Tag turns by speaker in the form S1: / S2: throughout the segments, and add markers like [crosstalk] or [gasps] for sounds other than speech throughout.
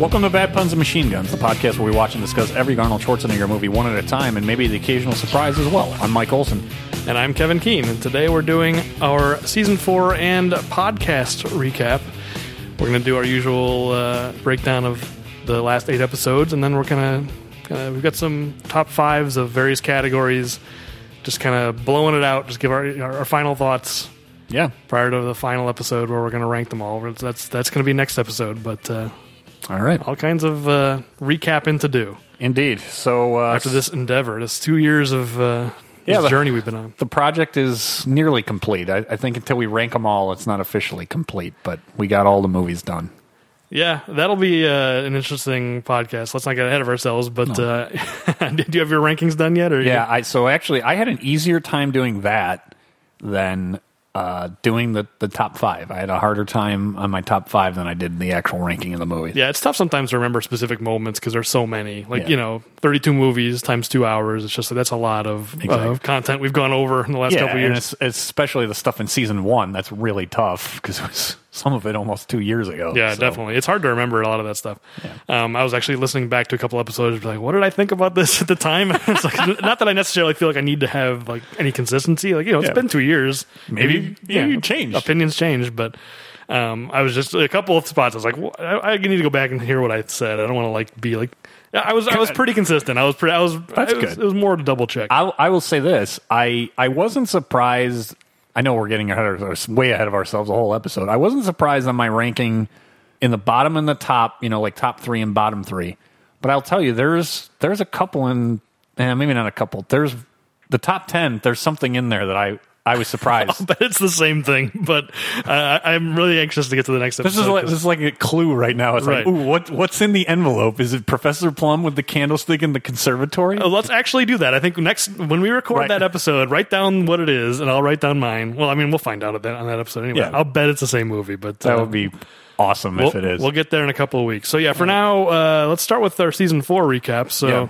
S1: Welcome to Bad Puns and Machine Guns, the podcast where we watch and discuss every Arnold Schwarzenegger movie one at a time and maybe the occasional surprise as well. I'm Mike Olson.
S2: And I'm Kevin Keene, and today we're doing our season four and podcast recap. We're going to do our usual uh, breakdown of the last eight episodes, and then we're going to we've got some top fives of various categories, just kind of blowing it out. Just give our, our our final thoughts
S1: Yeah.
S2: prior to the final episode where we're going to rank them all. That's that's going to be next episode, but uh,
S1: All right.
S2: all kinds of uh, recapping to do
S1: Indeed. So uh,
S2: after this endeavor. This two years of uh, this
S1: Yeah, but-
S2: journey we've been on.
S1: the project is nearly complete. I, I think until we rank them all, it's not officially complete, but we got all the movies done.
S2: Yeah, that'll be uh, an interesting podcast. Let's not get ahead of ourselves. But uh, [laughs] did you have your rankings done yet? Or
S1: Yeah. I, so actually, I had an easier time doing that than uh, doing the, the top five. I had a harder time on my top five than I did the actual ranking of the movies.
S2: yeah, it's tough sometimes to remember specific moments because there's so many. Like
S1: Yeah.
S2: you know, 32 movies times two hours. It's just that's a lot of uh,
S1: Exactly.
S2: content we've gone over in the last couple
S1: and
S2: years.
S1: it's, especially the stuff in season one. That's really tough because it was [laughs] some of it almost two years ago.
S2: Yeah,
S1: so-
S2: definitely. It's hard to remember a lot of that stuff. Um, I was actually listening back to a couple episodes, like, what did I think about this [laughs] at the time? it's like, not that I necessarily feel like I need to have like any consistency. Like, you know, it's
S1: Yeah.
S2: been two years.
S1: Maybe- yeah,
S2: maybe
S1: changed.
S2: Opinions changed, but um, I was just a couple of spots. I was like, wh- I, I need to go back and hear what I said. I don't want to like be like. I was I was pretty consistent. I was pretty. I was.
S1: That's
S2: it was,
S1: good.
S2: It was more to double check. [laughs]
S1: I, I will say this: I I wasn't surprised. I know we're getting ahead of ourselves, way ahead of ourselves. The whole episode. I wasn't surprised on my ranking in the bottom and the top. You know, like top three and bottom three. But I'll tell you, there's there's a couple in, eh, maybe not a couple. There's the top ten. There's something in there that I I was surprised.
S2: [laughs] but it's the same thing. But uh, I'm really anxious to get to the next episode.
S1: This is like this is like a clue right now. It's like,
S2: Right.
S1: ooh, what what's in the envelope? Is it Professor Plum with the candlestick in the conservatory?
S2: Uh, [laughs] Let's actually do that. I think next when we record
S1: Right.
S2: that episode, write down what it is, and I'll write down mine. Well, I mean, we'll find out at that, on that episode anyway.
S1: Yeah.
S2: I'll bet it's the same movie, but
S1: that
S2: uh,
S1: would be awesome
S2: we'll,
S1: if it is.
S2: We'll get there in a couple of weeks. So yeah, for now, uh, let's start with our season four recap. So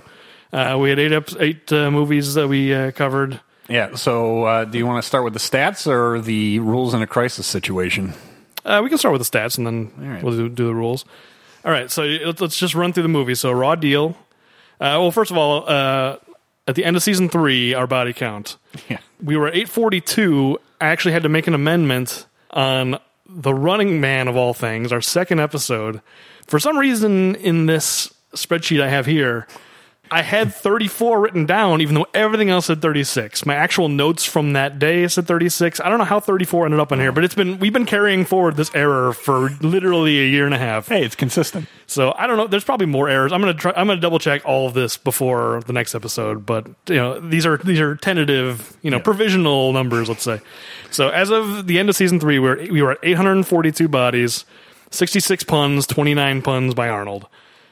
S2: uh, we had eight ep- eight uh, movies that we uh, covered.
S1: yeah. So, uh, do you want to start with the stats or the rules in a crisis situation? [laughs]
S2: Uh, we can start with the stats, and then
S1: right.
S2: we'll do, do the rules. All right, so let's, let's just run through the movie. So Raw Deal. Uh, well, first of all, uh, at the end of season three, our body count.
S1: Yeah.
S2: we were at 842 i actually had to make an amendment on the running man of all things our second episode for some reason in this spreadsheet i have here i had 34 written down even though everything else said 36 my actual notes from that day said 36 i don't know how 34 ended up on here but it's been we've been carrying forward this error for literally a year and a half
S1: Hey, it's consistent.
S2: so I don't know. There's probably more errors. I'm gonna try. I'm gonna double check all of this before the next episode. But you know, these are these are tentative, you know, provisional numbers. Let's say. So as of the end of season three, we were we were at 842 bodies, 66 puns, 29 puns by Arnold,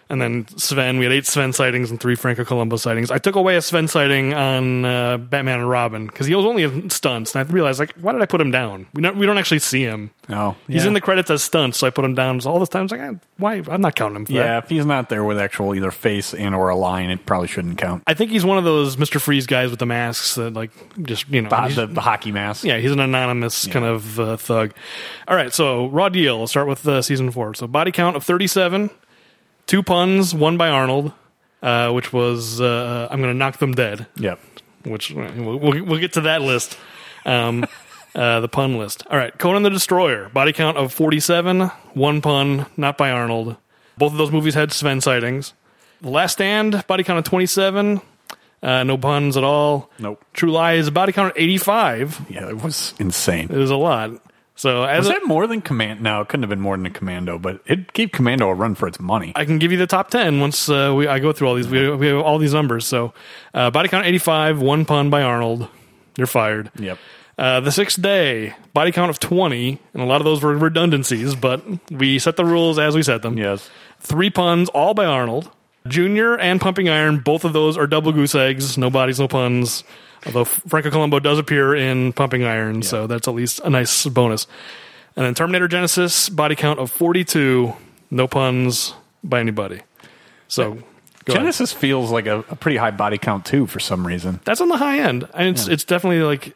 S2: and then Sven. We had eight Sven sightings and three Franco Columbo sightings. I took away a Sven sighting on uh, Batman and Robin because he was only in stunts, and I realized like, why did I put him down? We don't we don't actually see him.
S1: No,
S2: He's in the credits as stunts, so I put him down. So all this time, I was like, eh, why? I'm not counting him for that.
S1: Yeah, if he's not there with actual either face and or a line, it probably shouldn't count.
S2: I think he's one of those Mr. Freeze guys with the masks that, like, just, you know.
S1: Uh,
S2: he's-
S1: the, the hockey mask.
S2: yeah, he's an anonymous kind of uh, thug. All right, so raw deal. Let's start with uh, season four. So body count of 37, two puns, one by Arnold, uh, which was uh, I'm going to knock them dead
S1: Yep.
S2: which we'll, we'll, we'll get to that list. Um, [laughs] uh, the pun list. All right, Conan the Destroyer, body count of 47, one pun, not by Arnold. Both of those movies had Sven sightings. The Last Stand, body count of 27, uh, no puns at all.
S1: Nope.
S2: True Lies, body count of 85.
S1: Yeah, it was insane.
S2: It was a lot. So as
S1: Was
S2: a-
S1: that more than command? No, it couldn't have been more than a commando, but it gave commando a run for its money.
S2: I can give you the top 10 once uh, we, I go through all these. We, we have all these numbers. So uh, body count 85, one pun by Arnold. You're fired.
S1: Yep.
S2: Uh, the sixth day, body count of 20, and a lot of those were redundancies, but we set the rules as we set them.
S1: Yes.
S2: Three puns, all by Arnold. Junior and Pumping Iron, both of those are double goose eggs, no bodies, no puns. Although Franco Colombo does appear in Pumping Iron, so that's at least a nice bonus. And then Terminator Genesis, body count of 42, no puns by anybody. So, go ahead.
S1: Genesis feels like a, a pretty high body count too for some reason.
S2: that's on the high end, and it's, it's definitely like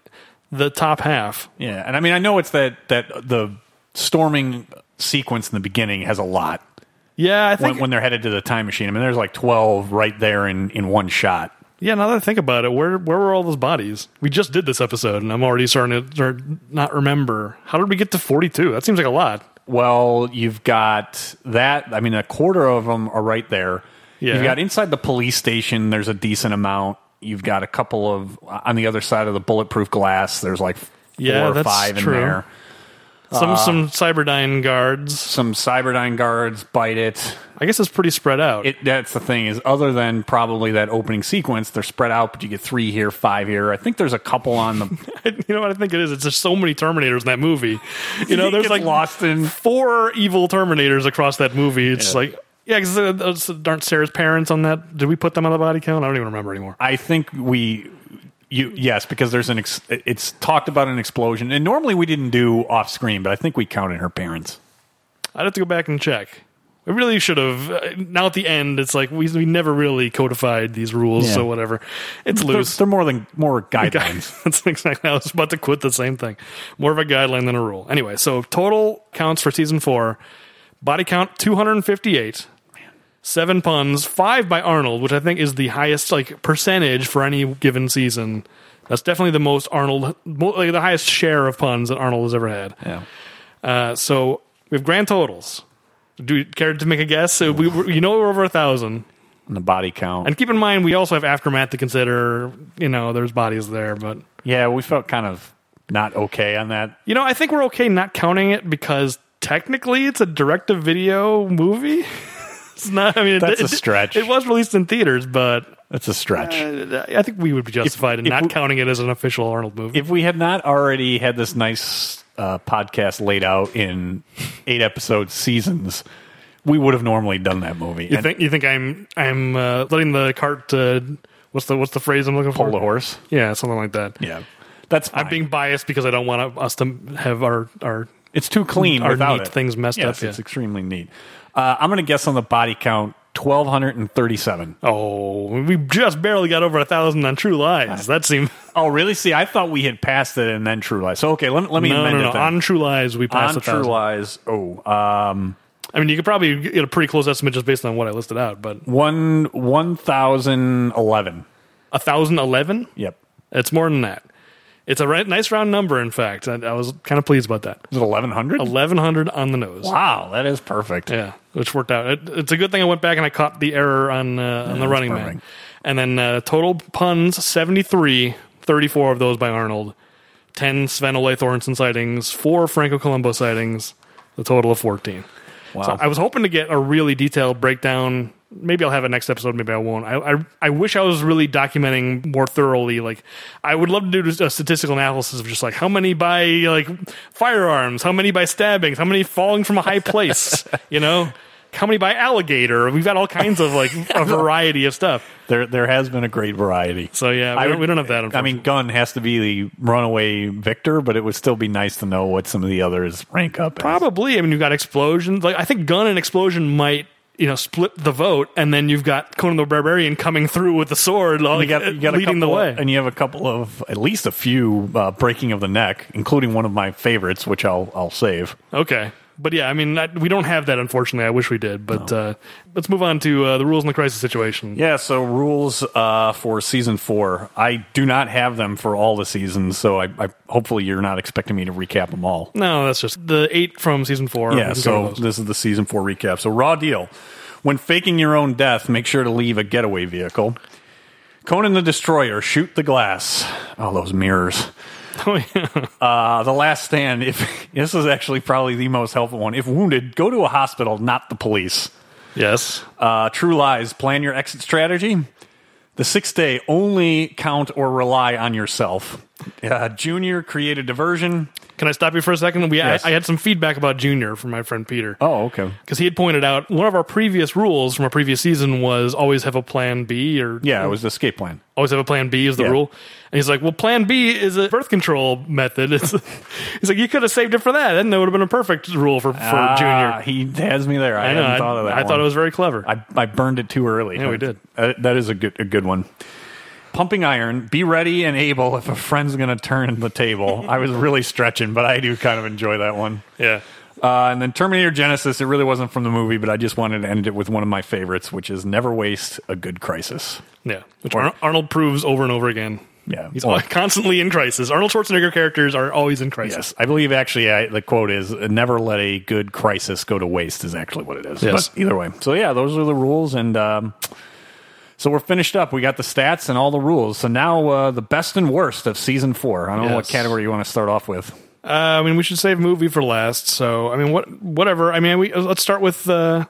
S2: the top half.
S1: Yeah, and I mean I know it's that that the storming sequence in the beginning has a lot.
S2: Yeah, I
S1: when,
S2: think.
S1: when they're headed to the time machine. I mean, there's like 12 right there in, in one shot.
S2: yeah, now that I think about it, where where were all those bodies? We just did this episode, and I'm already starting to start not remember. How did we get to 42? That seems like a lot.
S1: Well, you've got that. I mean, a quarter of them are right there.
S2: Yeah.
S1: You've got inside the police station, there's a decent amount. You've got a couple of on the other side of the bulletproof glass, there's like four
S2: Yeah,
S1: or
S2: that's
S1: five
S2: true.
S1: in there.
S2: Some some Cyberdyne guards.
S1: Some Cyberdyne guards bite it.
S2: I guess it's pretty spread out.
S1: it. That's the thing is, other than probably that opening sequence, they're spread out, but you get three here, five here. I think there's a couple on the.
S2: [laughs] you know what I think it is? It's just so many Terminators in that movie.
S1: [laughs]
S2: You know, there's
S1: Gets
S2: like
S1: lost in
S2: four evil Terminators across that movie. It's like, yeah, because uh, those aren't Sarah's parents on that. Did we put them on the body count? I don't even remember anymore.
S1: I think we you yes because there's an ex, it's talked about an explosion and normally we didn't do off screen but I think we counted her parents.
S2: I'd have to go back and check. We really should have. Uh, Now at the end, it's like we, we never really codified these rules,
S1: Yeah.
S2: so whatever. It's loose.
S1: They're, they're more than more guidelines.
S2: [laughs] That's exactly. I was about to quit the same thing. More of a guideline than a rule. Anyway, so total counts for season four. Body count two hundred and fifty-eight. Seven puns, five by Arnold, which I think is the highest like percentage for any given season. That's definitely the most Arnold, mo- like the highest share of puns that Arnold has ever had.
S1: yeah.
S2: Uh, so we have grand totals. Do you care to make a guess? So we, we- you know we're over a thousand.
S1: And the body count.
S2: And keep in mind, we also have aftermath to consider. You know, there's bodies there, but
S1: yeah, we felt kind of not okay on that.
S2: You know, I think we're okay not counting it because technically it's a direct-to-video movie. [laughs] it's not. I mean, it-
S1: That's a
S2: it-
S1: stretch.
S2: It was released in theaters, but
S1: That's a stretch.
S2: uh, I think we would be justified in
S1: if
S2: not
S1: we-
S2: counting it as an official Arnold movie.
S1: if we had not already had this nice uh, podcast laid out in eight episode seasons, we would have normally done that movie.
S2: you think you think I'm I'm uh, letting the cart? Uh, what's the what's the phrase I'm looking for?
S1: pull the horse.
S2: Yeah, something like that.
S1: Yeah. That's fine.
S2: I'm being biased because I don't want us to have our our.
S1: It's too clean
S2: Or
S1: without it.
S2: neat things messed
S1: yes,
S2: up, yeah.
S1: It's extremely neat. Uh, I'm going to guess on the body count, twelve hundred and thirty-seven.
S2: Oh, we just barely got over a thousand on True Lies. That seemed
S1: Oh, really? See, I thought we had passed it and then True Lies. So okay, let, me- let me
S2: no,
S1: amend
S2: no, no.
S1: it. Then.
S2: On True Lies, we passed a
S1: On True
S2: thousand.
S1: Lies. Oh, um,
S2: I mean, you could probably get a pretty close estimate just based on what I listed out, but
S1: one one thousand eleven.
S2: a thousand eleven.
S1: Yep,
S2: It's more than that. It's a ri- nice round number. In fact, I, I was kind of pleased about that.
S1: is it eleven hundred?
S2: Eleven hundred on the nose.
S1: Wow, that is perfect.
S2: Yeah, which worked out. It, it's a good thing I went back and I caught the error on uh, on the Running Man,
S1: perfect.
S2: and then uh, total puns 73, 34 of those by Arnold, ten Sven Ole Thornton sightings, four Franco Colombo sightings, a total of fourteen.
S1: Wow.
S2: So I was hoping to get a really detailed breakdown. Maybe I'll have it next episode. Maybe I won't. I, I I wish I was really documenting more thoroughly. Like I would love to do just a statistical analysis of just like how many by like firearms, how many by stabbings, how many falling from a
S1: [laughs]
S2: high place, you know, how many by alligator. We've got all kinds of like
S1: [laughs]
S2: a variety of stuff.
S1: There, there has been a great variety.
S2: So yeah, we,
S1: I
S2: don't,
S1: would-
S2: we don't have that.
S1: I mean, Gunn has to be the runaway victor, but it would still be nice to know what some of the others rank up. as.
S2: Probably. I mean, you've got explosions. Like I think gun and explosion might you know split the vote, and then you've got Conan the Barbarian coming through with the sword, like,
S1: you got, you got a
S2: leading the
S1: couple
S2: way.
S1: of- and you have a couple of at least a few uh, breaking of the neck, including one of my favorites, which I'll I'll save.
S2: okay. But yeah, I mean, I, we don't have that, unfortunately. I wish we did. But uh, let's move on to uh, the rules in the crisis situation.
S1: Yeah. So rules uh, for season four, I do not have them for all the seasons, so I, I hopefully you're not expecting me to recap them all.
S2: No, that's just the eight from season four. We
S1: Yeah,
S2: can go
S1: so
S2: with those.
S1: this is the season four recap. So, raw deal. When faking your own death, make sure to leave a getaway vehicle. Conan the Destroyer, shoot the glass. Oh, those mirrors.
S2: [laughs] Oh, yeah.
S1: Uh, the last stand. If [laughs] this is actually probably the most helpful one. If wounded, go to a hospital, not the police.
S2: yes.
S1: Uh, true lies. Plan your exit strategy. The sixth day. Only count or rely on yourself. Uh, junior, create a diversion.
S2: Can I stop you for a second? We
S1: Yes.
S2: I, I had some feedback about Junior from my friend Peter.
S1: Oh, okay.
S2: because he had pointed out one of our previous rules from a previous season was always have a plan B or
S1: Yeah, it was the escape plan.
S2: always have a plan B is the
S1: Yeah.
S2: rule. And he's like, well, plan B is a birth control method. [laughs] It's, he's like, you could have saved it for that, and that would have been a perfect rule for, for
S1: Ah,
S2: Junior.
S1: He has me there. I,
S2: I know.
S1: hadn't
S2: I,
S1: thought of that.
S2: I thought
S1: one.
S2: it was very clever.
S1: I, I burned it too early.
S2: Yeah, we did.
S1: Uh, that is a good a good one. Pumping iron. Be ready and able if a friend's going to turn the table. I was really stretching, but I do kind of enjoy that one.
S2: yeah.
S1: Uh, and then Terminator Genesis. It really wasn't from the movie, but I just wanted to end it with one of my favorites, which is never waste a good crisis.
S2: Yeah, which Ar- Arnold proves over and over again.
S1: Yeah.
S2: He's
S1: Or-
S2: al- [laughs] constantly in crisis. Arnold Schwarzenegger characters are always in crisis.
S1: Yes, I believe actually I, the quote is "Never let a good crisis go to waste" is actually what it is.
S2: Yes.
S1: But either way, so yeah, those are the rules, and um, so we're finished up. We got the stats and all the rules. So now uh, the best and worst of season four. I don't know what
S2: Yes.
S1: category you want to start off with.
S2: Uh, I mean, we should save movie for last. So, I mean, what, whatever. I mean, we let's start with uh,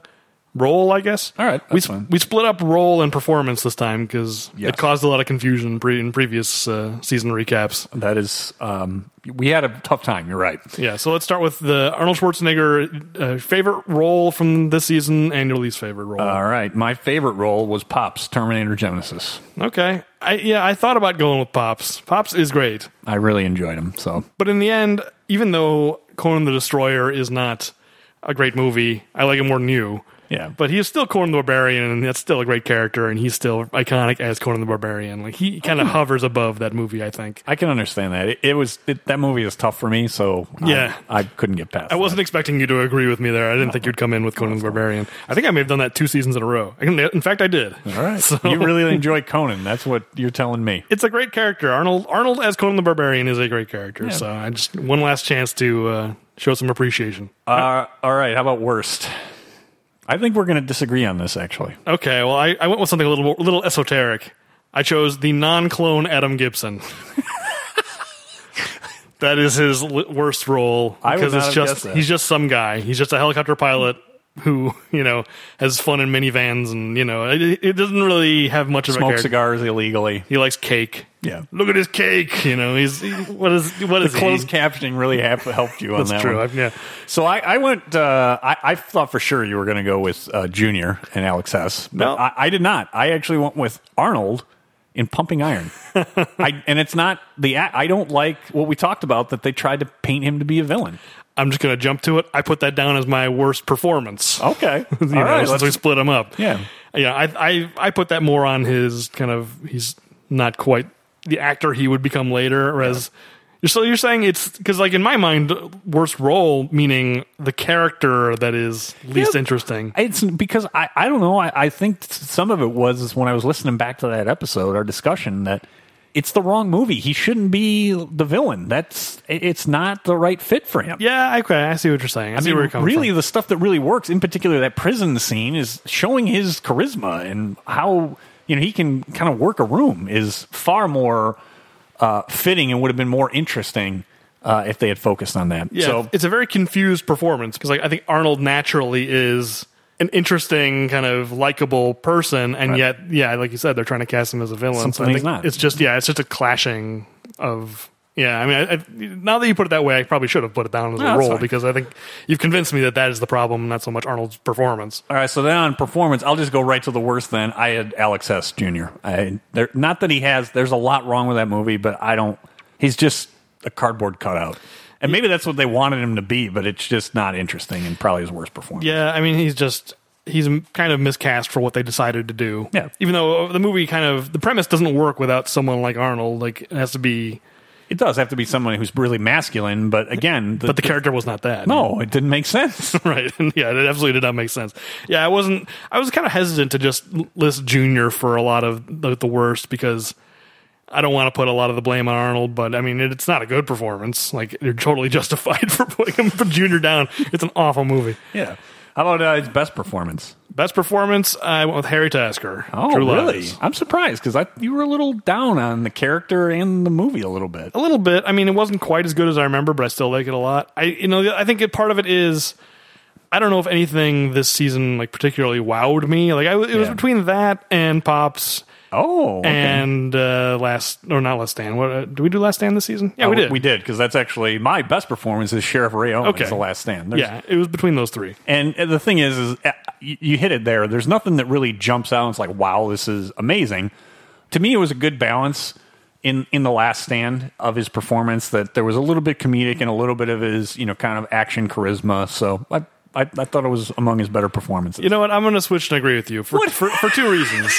S2: role, I guess.
S1: All right,
S2: we
S1: that's fine.
S2: we split up role and performance this time because
S1: Yes.
S2: it caused a lot of confusion pre- in previous uh, season recaps.
S1: That is, um, we had a tough time. You're right.
S2: Yeah, so let's start with the Arnold Schwarzenegger uh, favorite role from this season and your least favorite role.
S1: All right, my favorite role was Pops Terminator Genesis.
S2: okay, I, yeah, I thought about going with Pops. Pops is great.
S1: I really enjoyed him. So
S2: But in the end, even though Conan the Destroyer is not a great movie, I like it more than you.
S1: yeah, but
S2: But he is still Conan the Barbarian, and that's still a great character, and he's still iconic as Conan the Barbarian. Like he kind of
S1: Hmm.
S2: hovers above that movie, I think.
S1: I can understand that. It, it was it, that movie is tough for me, so I-
S2: Yeah.
S1: I, couldn't get past.
S2: I wasn't expecting you to agree with me there. I didn't think you'd come in with Conan the Barbarian. I think I may have done that two seasons in a row. I can- In fact, I did.
S1: All
S2: [laughs]
S1: right. You really enjoy Conan. That's what you're telling me.
S2: It's a great character. Arnold Arnold as Conan the Barbarian is a great character. So I just one last chance to uh, show some appreciation.
S1: Uh, all right. How about worst? I think we're going to disagree on this, actually.
S2: Okay, well, I, I went with something a little a little esoteric. I chose the non-clone Adam Gibson. [laughs] that is his li- worst role
S1: I would
S2: because
S1: not
S2: it's
S1: have
S2: just
S1: guessed that.
S2: he's just some guy. He's just a helicopter pilot who you know has fun in minivans and you know it, it doesn't really have much of a
S1: Smoke
S2: character.
S1: cigars illegally.
S2: He likes cake.
S1: Yeah.
S2: Look at his cake. You know he's he- what is what is
S1: Closed
S2: he?
S1: captioning really ha- helped you on
S2: That's
S1: that
S2: true.
S1: one.
S2: I've- yeah.
S1: So I, I went. Uh, I, I thought for sure you were going to go with uh, Junior and Alex Hess. But
S2: No.
S1: I, I did not. I actually went with Arnold in Pumping [laughs] Iron. I, and it's not the. a- I don't like what we talked about that they tried to paint him to be a villain.
S2: I'm just gonna jump to it. I put that down as my worst
S1: [laughs]
S2: performance.
S1: Okay, all
S2: [laughs] you know,
S1: right.
S2: since we
S1: let's-
S2: split him up.
S1: Yeah.
S2: yeah. I, I I put that more on his kind of he's not quite the actor he would become later. Whereas, so you're saying it's because like in my mind, worst role meaning the character that is least
S1: Yeah.
S2: interesting.
S1: It's because I, I don't know. I, I think some of it was when I was listening back to that episode, our discussion that it's the wrong movie. He shouldn't be the villain. That's it's not the right fit for him.
S2: yeah, okay, I see what you're saying. I,
S1: I
S2: see
S1: mean,
S2: where you're coming
S1: really,
S2: from.
S1: the stuff that really works, in particular that prison scene, is showing his charisma and how you know he can kind of work a room is far more uh, fitting and would have been more interesting uh, if they had focused on that.
S2: Yeah,
S1: so
S2: it's a very confused performance because like I think Arnold naturally is an interesting kind of likable person, and yet yeah, like you said, they're trying to cast him as a villain. I
S1: Something he's
S2: think
S1: not.
S2: It's just yeah, it's just a clashing of. Yeah, I mean, I, I, now that you put it that way, I probably should have put it down as
S1: No,
S2: a
S1: that's
S2: role
S1: fine.
S2: because I think you've convinced me that that is the problem, not so much Arnold's performance.
S1: All right, so then on performance, I'll just go right to the worst. Then I had Alex Hess Jr. I there, not that he has. There's a lot wrong with that movie, but I don't. He's just a cardboard cutout, and maybe that's what they wanted him to be, but it's just not interesting and probably his worst performance.
S2: Yeah, I mean, he's just he's m- kind of miscast for what they decided to do.
S1: Yeah.
S2: even though the movie kind of the premise doesn't work without someone like Arnold. Like, it has to be,
S1: It does have to be someone who's really masculine, but again, the,
S2: but the character was not that.
S1: no, it didn't make sense.
S2: [laughs] right and yeah it absolutely did not make sense yeah i wasn't i was kind of hesitant to just l- list junior for a lot of the, the worst because i don't want to put a lot of the blame on arnold but i mean it, it's not a good performance like you're totally [laughs] justified for putting him for junior down it's an awful movie
S1: [laughs] yeah. How about uh, his best performance?
S2: best performance i went with harry tasker
S1: Oh,
S2: True
S1: really?
S2: Lies.
S1: I'm surprised because you were a little down on the character and the movie a little bit.
S2: a little bit i mean it wasn't quite as good as i remember but i still like it a lot i you know i think it, part of it is I don't know if anything this season like particularly wowed me. Like I, w- it was
S1: Yeah.
S2: between that and Pops
S1: Oh, okay.
S2: and uh, last or not last stand. What uh, did we do last stand this season? Yeah,
S1: Uh,
S2: Oh, we did.
S1: We did because that's actually my best performance is Sheriff Ray Owens,
S2: Okay.
S1: The Last Stand. There's-
S2: Yeah, it was between those three.
S1: And uh, the thing is, is uh, you you hit it there. There's nothing that really jumps out. and It's like, wow, this is amazing. To me, it was a good balance in in the Last Stand of his performance. That there was a little bit comedic and a little bit of his, you know, kind of action charisma. So I I, I thought it was among his better performances.
S2: [laughs] You know what? I'm going to switch and agree with you for for, for two reasons.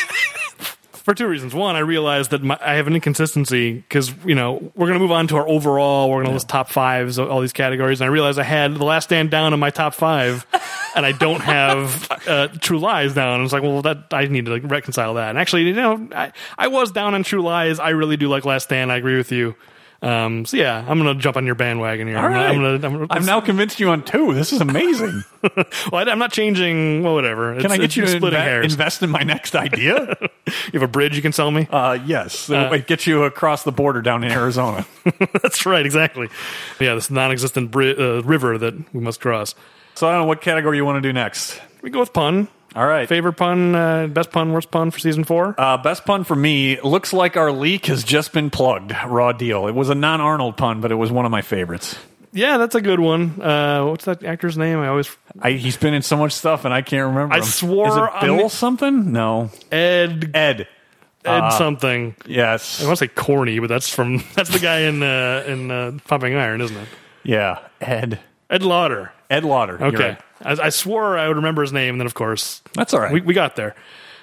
S2: for two reasons. One, I realized that my, I have an inconsistency because you know we're going to move on to our overall. We're going to list top fives, of all these categories, and I realized I had The Last Stand down in my
S1: [laughs]
S2: top five, and I don't have uh, True Lies down. I was like, well, that I need to like, reconcile that. And actually, you know, I, I was down on True Lies. I really do like Last Stand. I agree with you. Um, so yeah, I'm gonna jump on your bandwagon here.
S1: All
S2: I'm gonna-
S1: right.
S2: I'm gonna- I'm gonna-
S1: I've now convinced you on two. This is amazing.
S2: [laughs] well, I, am not changing. Well, whatever.
S1: Can I get you to inve- invest in my
S2: [laughs]
S1: next idea?
S2: you have a bridge you can sell me.
S1: Uh, yes, it gets you across the border down in
S2: [laughs]
S1: Arizona.
S2: That's right, exactly. Yeah, this non-existent bri- uh, river that we must cross.
S1: so I don't know what category you want to do next.
S2: We go with pun.
S1: All right,
S2: Favorite pun, uh, best pun, worst pun for season four.
S1: uh, best pun for me. Looks like our leak has just been plugged. Raw deal. It was a non-Arnold pun, but it was one of my favorites.
S2: yeah, that's a good one. Uh, what's that actor's name? I always
S1: I, he's been in so much stuff, and I can't remember.
S2: I
S1: him.
S2: swore
S1: Is it
S2: I'm-
S1: Bill something? No,
S2: Ed
S1: Ed.
S2: Ed
S1: Uh,
S2: something.
S1: Yes.
S2: I want to say corny, but that's from [laughs] that's the guy in uh, in uh, Pumping Iron, isn't it?
S1: Yeah, Ed.
S2: Ed Lauder.
S1: Ed Lauder. You're
S2: Okay,
S1: right.
S2: I, I swore I would remember his name, and then of course
S1: that's all right.
S2: we, we got there.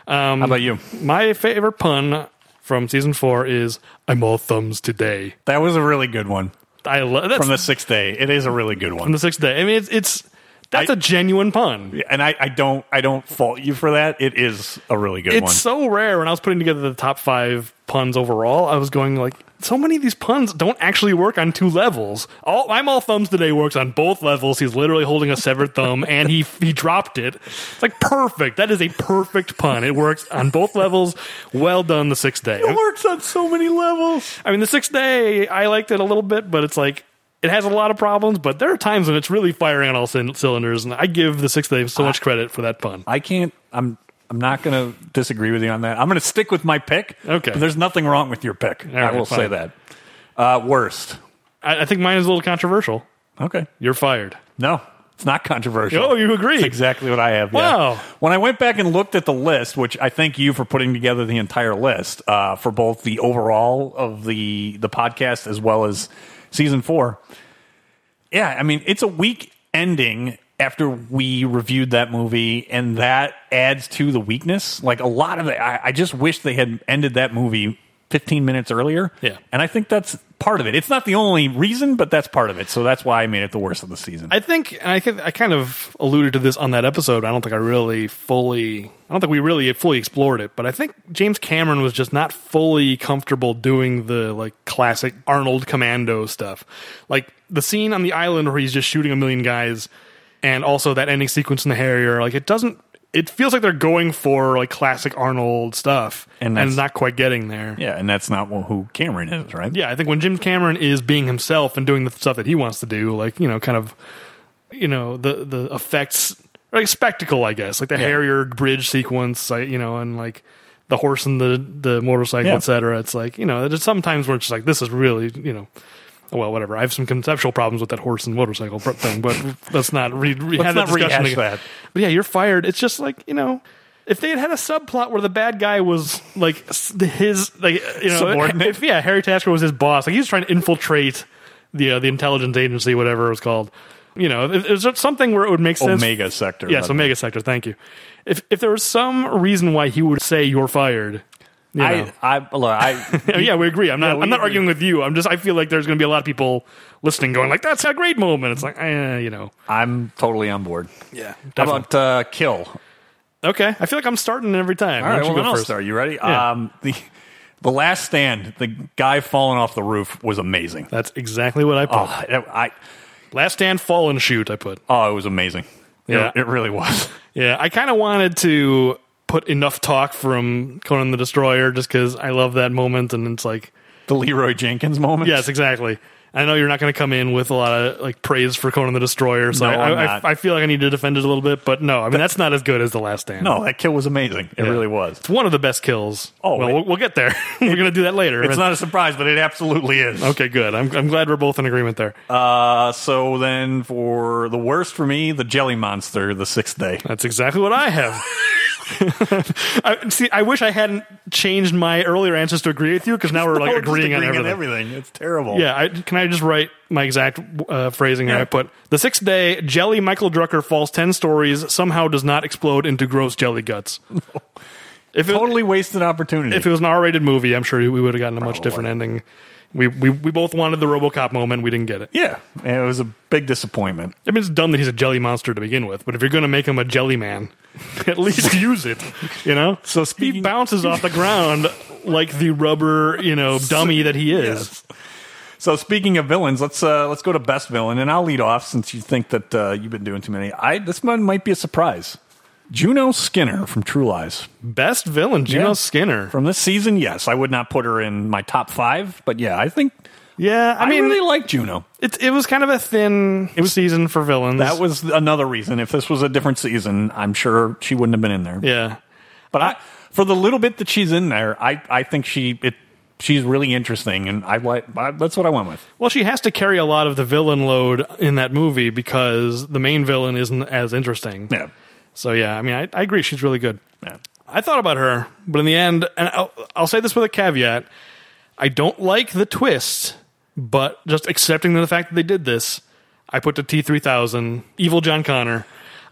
S2: Um,
S1: How about you?
S2: My favorite pun from season four is "I'm all thumbs today."
S1: That was a really good one
S2: I love that's
S1: from the sixth day. It is a really good
S2: on
S1: one,
S2: the sixth day. I mean, it's it's that's
S1: I-
S2: a genuine pun.
S1: and I, I don't I don't fault you for that. It is a really good
S2: It's
S1: one.
S2: so rare. When I was putting together the top five puns overall, I was going like, so many of these puns don't actually work on two levels. All I'm all thumbs today works on both levels. He's literally holding a severed thumb, and he he dropped it. It's like perfect. That is a perfect pun. It works on both levels. Well done, the sixth day.
S1: It works on so many levels.
S2: I mean, the sixth day, I liked it a little bit, but it's like it has a lot of problems. But there are times when it's really firing on all cin- cylinders, and I give the sixth day so much credit for that pun.
S1: I can't. I'm. I'm not going to disagree with you on that. I'm going to stick with my pick.
S2: Okay.
S1: but there's nothing wrong with your pick.
S2: right,
S1: I will
S2: fine.
S1: say that. Uh, worst.
S2: I, I think mine is a little controversial.
S1: Okay.
S2: You're fired.
S1: No, it's not controversial.
S2: Oh, you agree?
S1: That's exactly what I have. yeah.
S2: Wow.
S1: When I went back and looked at the list, which I thank you for putting together the entire list uh, for both the overall of the the podcast as well as season four. Yeah, I mean it's a weak ending after we reviewed that movie, and that adds to the weakness. Like a lot of it, I, I just wish they had ended that movie. 15 minutes earlier.
S2: Yeah.
S1: And I think that's part of it. It's not the only reason, but that's part of it. So that's why I made it the worst of the season.
S2: I think, and I think I kind of alluded to this on that episode. I don't think I really fully, I don't think we really fully explored it, but I think James Cameron was just not fully comfortable doing the like classic Arnold Commando stuff. Like the scene on the island where he's just shooting a million guys, and also that ending sequence in the Harrier, like it doesn't, it feels like they're going for like classic Arnold stuff
S1: And
S2: and,
S1: that's-
S2: not quite getting there.
S1: Yeah, and that's not wh- who Cameron is, right?
S2: yeah, I think when Jim Cameron is being himself and doing the stuff that he wants to do, like you know, kind of, you know, the the effects, or like spectacle, I guess, like the Harrier bridge sequence, I, you know, and like the horse and the the motorcycle,
S1: Yeah.
S2: etc. It's like you know, there's sometimes where it's just like this is really, you know. Well, whatever. I have some conceptual problems with that horse and motorcycle pro- thing, but let's not re- re-
S1: Let's
S2: have
S1: not
S2: that discussion
S1: rehash
S2: again.
S1: that.
S2: But yeah, you're fired. It's just like you know, if they had had a subplot where the bad guy was like s- his like you know
S1: Subordinate?
S2: if yeah Harry Tasker was his boss, like he was trying to infiltrate the uh, the intelligence agency, whatever it was called. You know, if- is there something where it would make sense?
S1: Omega sector.
S2: Yes, Omega Sector. Thank you. If if there was some reason why he would say you're fired, you know. [laughs]
S1: I, I, look, [laughs] I,
S2: yeah, we agree. I'm not.
S1: we
S2: I'm not
S1: agree.
S2: arguing with you. I'm just. I feel like there's going to be a lot of people listening, going like, "That's a great moment." It's like, eh, you know.
S1: I'm totally on board.
S2: Yeah.
S1: How about uh, kill?
S2: Okay. I feel like I'm starting every time.
S1: All right,
S2: Why don't
S1: well,
S2: you
S1: then
S2: go
S1: I'll
S2: first?
S1: start. You ready?
S2: Yeah.
S1: Um, the the last stand, the guy falling off the roof was amazing.
S2: That's exactly what I put.
S1: Oh, I,
S2: Last stand, fall and shoot. I put.
S1: oh, it was amazing.
S2: Yeah.
S1: it, it really was.
S2: Yeah, I kind of wanted to put enough talk from Conan the Destroyer just because I love that moment, and it's like,
S1: The Leroy Jenkins moment.
S2: yes, exactly. I know you're not going to come in with a lot of like praise for Conan the Destroyer, so
S1: No,
S2: I,
S1: I'm
S2: I,
S1: not.
S2: I feel like I need to defend it a little bit, but no, I mean that's not as good as the Last Stand.
S1: No, that kill was amazing. It
S2: Yeah.
S1: really was.
S2: it's one of the best kills.
S1: Oh,
S2: well,
S1: it-
S2: we'll, we'll get there. [laughs] we're going to do that later.
S1: It's not a surprise, but it absolutely is.
S2: okay, good. I'm I'm glad we're both in agreement there.
S1: Uh, so then, for the worst for me, the Jelly Monster, the sixth day.
S2: That's exactly what
S1: [laughs]
S2: I have. [laughs] I, see, I wish I hadn't changed my earlier answers to agree with you because now we're
S1: [laughs]
S2: like
S1: We're just
S2: agreeing, on everything.
S1: It's terrible.
S2: Yeah, I, can I just write my exact uh, phrasing here? I put the sixth day
S1: [laughs]
S2: jelly Michael Drucker falls ten stories somehow does not explode into gross jelly guts. If it,
S1: Totally wasted opportunity.
S2: if it was an R-rated movie, I'm sure we would have gotten a
S1: Oh,
S2: much different ending. We, we we both wanted the RoboCop moment. We didn't get it.
S1: yeah, it was a big disappointment.
S2: I mean, it's dumb that he's a jelly monster to begin with, but if you're going to make him a jelly man, [laughs] at least use it. You know,
S1: So
S2: he
S1: speaking-
S2: bounces off the ground like the rubber, you know, dummy that he is.
S1: So speaking of villains, let's uh, let's go to best villain, and I'll lead off since you think that uh, you've been doing too many. I this one might be a surprise. Juno Skinner from True Lies.
S2: Best villain, Juno
S1: Yeah.
S2: Skinner.
S1: From this season, yes, I would not put her in my top five, but yeah, I think
S2: Yeah, I,
S1: I,
S2: mean,
S1: really like Juno.
S2: it it was kind of a thin it was, season for villains.
S1: That was another reason. If this was a different season, I'm sure she wouldn't have been in there.
S2: yeah.
S1: But I, for the little bit that she's in there, I, I think she it she's really interesting, and I like I- that's what I went with.
S2: Well, she has to carry a lot of the villain load in that movie because the main villain isn't as interesting.
S1: Yeah,
S2: So yeah, I mean, I, I agree. She's really good.
S1: yeah.
S2: I thought about her, but in the end, and I'll, I'll say this with a caveat: I don't like the twist, but just accepting the fact that they did this, I put the T three thousand evil John Connor.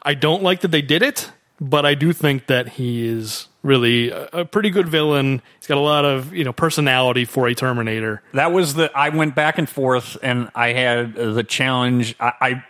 S2: I don't like that they did it, but I do think that he is really a, a pretty good villain. He's got a lot of you know personality for a Terminator.
S1: That was the I went back and forth, and I had uh, the challenge. I, I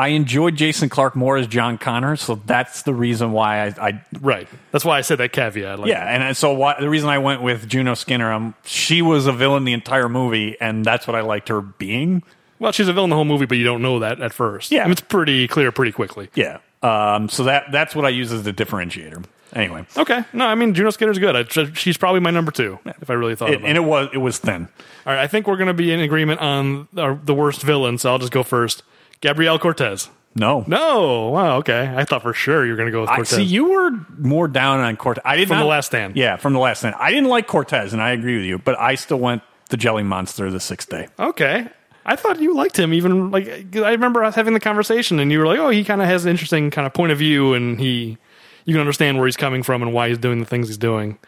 S1: I enjoyed Jason Clark more as John Connor, so that's the reason why I, I
S2: Right. That's why I said that caveat. Like,
S1: yeah, and I- so why, the reason I went with Juno Skinner, um, she was a villain the entire movie, and that's what I liked her being.
S2: Well, she's a villain the whole movie, but you don't know that at first.
S1: Yeah.
S2: I mean, it's pretty clear pretty quickly.
S1: Yeah, um, so that that's what I use as the differentiator. Anyway,
S2: Okay. No, I mean Juno Skinner's good. I, she's probably my number two if I really thought
S1: it,
S2: about it.
S1: and it was it was thin.
S2: All right, I think we're going to be in agreement on our, the worst villain, so I'll just go first. Gabrielle Cortez.
S1: No,
S2: No, wow, okay. I thought for sure you were going to go with
S1: I
S2: Cortez.
S1: see you were more down on Cortez. I did
S2: From
S1: not,
S2: The Last Stand.
S1: Yeah, from the last stand. I didn't like Cortez, and I agree with you, but I still went the Jelly Monster the sixth day.
S2: Okay, I thought you liked him. Even like 'cause I remember us having the conversation, and you were like, "Oh, he kind of has an interesting kind of point of view, and he you can understand where he's coming from and why he's doing the things he's doing."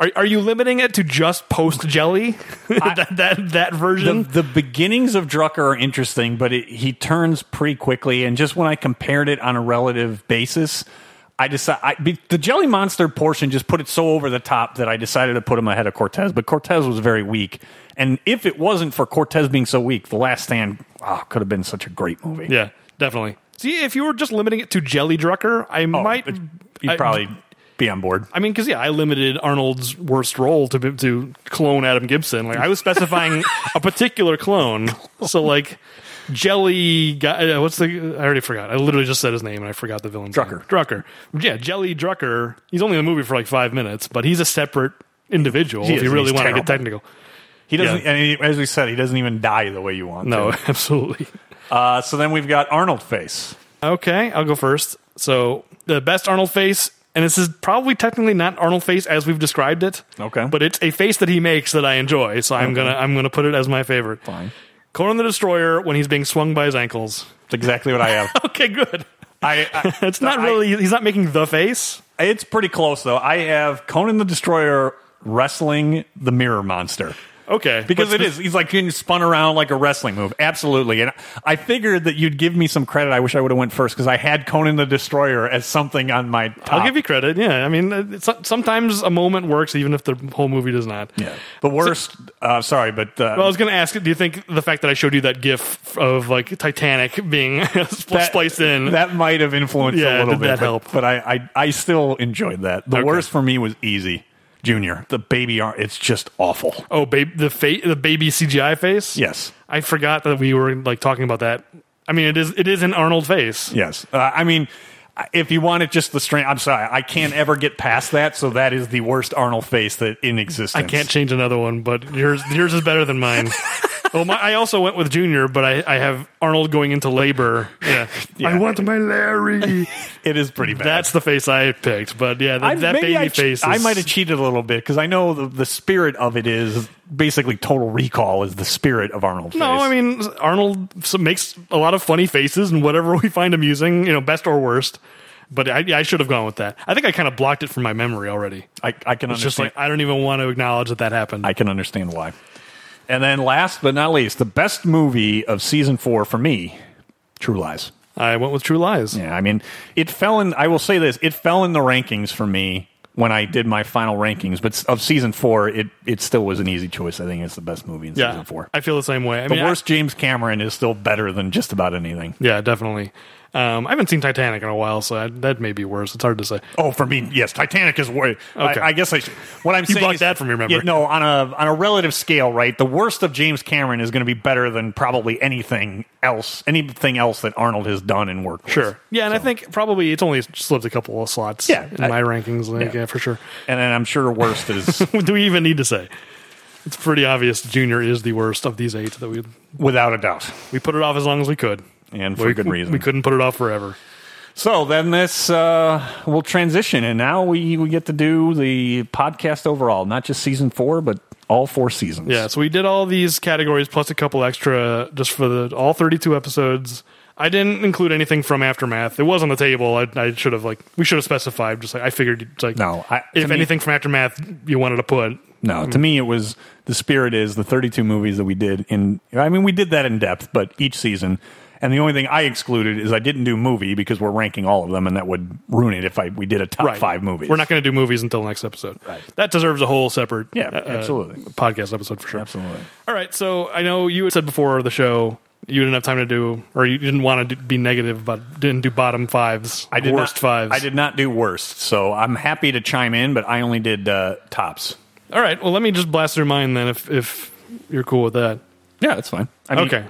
S2: Are, are you limiting it to just post jelly [laughs] that, that that version?
S1: the, the beginnings of Drucker are interesting, but it, he turns pretty quickly. And just when I compared it on a relative basis, I decided I, be- the Jelly Monster portion just put it so over the top that I decided to put him ahead of Cortez. But Cortez was very weak, and if it wasn't for Cortez being so weak, The Last Stand ah, could have been such a great movie.
S2: yeah, definitely. See, if you were just limiting it to jelly Drucker, I might
S1: Oh, But
S2: I-
S1: you'd probably be on board.
S2: I mean, because yeah, I limited Arnold's worst role to to clone Adam Gibson. Like I was specifying a particular clone. So like Jelly guy, uh, what's the? I already forgot. I literally just said his name and I forgot the villain's
S1: Drucker.
S2: name. Drucker. Yeah, Jelly Drucker. He's only in the movie for like five minutes, but he's a separate individual.
S1: He
S2: if
S1: is,
S2: you
S1: he's
S2: really want to get
S1: terrible.
S2: technical,
S1: He doesn't,
S2: Yeah.
S1: and he, as we said, he doesn't even die the way you want.
S2: no, [laughs]
S1: to.
S2: absolutely.
S1: Uh, so then we've got Arnold Face.
S2: Okay, I'll go first. So the best Arnold face, and this is probably technically not Arnold face as we've described it.
S1: Okay.
S2: but it's a face that he makes that I enjoy, so I'm gonna I'm gonna put it as my favorite.
S1: Fine.
S2: Conan the Destroyer when he's being swung by
S1: [laughs]
S2: his ankles.
S1: That's exactly what I
S2: [laughs]
S1: have.
S2: Okay, good.
S1: I, I
S2: It's not
S1: I-
S2: really he's not making the face.
S1: It's pretty close though. I have Conan the Destroyer wrestling the mirror monster
S2: Okay,
S1: because
S2: but
S1: it is he's like getting spun around like a wrestling move absolutely and i figured that you'd give me some credit i wish i would have went first because i had conan the destroyer as something on my top
S2: I'll give you credit. Yeah, I mean, it's, sometimes a moment works even if the whole movie does not.
S1: yeah. the worst uh, sorry but uh,
S2: Well, I was going to ask, do you think the fact that I showed you that GIF of like Titanic being [laughs] spl-
S1: that-
S2: spliced in
S1: that might have influenced a
S2: Yeah,
S1: little
S2: did
S1: bit
S2: that
S1: but,
S2: help?
S1: but I, I i still enjoyed that the
S2: Okay.
S1: worst for me was easy junior the baby arm it's just awful
S2: Oh, babe, the fa- the baby CGI face.
S1: yes
S2: I forgot that we were like talking about that. I mean, it is it is an Arnold face.
S1: Yes. Uh, I mean, if you want it just the strength, I'm sorry, I can't ever get past that. So that is the worst Arnold face that in
S2: I
S1: existence.
S2: can't change another one, but yours yours is better
S1: [laughs]
S2: than mine. well, my, I also went with Junior, but I, I have Arnold going into labor. Yeah.
S1: [laughs]
S2: I want my Larry.
S1: It is pretty bad.
S2: [laughs] That's the face I picked, but yeah,
S1: I-
S2: that, that
S1: maybe
S2: baby
S1: I, che-
S2: face. Is,
S1: I might have cheated a little bit because I know the, the spirit of it is basically Total Recall is the spirit of Arnold.
S2: No, I mean Arnold s- makes a lot of funny faces and whatever [laughs] we find amusing, you know, best or worst. But I, I should have gone with that. I think I kind of blocked it from my memory already.
S1: I, I can
S2: It's just
S1: understand.
S2: like I don't even want to acknowledge that that happened.
S1: I can understand why. And then, last but not least, the best movie of season four for me, True Lies.
S2: I went with True Lies.
S1: Yeah, I mean, it fell in. I will say this: it fell in the rankings for me when I did my final rankings. But s- of season four, it it still was an easy choice. I think it's the best movie in
S2: Yeah,
S1: season four.
S2: I feel the same way. I
S1: The
S2: mean, I-
S1: worst James Cameron is still better than just about anything.
S2: yeah, definitely. Um, I haven't seen Titanic in a while, so I, that may be worse. It's hard to say.
S1: Oh, for me, yes. Titanic is wor
S2: Okay.
S1: I, I guess I should, what I'm saying
S2: blocked
S1: is,
S2: that from your memory.
S1: Yeah, no, on a on a relative scale, right? The worst of James Cameron is going to be better than probably anything else, anything else that Arnold has done in work.
S2: Sure. Yeah, and I think probably it's only slipped a couple of slots
S1: Yeah,
S2: in
S1: I-
S2: my rankings. Like,
S1: yeah.
S2: yeah, for sure. [laughs]
S1: and then I'm sure worst is [laughs]
S2: do we even need to say? It's pretty obvious. Junior is the worst of these eight that we
S1: without a doubt,
S2: we put it off as long as we could,
S1: and for
S2: [laughs] we,
S1: good reason.
S2: We couldn't put it off forever.
S1: So then this uh, will transition, and now we, we get to do the podcast overall, not just season four, but all four seasons.
S2: Yeah, so we did all these categories plus a couple extra just for the all 32 episodes. I didn't include anything from Aftermath. It was on the table. I, I should have like we should have specified. Just like I figured, it's like
S1: No, I- to
S2: if
S1: me-
S2: anything from Aftermath you wanted to put,
S1: No, to me it was the spirit is the 32 movies that we did in. I mean, we did that in depth, but each season. And the only thing I excluded is I didn't do movie because we're ranking all of them, and that would ruin it if I we did a top five movies.
S2: We're not going to do movies until next episode. Right. That deserves a whole separate uh,
S1: Yeah, absolutely.
S2: podcast episode for sure.
S1: absolutely.
S2: All right, so I know you had said before the show you didn't have time to do, or you didn't want to do, be negative, but didn't do bottom fives.
S1: I did
S2: worst
S1: not,
S2: fives.
S1: I did not do worst, so I'm happy to chime in, but I only did uh, tops.
S2: All right, well, let me just blast through mine then, if if you're cool with that.
S1: Yeah, that's fine. I mean,
S2: okay.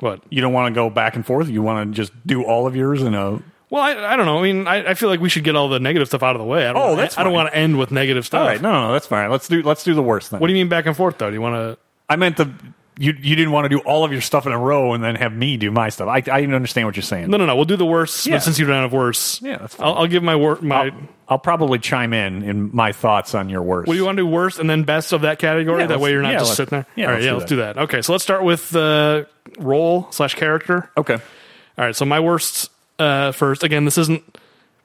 S2: What?
S1: you don't want to go back and forth. You want to just do all of yours in a.
S2: Well, I, I don't know. I mean, I, I feel like we should get all the negative stuff out of the way. I don't
S1: Oh,
S2: wanna-
S1: that's
S2: I, don't
S1: fine.
S2: want to end with negative stuff.
S1: All right, no, no, no, that's fine. Let's do let's do the worst then.
S2: What do you mean back and forth though? Do you want to?
S1: I meant the you you didn't want to do all of your stuff in a row and then have me do my stuff. I I didn't understand what you're saying.
S2: No, no, no. We'll do the worst.
S1: Yeah.
S2: But since you don't have worse,
S1: Yeah, that's fine.
S2: I'll, I'll give my wor- my.
S1: I'll, I'll probably chime in in my thoughts on your worst.
S2: Well, you want to do worst and then best of that category?
S1: Yeah,
S2: that way
S1: let's-
S2: you're not
S1: yeah,
S2: just
S1: let's-
S2: sitting there?
S1: yeah,
S2: All right,
S1: let's
S2: yeah,
S1: do
S2: let's do that. Okay, so let's start with uh, role slash character.
S1: okay.
S2: All right, so my worst uh, first. Again, this isn't.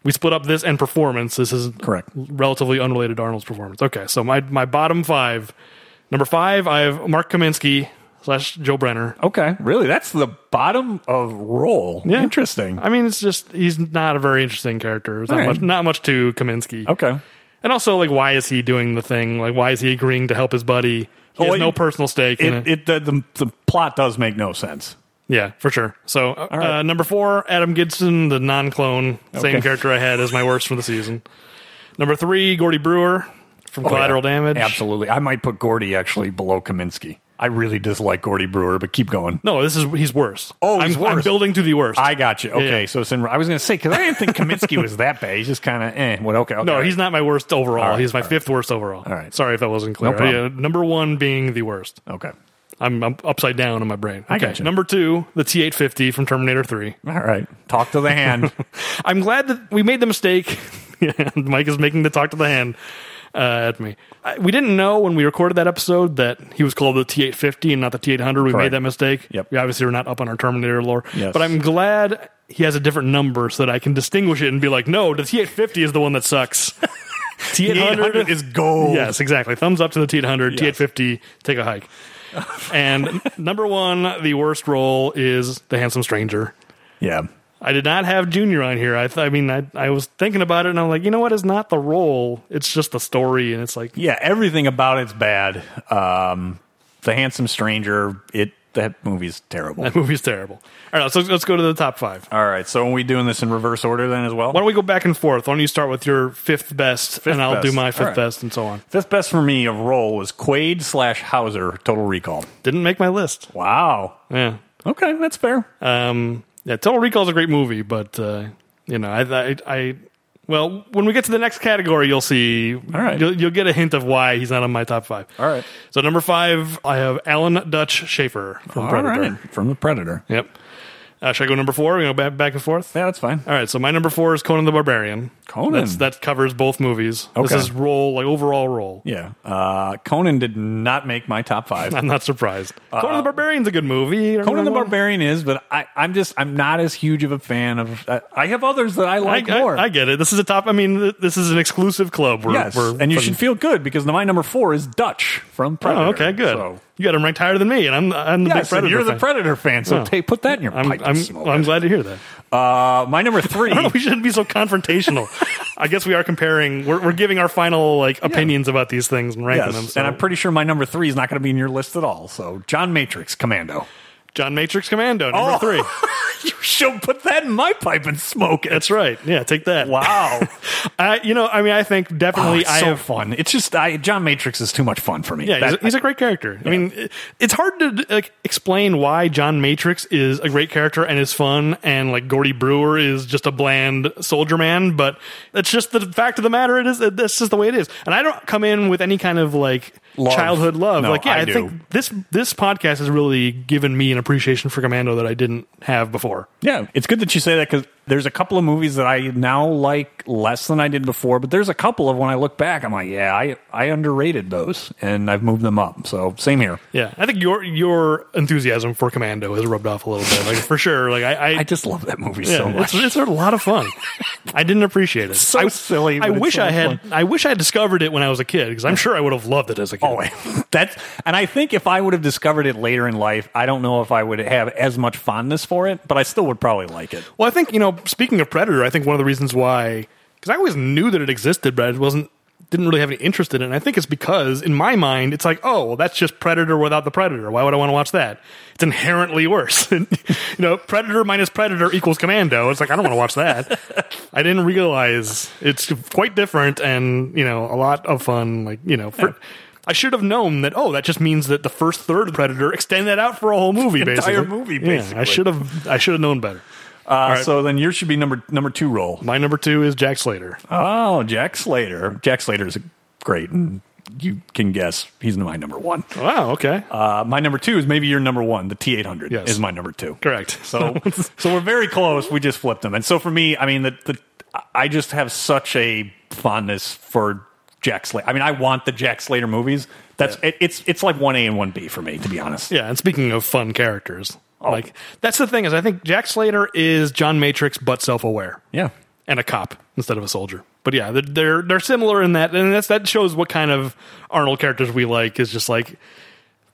S2: We split up this and performance. This is
S1: Correct.
S2: relatively unrelated to Arnold's performance. Okay, so my, my bottom five. Number five, I have Mark Kaminsky slash Joe Brenner.
S1: Okay. Really? That's the bottom of roll.
S2: Yeah.
S1: Interesting.
S2: I mean, it's just he's not a very interesting character. There's not
S1: All right. Oh.
S2: much, not much to Kaminsky.
S1: Okay.
S2: And also, like, why is he doing the thing? Like, why is he agreeing to help his buddy? He
S1: Oh,
S2: has
S1: it-
S2: no personal stake in
S1: It, it the, the the plot does make no sense.
S2: Yeah, for sure. So, uh,
S1: Oh, right.
S2: uh, number four, Adam Gibson, the non clone,
S1: Okay.
S2: same character I had as my worst for the season. Number three, Gordy Brewer from Collateral
S1: Oh, Yeah.
S2: Damage.
S1: Absolutely. I might put Gordy actually below Kaminsky. I really dislike Gordy Brewer, but keep going.
S2: No, this is he's worse.
S1: Oh, he's
S2: I'm, I'm
S1: worse.
S2: building to the worst.
S1: I got you. Okay,
S2: Yeah.
S1: so it's in, I was going to say because I didn't think Kaminsky was that bad. He's just kind of eh. What? Okay, okay.
S2: no, he's not my worst overall.
S1: right,
S2: he's my
S1: all right.
S2: fifth worst overall.
S1: All right.
S2: Sorry if that wasn't clear.
S1: No problem.
S2: Yeah, number one being the worst.
S1: okay.
S2: I'm, I'm upside down in my brain.
S1: I got you.
S2: Number two, the T850 from Terminator 3.
S1: All right. Talk to the
S2: [laughs]
S1: hand.
S2: I'm glad that we made the mistake. [laughs] Mike is making the talk to the hand uh, at me. I, we didn't know when we recorded that episode that he was called the T850 and not the T800. We
S1: Correct.
S2: made that mistake.
S1: Yep.
S2: We obviously were not up on our Terminator lore.
S1: Yes.
S2: But I'm glad he has a different number so that I can distinguish it and be like, no, the T850 is the one
S1: [laughs]
S2: that sucks.
S1: T800
S2: T800
S1: is gold.
S2: Yes, exactly. Thumbs up to the T800,
S1: Yes.
S2: T850, take a hike. and [laughs] number one, the worst role is the handsome stranger.
S1: Yeah.
S2: I did not have Junior on here. I, th- I mean, I, I was thinking about it, and I'm like, you know what? It's not the role; it's just the story, and it's like, [laughs]
S1: Yeah. Everything about it's bad. Um, the handsome stranger. It that movie's terrible.
S2: that movie's terrible. All right, so let's go to the top five.
S1: All right. So are we doing this in reverse order then as well?
S2: Why don't we go back and forth? Why don't you start with your fifth best, and I'll do
S1: best.
S2: my
S1: All
S2: fifth
S1: right.
S2: best, and so on.
S1: Fifth best for me of role was Quaid slash Hauser. Total Recall.
S2: Didn't make my list.
S1: Wow.
S2: Yeah,
S1: Okay, that's fair.
S2: um, yeah. Total Recall's a great movie, but uh, you know, I, I, I, well, when we get to the next category, you'll see. All
S1: right.
S2: you'll, you'll get a hint of why he's not on my top five.
S1: All right.
S2: So number five, I have Alan Dutch Schaefer from
S1: All right.
S2: Predator.
S1: From the Predator.
S2: Yep. Uh, should I go number four? We go back, back and forth.
S1: Yeah, that's fine.
S2: All right. So my number four is Conan the Barbarian.
S1: Conan.
S2: That's, that covers both movies. This
S1: Okay.
S2: is role like overall role. [laughs]
S1: Yeah. Uh, Conan did not make my top five.
S2: I'm not surprised. Conan the Barbarian's a good movie.
S1: Uh, Conan the
S2: Everyone-
S1: Barbarian is, but I, I'm just I'm not as huge of a fan of. I, I have others that I
S2: I,
S1: like
S2: I-
S1: more.
S2: I get it. This is a top. I mean, th- this is an exclusive club. We're,
S1: yes,
S2: we're
S1: and you
S2: putting-
S1: should feel good because my number four is Dutch from Predator.
S2: Oh, okay, good.
S1: So
S2: you got him ranked higher than me, and I'm I'm the
S1: Yeah, I
S2: big
S1: said,
S2: predator.
S1: you're the
S2: fan. Oh.
S1: Predator fan, so ta- put that in your
S2: I'm
S1: pipe. and
S2: I'm,
S1: smoke
S2: I'm
S1: it.
S2: glad to hear that. [laughs]
S1: Uh, my number three.
S2: we shouldn't be so
S1: [laughs]
S2: confrontational. I guess we are comparing. We're, we're giving our final like opinions about these things and ranking
S1: Yes,
S2: them. So.
S1: and I'm pretty sure my number three is not going to be in your list at all. So, John Matrix Commando.
S2: John Matrix Commando number
S1: Oh. [laughs]
S2: three.
S1: you should put that in my pipe and smoke it.
S2: That's right. Yeah, take that. [laughs]
S1: wow.
S2: I, you know, I mean, I think
S1: Oh,
S2: definitely
S1: it's
S2: I
S1: so
S2: have.
S1: fun. It's just I, John Matrix is too much fun for me.
S2: Yeah, he's
S1: That-
S2: a, he's a great character. I mean, it- it's hard to like explain why John Matrix is a great character and is fun, and like Gordy Brewer is just a bland soldier man. But that's just the fact of the matter. It is. That's just the way it is. And I don't come in with any kind of like
S1: Love.
S2: childhood love.
S1: No,
S2: like, yeah,
S1: I
S2: I,
S1: do.
S2: think this this podcast has really given me an appreciation for Commando that I didn't have before.
S1: yeah, it's good that you say that because there's a couple of movies that I now like less than I did before, but there's a couple of when I look back, I'm like, yeah, I, I underrated those, and I've moved them up. So same here.
S2: Yeah, I think your your enthusiasm for Commando has rubbed off a little bit. Like for sure. Like I,
S1: I just love that movie
S2: Yeah,
S1: so much.
S2: It's, it's a lot of fun. I didn't appreciate it.
S1: so
S2: I,
S1: silly,
S2: I
S1: but it's
S2: wish
S1: so
S2: I had.
S1: fun.
S2: I wish I had discovered it when I was a kid because I'm sure I would have loved it as a kid.
S1: Oh, [laughs] that's and I think if I would have discovered it later in life, I don't know if I would have as much fondness for it, but I still would probably like it.
S2: Well, I think you know. Speaking of Predator, I think one of the reasons why because I always knew that it existed, but I wasn't didn't really have any interest in it. And I think it's because in my mind, it's like, oh, well, that's just Predator without the Predator. Why would I want to watch that? It's inherently worse. [laughs] you know, Predator minus Predator equals Commando. It's like I don't want to watch that. I didn't realize it's quite different, and you know, a lot of fun. Like you know. For, I should have known that. Oh, that just means that the first third of Predator extend that out for a whole movie,
S1: [laughs]
S2: basically.
S1: Entire movie,
S2: Yeah, I
S1: basically.
S2: should have. I should have known better.
S1: Uh, So then yours should be number number two role.
S2: My number two is Jack Slater.
S1: Oh, Jack Slater. Jack Slater is great, and you can guess he's my number one.
S2: Wow. Okay.
S1: Uh, my number two is maybe your number one. The T eight hundred
S2: Yes.
S1: is my number two.
S2: Correct. [laughs]
S1: So so we're very close. We just flipped them, and so for me, I mean, the, the I just have such a fondness for Jack Slater. I mean, I want the Jack Slater movies. That's it, it's it's like one A and one B for me, to be honest.
S2: yeah. And speaking of fun characters,
S1: Oh.
S2: like that's the thing is I think Jack Slater is John Matrix but self-aware
S1: Yeah.
S2: and a cop instead of a soldier. But yeah, they're they're, they're similar in that, and that's that shows what kind of Arnold characters we like is just like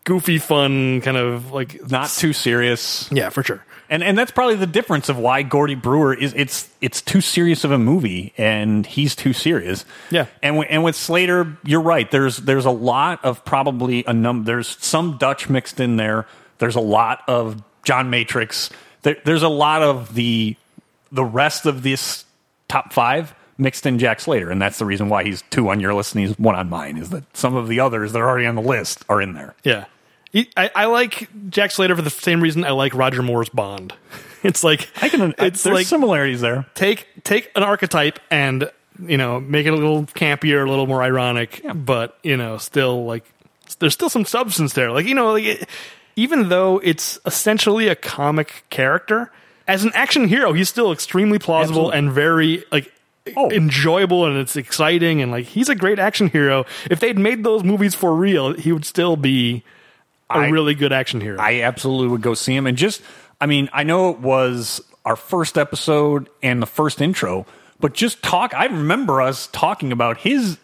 S2: goofy, fun, kind of like
S1: Not too serious.
S2: yeah, for sure.
S1: And and that's probably the difference of why Gordy Brewer is it's it's too serious of a movie and he's too serious.
S2: Yeah.
S1: And w- and with Slater, you're right. There's there's a lot of probably a num there's some Dutch mixed in there. There's a lot of John Matrix. There, there's a lot of the the rest of this top 5 mixed in Jack Slater and that's the reason why he's two on your list and he's one on mine is that some of the others that are already on the list are in there.
S2: Yeah. He- I, I like Jack Slater for the same reason I like Roger Moore's Bond. [laughs] It's like
S1: I can
S2: it's
S1: there's
S2: like
S1: similarities there.
S2: take take an archetype and you know make it a little campier, a little more ironic, but you know still like there's still some substance there. Like you know, like it, even though it's essentially a comic character, as an action hero, he's still extremely plausible
S1: Absolutely.
S2: and very like.
S1: Oh.
S2: enjoyable and it's exciting and like he's a great action hero if they'd made those movies for real he would still be a
S1: I-
S2: really good action hero
S1: I absolutely would go see him. And just, I mean, I know it was our first episode and the first intro, but just talk. I remember us talking about his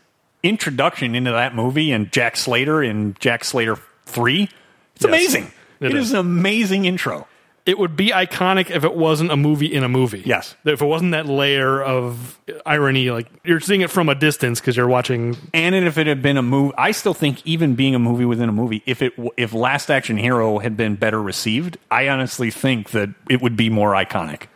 S1: introduction into that movie and Jack Slater in Jack Slater 3. It's amazing.
S2: it
S1: it is.
S2: is.
S1: an amazing intro.
S2: it would be iconic if it wasn't a movie in a movie.
S1: Yes.
S2: If it wasn't that layer of irony, like you're seeing it from a distance because you're watching.
S1: And if it had been a movie, I still think even being a movie within a movie, if it w- if Last Action Hero had been better received, I honestly think that it would be more iconic.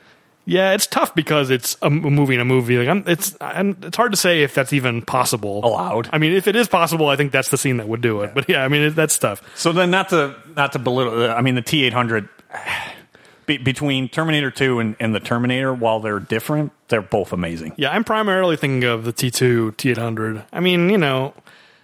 S2: Yeah, it's tough because it's a m- a movie in a movie. Like, I'm, it's I'm, it's hard to say if that's even possible.
S1: Allowed.
S2: I mean, if it is possible, I think that's the scene that would do it. But yeah, I mean, it, that's tough.
S1: So then, not to not to belittle. uh, I mean, the T eight hundred [sighs] between Terminator two and, and the Terminator, while they're different, they're both amazing.
S2: Yeah, I'm primarily thinking of the T2, T800. I mean, you know,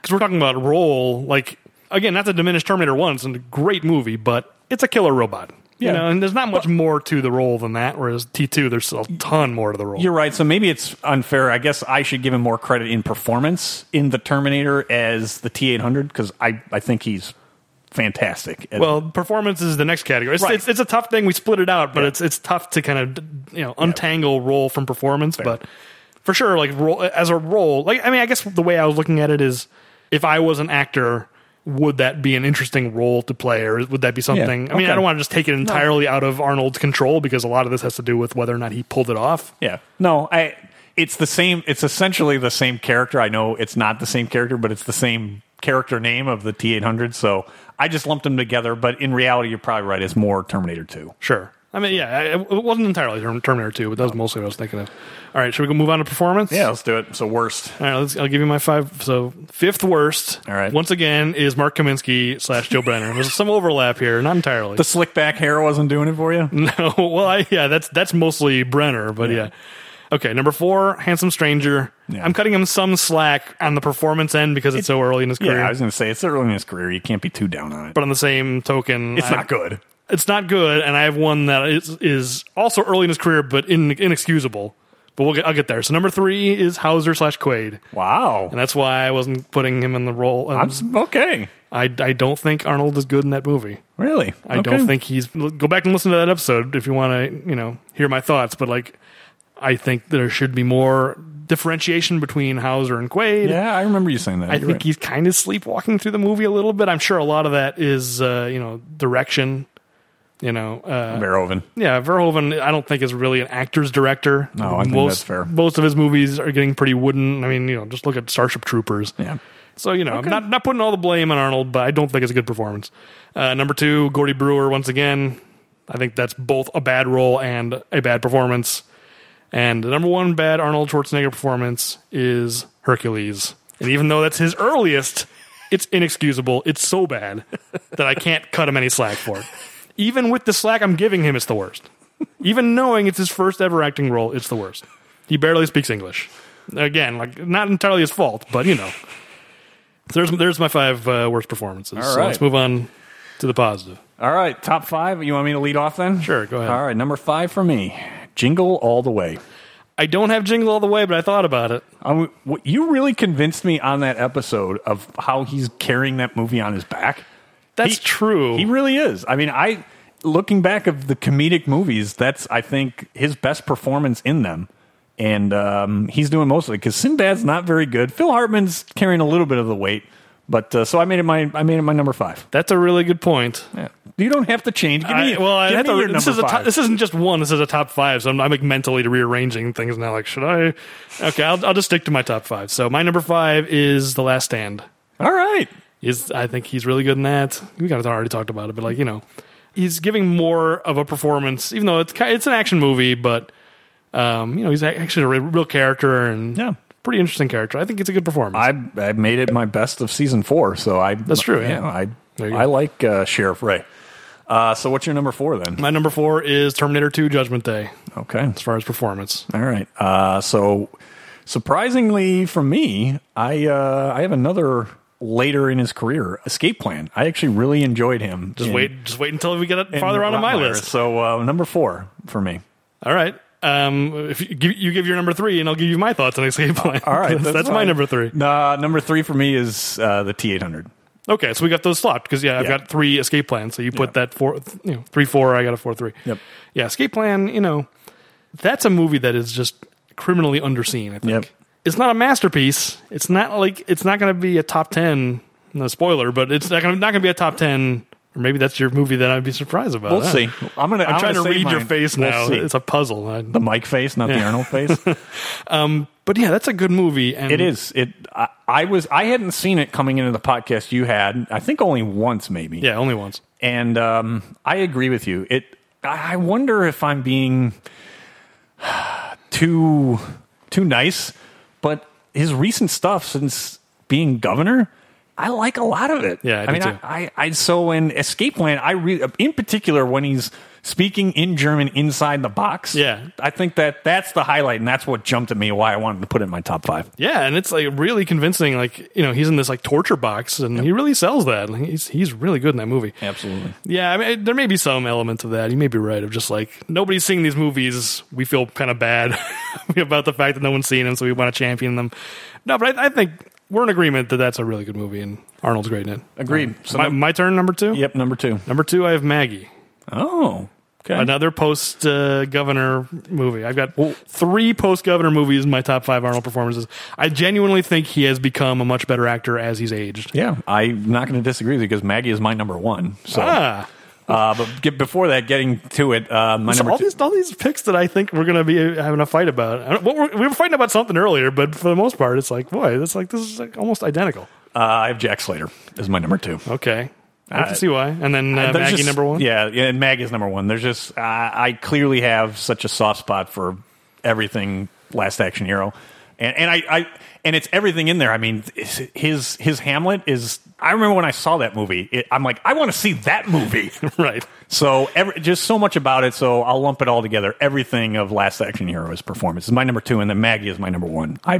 S2: because we're talking about role, like, again, not to diminish Terminator 1, it's a great movie, but it's a killer robot.
S1: Yeah.
S2: You know, and there's not much more to the role than that, whereas T2, there's a ton more to the role.
S1: You're right. So maybe it's unfair. I guess I should give him more credit in performance in the Terminator as the T eight hundred because I I think he's fantastic. And
S2: Well, performance is the next category. It's,
S1: Right.
S2: it's, it's a tough thing. We split it out, but
S1: Yeah.
S2: it's it's tough to kind of you know untangle role from performance. But for sure, like role as a role, like I mean, I guess the way I was looking at it is, if I was an actor, would that be an interesting role to play, or would that be something? I mean,
S1: okay.
S2: I don't want to just take it entirely out of Arnold's control because a lot of this has to do with whether or not he pulled it off.
S1: Yeah. No, I. It's the same. It's essentially the same character. I know it's not the same character, but it's the same character name of the T800. So I just lumped them together. But in reality, you're probably right. It's more Terminator 2.
S2: Sure. I mean, yeah, it- it wasn't entirely Term- Terminator 2, but that was mostly what I was thinking of. All right, should we go move on to performance?
S1: Yeah, let's do it. So worst.
S2: All right, let's, I'll give you my five. So fifth worst.
S1: All right.
S2: Once again, is Mark Kaminsky slash Joe Brenner. There's some overlap here, not entirely.
S1: The slick back hair wasn't doing it for you.
S2: [laughs] no, well, I, yeah, that's that's mostly Brenner, but yeah. Okay, number four, handsome stranger.
S1: Yeah.
S2: I'm cutting him some slack on the performance end because it's so early in his career.
S1: Yeah, I was going to say it's early in his career. You can't be too down on it.
S2: but on the same token,
S1: It's
S2: I-
S1: not good.
S2: It's not good, and I have one that is, is also early in his career, but in, inexcusable. But we'll get, I'll get there. So number three is Hauser slash Quaid,
S1: Wow.
S2: and that's why I wasn't putting him in the role.
S1: I'm s- okay.
S2: I, I don't think Arnold is good in that movie.
S1: Really?
S2: I don't think he's. Go back and listen to that episode if you want to, you know, hear my thoughts. But like, I think there should be more differentiation between Hauser and Quaid.
S1: Yeah, I remember you saying that.
S2: I think he's kind of sleepwalking through the movie a little bit. I'm sure a lot of that is, uh, you know, direction. You know, uh,
S1: Verhoeven.
S2: yeah, Verhoeven. I don't think is really an actor's director.
S1: No, I think
S2: most,
S1: that's fair.
S2: Most of his movies are getting pretty wooden. I mean, you know, just look at Starship Troopers.
S1: Yeah.
S2: So you know, I'm not not putting all the blame on Arnold, but I don't think it's a good performance. Uh, number two, Gordy Brewer once again. I think that's both a bad role and a bad performance. And the number one bad Arnold Schwarzenegger performance is Hercules. And even though that's his earliest, it's inexcusable. It's so bad that I can't cut him any slack for it. Even with the slack I'm giving him, it's the worst. Even knowing it's his first ever acting role, it's the worst. He barely speaks English. Again, like not entirely his fault, but you know. So there's there's my five uh, worst performances.
S1: All
S2: So
S1: right.
S2: let's move on to the positive.
S1: All right, top five. You want me to lead off then?
S2: Sure, go ahead.
S1: All right, number five for me. Jingle all the way.
S2: I don't have Jingle All the Way, but I thought about it.
S1: I'm, what- you really convinced me on that episode of how he's carrying that movie on his back.
S2: That's
S1: He-
S2: true.
S1: He really is. I mean, I looking back of the comedic movies, that's I think his best performance in them, and um, he's doing most of it because Sinbad's not very good. Phil Hartman's carrying a little bit of the weight, but uh, so I made it my I made it my number five.
S2: That's a really good point.
S1: You don't have to change. Give me,
S2: I- well, I
S1: give
S2: had
S1: me
S2: to,
S1: your
S2: this
S1: number
S2: is a
S1: five.
S2: top, this isn't just one. This is a top five. So I'm, I'm like mentally rearranging things now. Like, should I? Okay, I'll, I'll just stick to my top five. So my number five is The Last Stand.
S1: All right.
S2: Is I think he's really good in that. We kind of already talked about it, but like you know, he's giving more of a performance, even though it's ki- it's an action movie, but um, you know, he's a- actually a re- real character and
S1: Yeah.
S2: pretty interesting character. I think it's a good performance.
S1: I I made it my best of season four, so I that's
S2: true, yeah.
S1: I
S2: There you go.
S1: I like uh, Sheriff Ray. Uh, so what's your number four then?
S2: my number four is Terminator Two: Judgment Day.
S1: Okay,
S2: As far as performance,
S1: all right. Uh, so surprisingly for me, I uh, I have another later in his career Escape Plan. I actually really enjoyed him.
S2: just
S1: in-
S2: wait, just wait until we get it
S1: in
S2: farther on in my
S1: Rottweiler.
S2: list.
S1: So uh, number four for me.
S2: All right. Um, if you give, you give your number three, and I'll give you my thoughts on escape plan.
S1: All right,
S2: [laughs] that's, Uh, that's my
S1: fine.
S2: number three.
S1: Uh, number three for me is uh, the T eight hundred.
S2: Okay, so we got those swapped because yeah, I've
S1: Yeah.
S2: got three escape plans. So you put that four, th- you know, three four. I got a four three.
S1: Yep.
S2: Yeah, escape plan. You know, that's a movie that is just criminally underseen. I think
S1: Yep.
S2: it's not a masterpiece. It's not like it's not going to be a top ten. No spoiler, but it's not going to not going to be a top ten. Or maybe that's your movie that I'd be surprised about.
S1: We'll
S2: I don't
S1: see.
S2: know.
S1: Uh, I'm gonna.
S2: I'm, trying to
S1: gonna save
S2: read your
S1: mine.
S2: face
S1: We'll
S2: now.
S1: see.
S2: it's a puzzle. I-
S1: the Mike face, not the Arnold
S2: [laughs]
S1: face.
S2: but yeah, that's a good movie. And
S1: It is. It. I, I was. I hadn't seen it coming into the podcast. You had. I think only once, maybe.
S2: Yeah, only once.
S1: And um, I agree with you. It. I I wonder if I'm being [sighs] too too nice, but his recent stuff since being governor, I like a lot of it.
S2: Yeah, I do
S1: I mean,
S2: too.
S1: I, I, I so in Escape Plan, I re, in particular when he's speaking in German inside the box.
S2: Yeah.
S1: I think that that's the highlight, and that's what jumped at me why I wanted to put it in my top five.
S2: Yeah, and it's like really convincing. Like you know, he's in this like torture box, and he really sells that. Like, he's he's really good in that movie.
S1: Absolutely.
S2: Yeah, I mean, there may be some element of that. You may be right. Of just like nobody's seeing these movies, we feel kind of bad [laughs] about the fact that no one's seeing them, so we want to champion them. No, but I, I think we're in agreement that that's a really good movie, and Arnold's great in it.
S1: Agreed. So
S2: my,
S1: num-
S2: my turn, number two.
S1: yep, number two.
S2: Number two, I have Maggie.
S1: Oh, Okay.
S2: Another post uh, governor movie. I've got three post governor movies in my top five Arnold performances. I genuinely think he has become a much better actor as he's aged.
S1: Yeah, I'm not going to disagree with you because Maggie is my number one. So,
S2: Ah.
S1: uh, but get, before that, getting to it, uh, my
S2: So
S1: number
S2: all
S1: two.
S2: these all these picks that I think we're gonna be having a fight about. I don't, what we're, we were fighting about something earlier, but for the most part, it's like boy, that's like this is like almost identical.
S1: Uh, I have Jack Slater as my number two.
S2: Okay, I
S1: Uh,
S2: can see why. And then uh,
S1: There's
S2: Maggie
S1: just-
S2: number one.
S1: Yeah, yeah, and Maggie's number one. There's just I I clearly have such a soft spot for everything Last Action Hero, and and I, I and it's everything in there. I mean, it's- his his Hamlet is. I remember when I saw that movie, it, I'm like, I want to see that movie.
S2: [laughs]
S1: [laughs]
S2: right.
S1: so every, just so much about it. So I'll lump it all together. Everything of Last Action Hero is performance is my number two, and then Maggie is my number one. I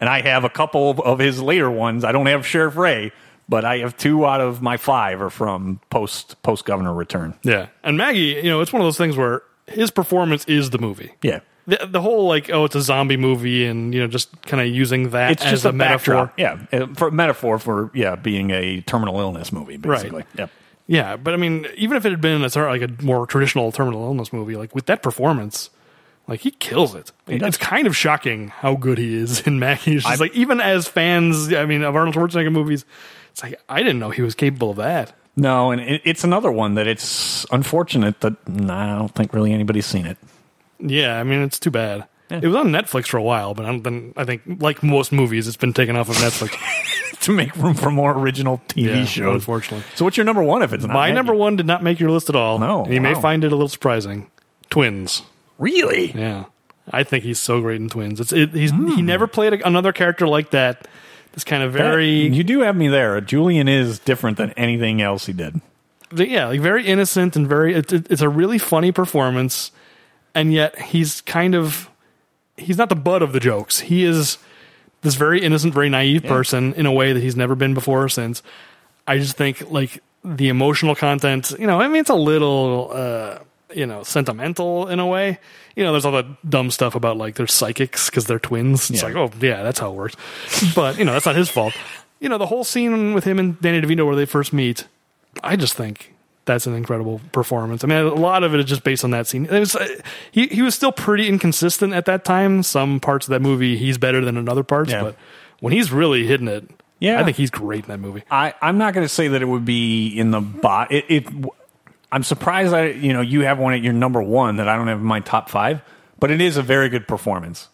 S1: and I have a couple of, of his later ones. I don't have Sheriff Ray, but I have two out of my five are from post post Governor Return.
S2: Yeah, and Maggie, you know, it's one of those things where his performance is the movie.
S1: Yeah,
S2: The, the whole like, oh, it's a zombie movie, and you know, just kind of using that
S1: it's
S2: as
S1: just
S2: a,
S1: a,
S2: metaphor.
S1: backdrop. Yeah, uh, for metaphor for yeah being a terminal illness movie basically. Yep.
S2: Yeah, but I mean, even if it had been a sort of like a more traditional terminal illness movie, like with that performance, like he kills it.
S1: does.
S2: It's kind of shocking how good he is [laughs] in Mackie. It's just like even as fans, I mean, of Arnold Schwarzenegger movies, it's like I didn't know he was capable of that.
S1: No, and it, it's another one that it's unfortunate that nah, I don't think really anybody's seen it. [laughs]
S2: Yeah, I mean, it's too bad. It was on Netflix for a while, but I don't- then I think, like most movies, it's been taken off
S1: [laughs]
S2: of Netflix.
S1: to make room for more original TV
S2: Yeah,
S1: shows.
S2: unfortunately.
S1: So what's your number one if it's not
S2: My number one did not make your list at all.
S1: No,
S2: and you may
S1: wow.
S2: find it a little surprising. Twins.
S1: Really?
S2: Yeah, I think he's so great in Twins. It's it, he's
S1: Hmm.
S2: he never played a, another character like that. This kind of very
S1: You do have me there. Julian is different than anything else he did.
S2: yeah, like very innocent and very. It, it- it's a really funny performance, and yet he's kind of he's not the butt of the jokes. He is this very innocent, very naive person in a way that he's never been before or since. I just think like the emotional content. You know, I mean, it's a little. uh you know, sentimental in a way. You know, there's all that dumb stuff about like they're psychics because they're twins. It's
S1: Yeah.
S2: like, oh yeah, that's how it works. But you know, that's not his fault. You know, the whole scene with him and Danny DeVito where they first meet, I just think that's an incredible performance. I mean, a lot of it is just based on that scene. It was, uh, he he was still pretty inconsistent at that time. Some parts of that movie he's better than in other parts,
S1: Yeah.
S2: but when he's really hitting it,
S1: Yeah.
S2: I think he's great in that movie.
S1: I, I'm not going to say that it would be in the bot. It, it. I'm surprised that you know you have one at your number one that I don't have in my top five, but it is a very good performance.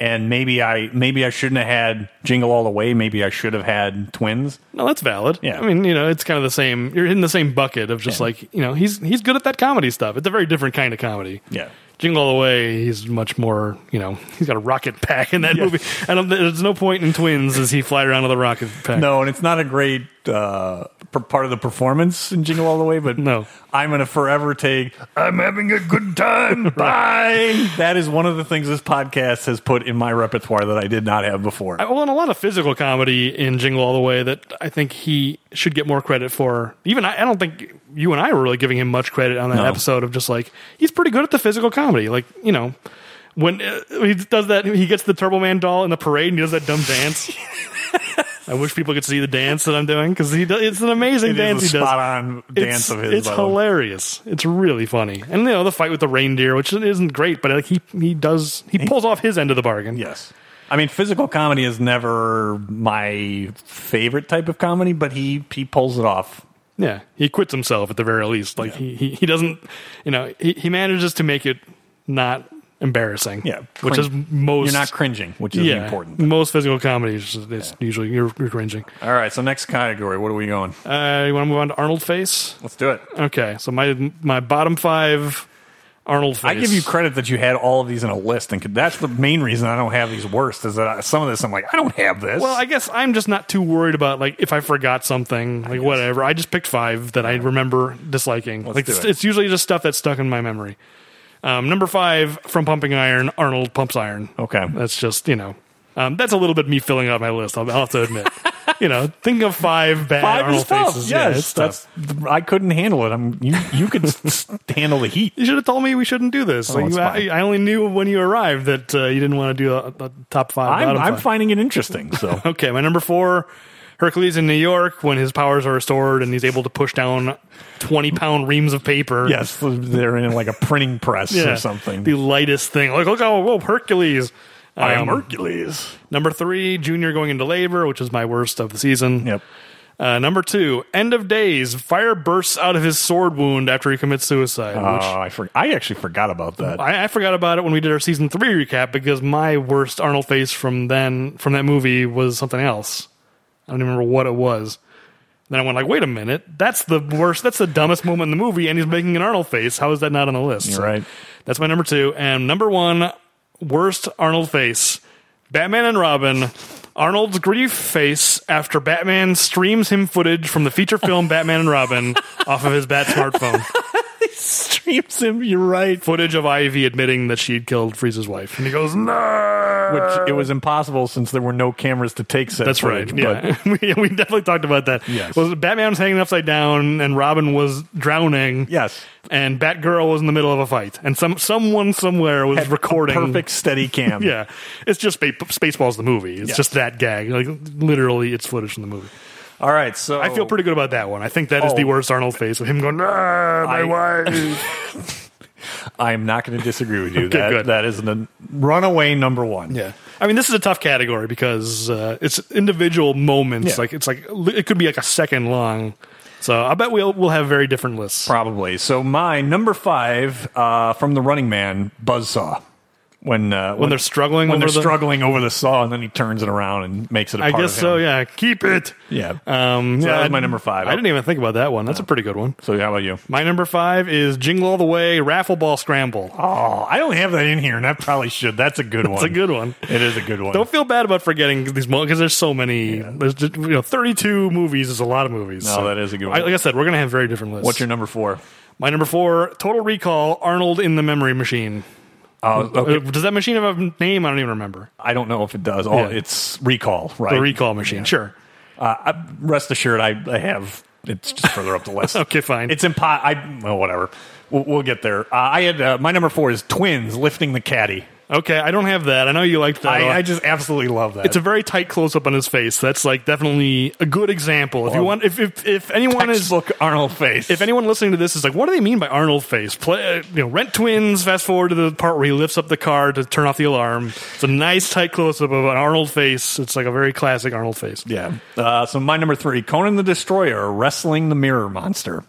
S1: And maybe I maybe I shouldn't have had Jingle All the Way. Maybe I should have had Twins.
S2: No, that's valid.
S1: Yeah.
S2: I mean, you know, it's kind of the same. You're in the same bucket of just like, you know, he's he's good at that comedy stuff. It's a very different kind of comedy.
S1: Yeah.
S2: Jingle All the Way, he's much more, you know, he's got a rocket pack in that movie. And um, there's no point in Twins as he fly around with a rocket pack.
S1: No, and it's not a great uh, per- part of the performance in Jingle All the Way, but
S2: No.
S1: I'm going to forever take I'm having a good
S2: [laughs]
S1: time. Bye. That is one of the things this podcast has put in my repertoire that I did not have before.
S2: I- Well, and a lot of physical comedy in Jingle All the Way that I think he should get more credit for. Even I, I don't think you and I were really giving him much credit on that
S1: No.
S2: episode of just like he's pretty good at the physical comedy. Like you know, when uh, he does that, he gets the Turbo Man doll in the parade and he does that dumb
S1: [laughs]
S2: dance. I wish people could see the dance that I'm doing because he does, it's an amazing
S1: It is
S2: dance
S1: a
S2: he does.
S1: spot on dance
S2: it's,
S1: of his.
S2: It's
S1: by the way.
S2: hilarious. It's really funny, and you know the fight with the reindeer, which isn't great, but like he he does he pulls off his end of the bargain.
S1: Yes. I mean, physical comedy is never my favorite type of comedy, but he, he pulls it off.
S2: Yeah, he quits himself at the very least. Like he, he he doesn't, you know, he, he manages to make it not embarrassing.
S1: Yeah.
S2: which is
S1: Cringe.
S2: most
S1: You're not cringing, which is
S2: yeah,
S1: important.
S2: Most physical comedies, it's usually you're, you're cringing.
S1: All right. So, next category, what are we going?
S2: Uh, you want to move on to Arnold face?
S1: Let's do it.
S2: Okay, so my my bottom five Arnold face.
S1: I give you credit that you had all of these in a list, and could- that's the main reason I don't have these worst is that I, some of this I'm like, I don't have this.
S2: Well, I guess I'm just not too worried about like if I forgot something, like whatever. I just picked five that I remember disliking. like
S1: do
S2: it's,
S1: it.
S2: it's usually just stuff that's stuck in my memory. Um, number five from Pumping Iron, Arnold pumps iron.
S1: okay,
S2: That's just you know, um, that's a little bit me filling out my list. I'll, I'll have
S1: [laughs]
S2: to admit. you know, think of five bad
S1: five
S2: Arnold
S1: is tough.
S2: faces. yeah,
S1: yes,
S2: it's tough.
S1: that's I couldn't handle it. I'm you. You [laughs] could s- handle the heat.
S2: you should have told me we shouldn't do this. Like,
S1: Oh, it's
S2: I,
S1: fine.
S2: I only knew when you arrived that uh, you didn't want to do a, a top 5
S1: I'm,
S2: bottom
S1: I'm
S2: five.
S1: finding it interesting. So
S2: Okay, my number four, Hercules in New York when his powers are restored and he's able to push down twenty pound reams of
S1: [laughs]
S2: paper.
S1: Yes, they're in like a printing press
S2: Yeah.
S1: or something.
S2: The lightest thing. Like look how whoa Hercules.
S1: I am
S2: Um,
S1: Hercules.
S2: Number three, Junior going into labor, which is my worst of the season.
S1: Yep.
S2: Uh, number two, end of days. Fire bursts out of his sword wound after he commits suicide.
S1: Oh,
S2: which
S1: I for, I actually forgot about that.
S2: I, I forgot about it when we did our season three recap because my worst Arnold face from then from that movie was something else. I don't even remember what it was. Then I went like, wait a minute, that's the worst. That's the dumbest moment in the movie, and he's making an Arnold face. How is that not on the list?
S1: You're right.
S2: That's my number two. And number one, worst Arnold face Batman and Robin. Arnold's grief face after Batman streams him footage from the feature film Batman
S1: [laughs]
S2: and Robin off of his Bat smartphone.
S1: Streams him. You're right.
S2: Footage of Ivy admitting that she'd killed Freeze's wife. And he goes, no.
S1: Which it was impossible since there were no cameras to take said.
S2: That's right.
S1: footage, but-
S2: Yeah. [laughs] we, we definitely talked about that.
S1: Yes.
S2: Well, Batman was hanging upside down and Robin was drowning.
S1: Yes.
S2: And Batgirl was in the middle of a fight. And some someone somewhere was recording.
S1: Perfect steady cam.
S2: [laughs] Yeah, it's just Spa- Spaceballs the movie. It's
S1: Yes.
S2: just that gag. Like literally, it's footage from the movie.
S1: All right. So
S2: I feel pretty good about that one. I think that is
S1: Oh.
S2: the worst Arnold face of him going, "Ah, my
S1: I- [laughs]
S2: wife."
S1: I am not going to disagree with you.
S2: [laughs] Okay,
S1: that
S2: good.
S1: that is the runaway number one.
S2: yeah, I mean, this is a tough category because uh, it's individual moments.
S1: Yeah.
S2: Like it's like it could be like a second long. So I bet we'll we'll have very different lists.
S1: Probably. So my number five uh, from the Running Man, Buzzsaw. When uh,
S2: when they're struggling,
S1: when they're
S2: over the-
S1: struggling over the saw, and then he turns it around and makes it. a
S2: I
S1: part
S2: guess
S1: of
S2: so.
S1: him.
S2: Yeah, keep it.
S1: Yeah.
S2: Um,
S1: So
S2: yeah,
S1: that was
S2: I-
S1: my number five.
S2: I didn't even think about that one. That's a pretty good one.
S1: So how about you?
S2: My number five is Jingle All the Way, Raffle Ball Scramble.
S1: Oh, I don't have that in here, and I probably should. That's a good one.
S2: That's a good one.
S1: It is a good one.
S2: Don't feel bad about forgetting these moments because there's so many. There's just, you know, 32 movies is a lot of movies.
S1: No,
S2: so.
S1: that is a good
S2: I,
S1: one.
S2: like I said, we're gonna have very different lists.
S1: What's your number four?
S2: my number four? Total Recall, Arnold in the Memory Machine.
S1: Oh,
S2: Uh,
S1: okay.
S2: Does that machine have a name? I don't even remember.
S1: I don't know if it does. Oh,
S2: Yeah.
S1: it's recall, right?
S2: The Recall Machine. Sure.
S1: uh, I, rest assured, I, I have. It's just further up the list.
S2: [laughs] Okay, fine.
S1: It's impo- I well, whatever. We'll, we'll get there. Uh, I had uh, my number four is twins lifting the caddy.
S2: okay, I don't have that. Oh, I know you liked that. a
S1: I,
S2: lot.
S1: I just absolutely love that.
S2: it's a very tight close up on his face. That's like definitely a good example. If you want, if if, if anyone is
S1: textbook Arnold face.
S2: if anyone listening to this is like, what do they mean by Arnold face? Play, uh, you know, Rent Twins. Fast forward to the part where he lifts up the car to turn off the alarm. It's a nice tight close up of an Arnold face. It's like a very classic Arnold face.
S1: yeah. Uh, so my number three, Conan the Destroyer wrestling the mirror monster.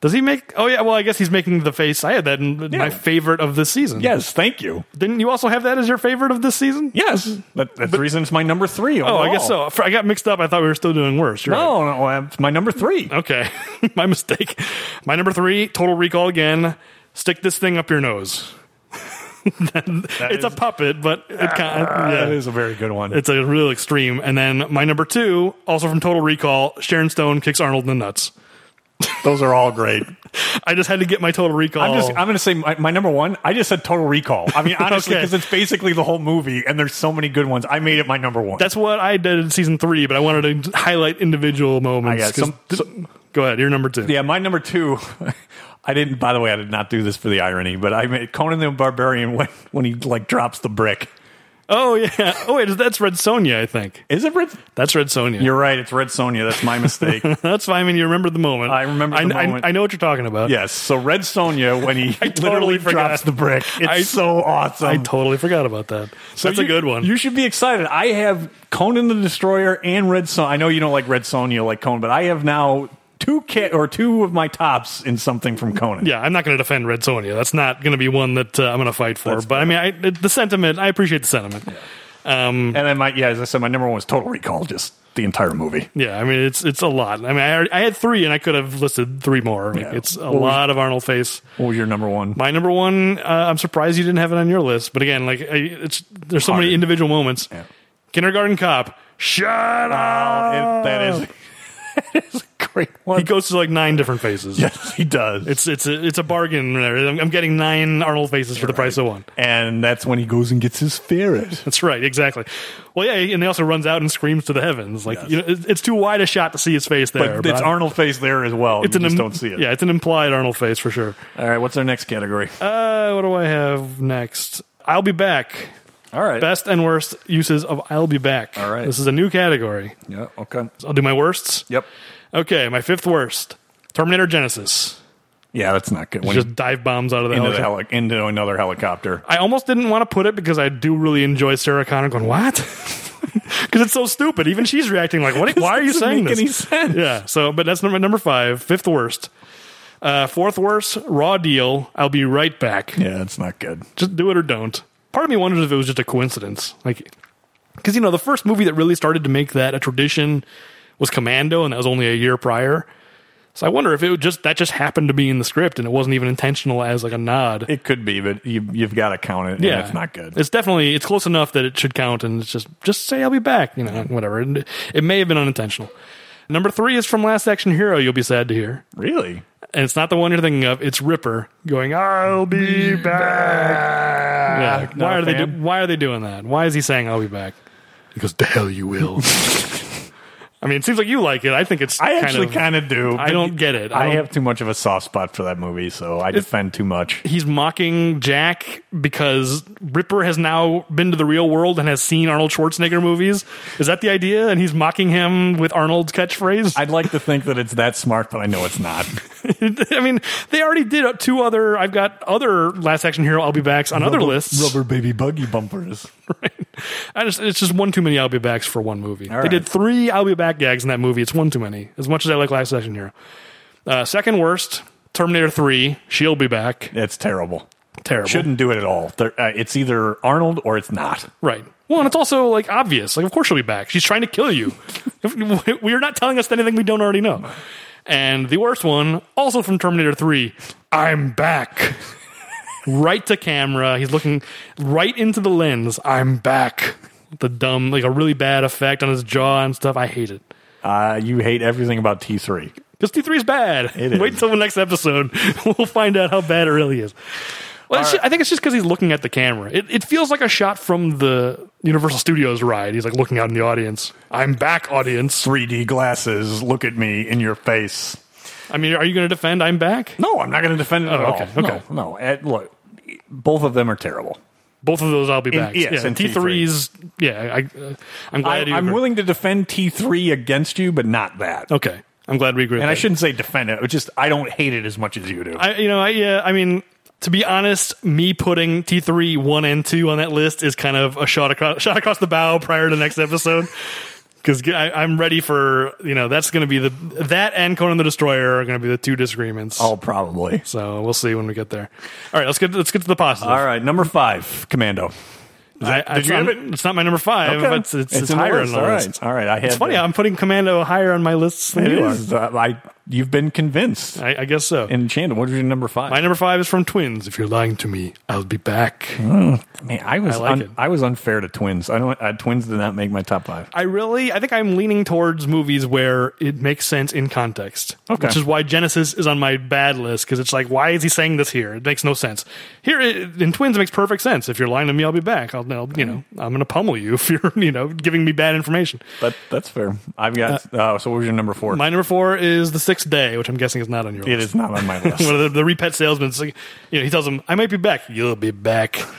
S2: Does he make? Oh yeah. Well, I guess he's making the face. I had that in in my
S1: Yeah.
S2: favorite of this season.
S1: Yes, thank you.
S2: Didn't you also have that as your favorite of this season?
S1: Yes, that, that's the reason it's my number three.
S2: Mm-hmm. Oh, I guess so. For- I got mixed up. I thought we were still doing worse. You're right.
S1: No, no, uh, it's my number three.
S2: Okay. [laughs] my mistake. My number three. Total Recall again. Stick this thing up your nose. [laughs] it's
S1: is- Ah.
S2: a puppet, but it kind of, yeah.
S1: That is a very good one.
S2: It's a real extreme. And then my number two, also from Total Recall, Sharon Stone kicks Arnold in the nuts. [laughs]
S1: Those are all great.
S2: I just had to get my Total Recall.
S1: I'm just. I'm going to say my, my number one. I just said Total Recall. I
S2: [laughs]
S1: mean, honestly,
S2: Okay.
S1: because it's basically the whole movie, and there's so many good ones. I made it my number one.
S2: That's what I did in season three, but I wanted to highlight individual moments.
S1: I got
S2: 'cause
S1: some-
S2: th- go ahead, you're number two.
S1: yeah, my number two. [laughs] I didn't. By the way, I did not do this for the irony, but I made Conan the Barbarian when when he like drops the brick.
S2: Oh yeah. [laughs] Oh wait, that's Red Sonia, I think.
S1: Is it Red?
S2: That's Red Sonia.
S1: You're right. It's Red Sonia. That's my
S2: [laughs]
S1: mistake.
S2: that's fine. I mean, you remember the moment.
S1: I remember the
S2: I,
S1: moment.
S2: I, know what you're talking about.
S1: yes. So Red Sonia when he
S2: totally
S1: literally
S2: forgot.
S1: drops the brick. It's
S2: I-
S1: so awesome.
S2: I totally forgot about that.
S1: So
S2: that's a
S1: you-
S2: good one.
S1: You should be excited. I have Conan the Destroyer and Red Son. I know you don't like Red Sonja like Conan, but I have now two ca- or two of my tops in something from Conan.
S2: yeah, I'm not going to defend Red Sonia. That's not going to be one that uh, I'm going to fight for.
S1: That's
S2: but I mean, I, the sentiment. I appreciate the sentiment.
S1: And
S2: Um,
S1: then my yeah, as I said, my number one was Total Recall, just the entire movie.
S2: Yeah, I mean it's it's a lot. I mean I, already, I had three and I could have listed three more. Like,
S1: Yeah.
S2: It's a
S1: What was-
S2: lot of Arnold face.
S1: What was your number one?
S2: My number one. Uh, I'm surprised you didn't have it on your list. But again, like I, it's there's so many
S1: Hard.
S2: individual moments.
S1: Yeah.
S2: Kindergarten Cop. Shut up.
S1: Uh, it- that is [laughs] that is a great
S2: He
S1: one.
S2: goes to like nine different faces.
S1: Yes, he does.
S2: It's it's a, it's a bargain. there. I'm, I'm getting nine Arnold faces for the price of one.
S1: and that's when he goes and gets his ferret.
S2: That's right, exactly. Well, yeah, and he also runs out and screams to the heavens. Like you know, it- it's too wide a shot to see his face there.
S1: But it's
S2: I-
S1: Arnold face there as well.
S2: it's
S1: you
S2: an
S1: just
S2: im-
S1: don't see it.
S2: Yeah, it's an implied Arnold face for sure.
S1: Uh, All right. What's our next category?
S2: Uh, what do I have next? I'll be back.
S1: All right.
S2: Best and worst uses of I'll be back.
S1: All right.
S2: This is a new category.
S1: Yeah. Okay.
S2: So I'll do my worsts.
S1: Yep.
S2: Okay, my fifth worst. Terminator Genesis.
S1: Yeah, that's not good. When you
S2: Just dive bombs out of the
S1: into, the
S2: helicopter.
S1: heli- into another helicopter.
S2: I almost didn't want to put it because I do really enjoy Sarah Connor going, What? [laughs] Because it's so stupid. Even she's reacting like,
S1: [laughs]
S2: what, Why are you
S1: doesn't
S2: saying
S1: make
S2: this?
S1: any sense.
S2: Yeah. So, but that's number, number five, fifth worst. Uh, fourth worst, raw deal. I'll be right back.
S1: Yeah, that's not good.
S2: Just do it or don't. Part of me wonders if it was just a coincidence. Like, because, you know, the first movie that really started to make that a tradition was Commando, and that was only a year prior. So I wonder if it would just that just happened to be in the script and it wasn't even intentional as like a nod.
S1: It could be, but you, you've got to count it. and
S2: Yeah,
S1: it's not good.
S2: It's definitely it's close enough that it should count, and it's just just say I'll be back, you know, whatever. And it may have been unintentional. Number three is from Last Action Hero. You'll be sad to hear,
S1: really?
S2: and it's not the one you're thinking of. It's Ripper going, "I'll be back."
S1: Not
S2: Yeah. Why
S1: a
S2: are they do,
S1: fan?
S2: Why are they doing that? Why is he saying "I'll be back"? He goes, "The hell you will." I mean, it seems like you like it. I think
S1: [laughs]
S2: it's.
S1: I actually kind
S2: kind of.
S1: of do.
S2: I
S1: but
S2: don't get it. I
S1: I
S2: don't-
S1: have too much of a soft spot for that movie, so I defend too much.
S2: he's mocking Jack because Ripper has now been to the real world and has seen Arnold Schwarzenegger movies. Is that the idea? And he's mocking him with Arnold's catchphrase. I,
S1: I'd like to think that it's that smart, but I know it's not.
S2: mean, they already did two other. I've got other Last Action Hero. I'll be backs on other [laughs] lists. [laughs]
S1: Rubber baby buggy bumpers.
S2: I just it's just one too many I'll be backs for one movie. they
S1: right.
S2: did three I'll be back gags in that movie. It's one too many. As much as I like Last Action Hero, uh, second worst. Terminator 3, she'll be back.
S1: It's terrible.
S2: Terrible.
S1: Shouldn't do it at all. There, uh, it's either Arnold or it's not.
S2: Right. Well, and it's also like obvious. Like, of course she'll be back. She's trying to kill you. [laughs] If- You're not telling us anything we don't already know. And the worst one, also from Terminator 3, I'm back. [laughs] right to camera. He's looking right into the lens. I'm back. The dumb, like a really bad effect on his jaw and stuff. I hate it.
S1: Uh, you hate everything about T3.
S2: Because T3 is bad.
S1: It is.
S2: Wait until the next episode. [laughs] we'll find out how bad it really is. Well, it's ju- I think it's just because he's looking at the camera. It, it feels like a shot from the Universal Studios ride. He's like looking out in the audience. I'm back, audience.
S1: 3D glasses, look at me in your face.
S2: I mean, are you going to defend I'm back?
S1: No, I'm not going to defend it at all.
S2: okay, okay.
S1: Oh, No, no. Uh, look, both of them are terrible.
S2: Both of those I'll be back.
S1: yes,
S2: yeah,
S1: and
S2: T3's. Yeah, I, uh, I'm glad
S1: I,
S2: you
S1: am
S2: agree.
S1: willing to defend T3 against you, but not that.
S2: Okay. I'm glad we agree with
S1: And I
S2: that.
S1: shouldn't say defend it. It's just I don't hate it as much as you do.
S2: I, you know, I, yeah, I mean, to be honest, me putting T three one and two on that list is kind of a shot across shot across the bow prior to the next episode [laughs] because I'm ready for you know that's going to be the that and Conan the Destroyer are going to be the two disagreements.
S1: oh, probably.
S2: So we'll see when we get there. All right, let's get let's get to the positive.
S1: All right, number five, Commando.
S2: I-
S1: did
S2: it's
S1: you
S2: not-
S1: have it?
S2: It's not my number five, but it's, it's, it's
S1: in
S2: higher
S1: list.
S2: on the
S1: All
S2: list.
S1: right, all right. I had
S2: It's funny, I'm putting Commando higher on my list than
S1: It
S2: you
S1: is. Uh, I you've been convinced.
S2: are. I, I guess so.
S1: And Chandon, what was your number five?
S2: my number five is from Twins. If you're lying to me, I'll be back.
S1: Man, I was
S2: I like
S1: un-
S2: it.
S1: I was unfair to Twins. I don't. Uh, twins did not make my top five.
S2: I really, I think I'm leaning towards movies where it makes sense in context.
S1: Okay.
S2: Which is why Genesis is on my bad list because it's like, why is he saying this here? It makes no sense. Here it, in Twins, it makes perfect sense. If you're lying to me, I'll be back. I'll, I'll you know, I'm going to pummel you [laughs] if you're, you know, giving me bad information.
S1: That that's fair. I've got. Uh, so what was your number four?
S2: My number four is The Sixth Day, which I'm guessing is not on your
S1: it
S2: list.
S1: is not
S2: [laughs]
S1: on my list.
S2: One of the, the repet salesmen, like, you know, he tells him, I might be back. You'll be back. [laughs]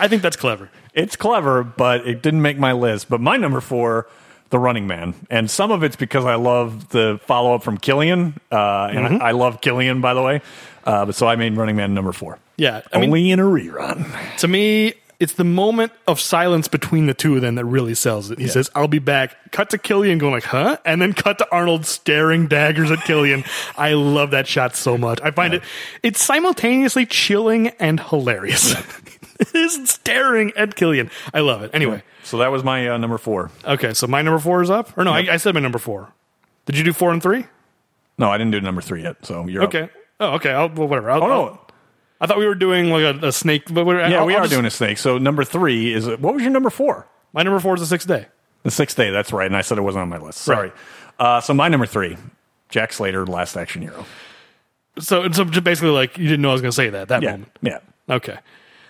S2: I think that's clever.
S1: it's clever, but it didn't make my list. But my number four, The Running Man, and some of it's because I love the follow up from Killian, uh, and
S2: Mm-hmm.
S1: I, I love Killian by the way. Uh, but so I made Running Man number four.
S2: Yeah. I mean,
S1: Only in a rerun.
S2: To me, it's the moment of silence between the two of them that really sells it. He says, "I'll be back." Cut to Killian going like, "Huh?" and then cut to Arnold staring daggers at
S1: [laughs]
S2: Killian. I love that shot so much. I find it it's simultaneously chilling and hilarious. [laughs] He's staring at Killian. I love it. Anyway,
S1: So that was my uh, number four.
S2: okay, so my number four is up, or no? I, I said my number four. Did you do four and three?
S1: No, I didn't do number three yet. So you're up.
S2: Okay. Oh, okay. I'll, well, whatever. I'll,
S1: Oh
S2: I'll-
S1: no.
S2: I thought we were doing like a, a snake, but we're,
S1: Yeah,
S2: I'll-
S1: we
S2: I'll
S1: are
S2: just-
S1: doing a snake. So number three is what was your number four?
S2: My number four is the sixth day.
S1: The sixth day. That's right. And I said it wasn't on my list. Sorry.
S2: Right.
S1: Uh, so my number three, Jack Slater, Last Action Hero.
S2: So, so just basically, like you didn't know I was going to say that that
S1: Yeah.
S2: moment.
S1: Yeah.
S2: Okay,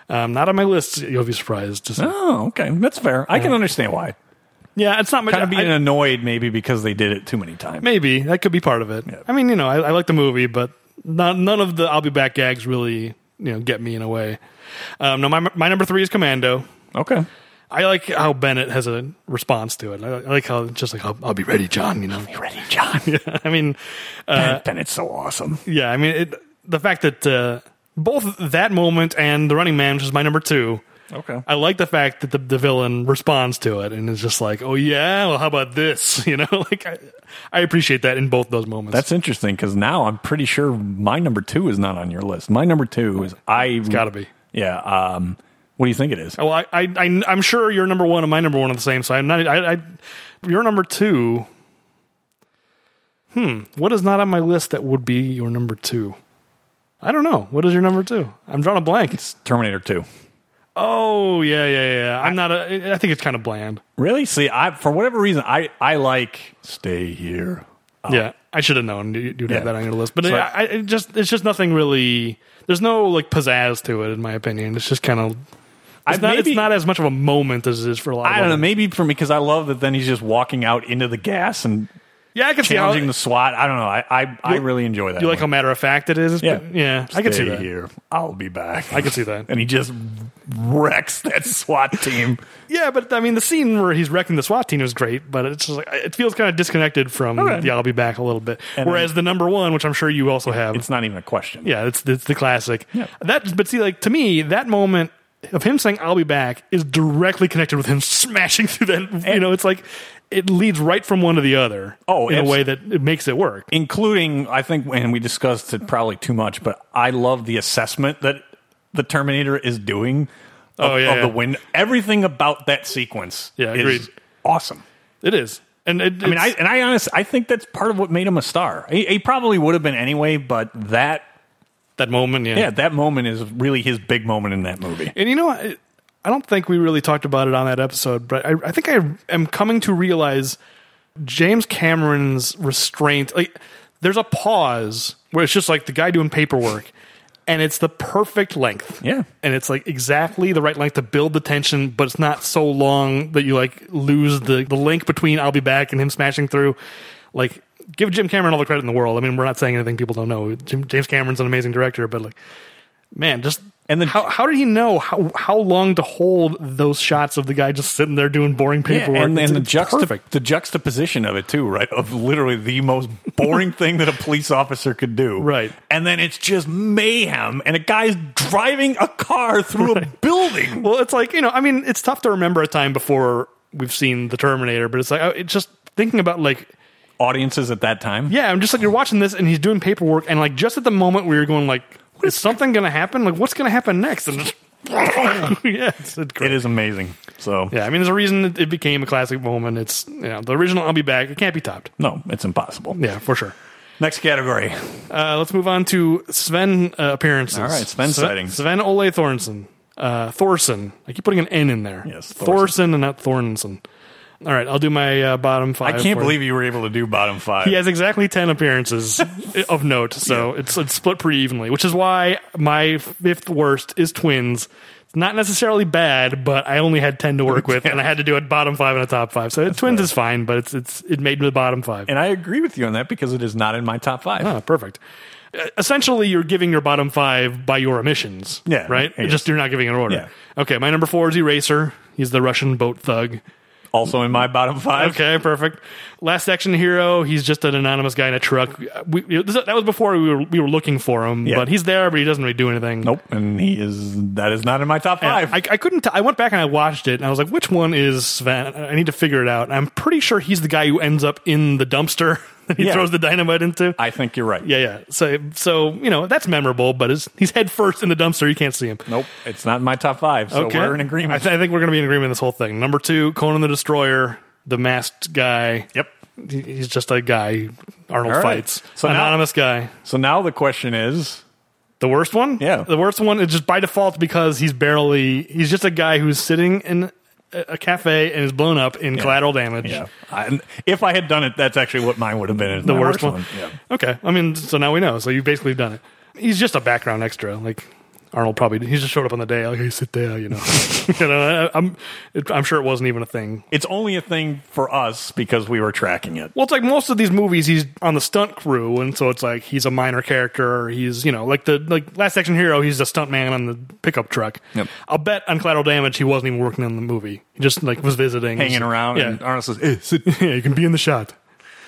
S2: um, not on my list. You'll be surprised. Just-
S1: Oh, okay. That's fair. I can understand why.
S2: yeah, it's not much.
S1: Kind of
S2: I-
S1: being annoyed maybe because they did it too many times.
S2: maybe that could be part of it. I mean, you know, I, I like the movie, but not, none of the "I'll be back" gags really, you know, get me in a way. Um, no, my my number three is Commando.
S1: Okay.
S2: I like how Bennett has a response to it. I I like how just like I'll, I'll be ready, John. You know, [laughs]
S1: Ready, [laughs] John.
S2: I mean, uh,
S1: Bennett's so awesome.
S2: yeah. I mean, it, the fact that uh, both that moment and the Running Man, which is my number two,
S1: Okay.
S2: I like the fact that the, the villain responds to it and is just like, "Oh yeah, well, how about this?" [laughs] You know, like I, I appreciate that in both those moments.
S1: That's interesting because now I'm pretty sure my number two is not on your list. My number two is I.
S2: gotta be. Oh,
S1: Yeah. Um, what do you think it is?
S2: Well, I, I, I I'm sure your number one and my number one are the same. So I'm not. I, I your number two. Hmm. What is not on my list that would be your number two? I don't know. What is your number two? I'm drawing a blank.
S1: Terminator Two.
S2: Oh yeah, yeah, yeah. I'm not a. I think it's kind of bland.
S1: Really? See, I for whatever reason, I I like Stay Here.
S2: Yeah, I should have known you- you'd have
S1: Yeah.
S2: that on your list, but
S1: So-
S2: Oh. I, I it just it's just nothing really. There's no like pizzazz to it, in my opinion. It's just kind of. It's,
S1: I-
S2: not,
S1: maybe-
S2: it's not as much of a moment as it is for a lot. of
S1: I don't know.
S2: others.
S1: Maybe for me because I love that. Then he's just walking out into the gas and
S2: Yeah, I can see how
S1: challenging the SWAT. I don't know. I I, I really enjoy that.
S2: you like how
S1: one.
S2: matter of fact it is.
S1: Yeah.
S2: but- yeah. I can see
S1: Stay
S2: that.
S1: here. I'll be back.
S2: I can see
S1: [laughs]
S2: that.
S1: and he just wrecks that SWAT team.
S2: Yeah, but I mean, the scene where he's wrecking the SWAT team is great, but it's just like it feels kind of disconnected from
S1: Okay.
S2: the "I'll be back" a little bit.
S1: And
S2: Whereas the number one, which I'm sure you also have,
S1: It's not even a question.
S2: yeah, it's it's the classic.
S1: Yeah.
S2: That, but see, like to me, that moment of him saying "I'll be back" is directly connected with him [laughs] smashing through that. you know, it's like it leads right from one to the other.
S1: Oh,
S2: in a
S1: abs-
S2: way that it makes it work.
S1: including I think, and we discussed it probably too much, but I love the assessment that the Terminator is doing. Of,
S2: Oh, yeah,
S1: of
S2: yeah.
S1: the win. Everything about that sequence
S2: Yeah,
S1: is
S2: agreed.
S1: awesome.
S2: It is, and it,
S1: I mean, I and I honestly, I think that's part of what made him a star. He, he probably would have been anyway, but that
S2: that moment,
S1: yeah, that moment is really his big moment in that movie.
S2: [laughs] And you know, I, I don't think we really talked about it on that episode, but I, I think I am coming to realize James Cameron's restraint. Like, there's a pause where it's just like the guy doing paperwork, and it's the perfect length.
S1: Yeah.
S2: and it's like exactly the right length to build the tension, but it's not so long that you like lose the the link between "I'll be back" and him smashing through. Like, give Jim Cameron all the credit in the world. I mean, we're not saying anything people don't know. Jim, James Cameron's an amazing director, but like man, just
S1: And
S2: and
S1: then-
S2: then how how did he know how how long to hold those shots of the guy just sitting there doing boring
S1: Yeah,
S2: paperwork?
S1: and,
S2: It's-
S1: and the
S2: it's
S1: juxta-
S2: perfect.
S1: the juxtaposition of it too, right? Of literally the most boring thing that a police officer could do,
S2: Right.
S1: And then it's just mayhem, and a guy's driving a car through a building.
S2: Well, it's like you know, I mean, it's tough to remember a time before we've seen the Terminator, but it's like I- it's just thinking about like
S1: Audiences at that time,
S2: yeah, I'm just like you're watching this and he's doing paperwork, and like just at the moment where you're going like, is something going to happen? Like, what's going to happen next? And just, [laughs] yeah, it's, it's great.
S1: it is amazing. So
S2: Yeah, I mean, there's a reason it- it became a classic moment. It's you know, the original "I'll Be Back." It can't be topped.
S1: no, it's impossible.
S2: Yeah, for sure.
S1: Next category,
S2: Uh, let's move on to Sven uh, appearances.
S1: All right, Sven sightings.
S2: Sven Ole Thornson. Uh, Thorson. I keep putting an N in there.
S1: Yes, Thorson.
S2: Thorson and not Thornson. All right, I'll do my uh, bottom
S1: I
S2: five.
S1: can't
S2: for-
S1: believe you were able to do bottom five.
S2: he has exactly
S1: [laughs]
S2: ten appearances of note, so it's it's split pretty evenly, which is why my fifth worst is Twins. It's not necessarily bad, but I only had ten
S1: [laughs]
S2: to work with, and I had to do a bottom five and a top five. So Twins is fine, but it's it's it made the bottom five.
S1: and I agree with you on that because it is not in my top five.
S2: Ah, perfect. Uh, Essentially, you're giving your bottom five by your omissions.
S1: Yeah,
S2: Right?
S1: yeah.
S2: Just you're not giving an order.
S1: Yeah.
S2: Okay, my number four is Eraser. He's the Russian boat thug.
S1: Also in my bottom five.
S2: Okay, perfect. Last Action Hero. He's just an anonymous guy in a truck. We, we- this- that was before we were we were looking for him,
S1: Yeah.
S2: but he's there, but he doesn't really do anything.
S1: Nope, and he is that is not in my top
S2: I,
S1: five.
S2: I couldn't. T- I went back and I watched it, and I was like, "Which one is Sven?" I need to figure it out. I'm pretty sure he's the guy who ends up in the dumpster [laughs] that he
S1: Yeah.
S2: throws the dynamite into.
S1: I think you're right.
S2: Yeah, yeah. So, so you know that's memorable, but it's, he's head first in the dumpster. You can't see him.
S1: Nope, it's not in my top five. So we're in
S2: I,
S1: agreement.
S2: th- I think we're going to be in agreement on this whole thing. Number two, Conan the Destroyer, the masked guy.
S1: yep.
S2: He- He's just a guy Arnold
S1: All right.
S2: fights.
S1: So now-
S2: Anonymous guy.
S1: So now the question is,
S2: The worst one?
S1: Yeah.
S2: The worst one is just by default because he's barely, he's just a guy who's sitting in a a cafe and is blown up in collateral damage.
S1: yeah, I, if I had done it, that's actually what mine would have been. is
S2: The
S1: my
S2: worst, one.
S1: Yeah.
S2: Okay. I mean, so now we know. So you've basically done it. He's just a background extra. Like, Arnold probably he just showed up on the day. Like, hey, sit there, you know. [laughs] you know, I, I'm it, I'm sure it wasn't even a thing.
S1: It's only a thing for us because we were tracking it.
S2: Well, it's like most of these movies, he's on the stunt crew, and so it's like he's a minor character. Or he's you know like the like Last Action Hero, he's the stunt man on the pickup truck.
S1: Yep.
S2: I'll bet on collateral damage, he wasn't even working on the movie. He just like was visiting,
S1: Hanging around,
S2: Yeah, [laughs]
S1: and Arnold says, "Eh, sit."
S2: yeah, you can be in the shot.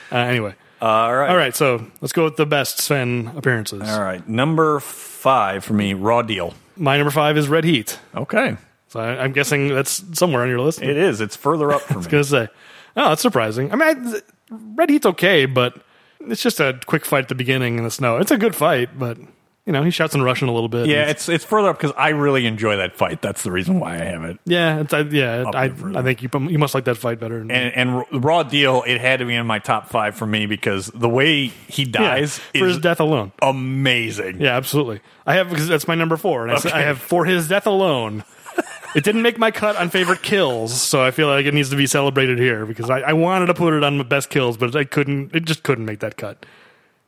S2: Uh, anyway,
S1: All right.
S2: all right, so let's go with the best Sven appearances.
S1: All right. Number five for me, Raw Deal.
S2: My number five is Red Heat.
S1: Okay.
S2: So I, I'm guessing that's somewhere on your list.
S1: It is. It's further up for me.
S2: gonna say, oh, that's surprising. I mean, I, Red Heat's okay, but it's just a quick fight at the beginning in the snow. It's a good fight, but you know, he shouts in Russian a little bit.
S1: Yeah,
S2: And-
S1: it's it's further up because I really enjoy that fight. That's the reason why I have it.
S2: yeah, it's, I, yeah.
S1: Up
S2: I,
S1: there for
S2: I think you you must like that fight better.
S1: And and R- Raw Deal, it had to be in my top five for me because the way he
S2: yeah,
S1: dies
S2: for
S1: is
S2: his death alone.
S1: amazing.
S2: Yeah, absolutely. I have because that's my number four, and I said I have for his death alone. it didn't make my cut on favorite kills, so I feel like it needs to be celebrated here because I, I wanted to put it on the best kills, but I couldn't. It just couldn't make that cut.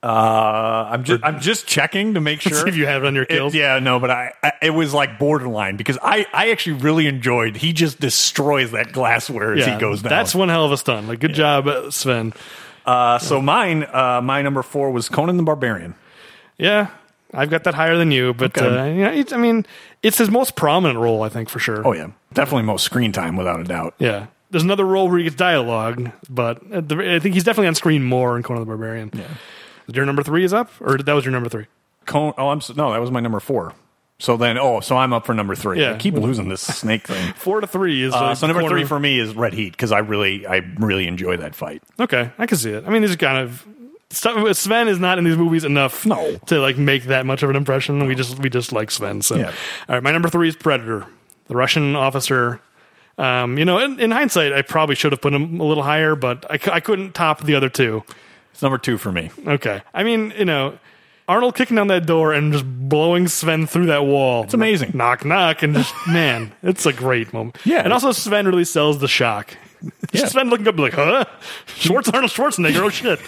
S1: Uh, I'm just I'm just checking
S2: [laughs]
S1: to make sure
S2: See if you have it on your
S1: It-
S2: kills.
S1: yeah, no, but I, I it was like borderline because I I actually really enjoyed. He just destroys that glassware as he goes Uh, down.
S2: That's one hell of a stun. Like, good job, uh, Sven.
S1: uh, so mine uh, my number four was Conan the Barbarian.
S2: Yeah, I've got that higher than you, but
S1: Okay.
S2: uh, you know, it's, I mean, it's his most prominent role, I think, for sure.
S1: Oh yeah, definitely most screen time without a doubt.
S2: yeah. There's another role where he gets dialogue, but at the, I think he's definitely on screen more in Conan the Barbarian. Yeah. Your number three is up, or that was your number three?
S1: Con- oh, I'm s no, that was my number four. So then, oh, so I'm up for number three.
S2: Yeah.
S1: I keep losing this snake thing.
S2: Four to three is
S1: Uh,
S2: uh,
S1: so number
S2: corner-
S1: three for me is Red Heat because I really, I really enjoy that fight.
S2: Okay, I can see it. I mean, this is kind of stuff. Sven is not in these movies enough
S1: No.
S2: to like make that much of an impression. We just we just like Sven. So,
S1: Yeah.
S2: all right, my number three is Predator, the Russian officer. Um, you know, in, in hindsight, I probably should have put him a little higher, but I, cou- I couldn't top the other two.
S1: It's number two for me.
S2: Okay, I mean, you know, Arnold kicking down that door and just blowing Sven through that wall. It's
S1: amazing.
S2: Knock knock, and just [laughs] man, it's a great moment.
S1: Yeah.
S2: and also Sven really sells the shock.
S1: Yeah.
S2: Sven looking up like, huh? Schwartz Arnold Schwarzenegger. Oh shit.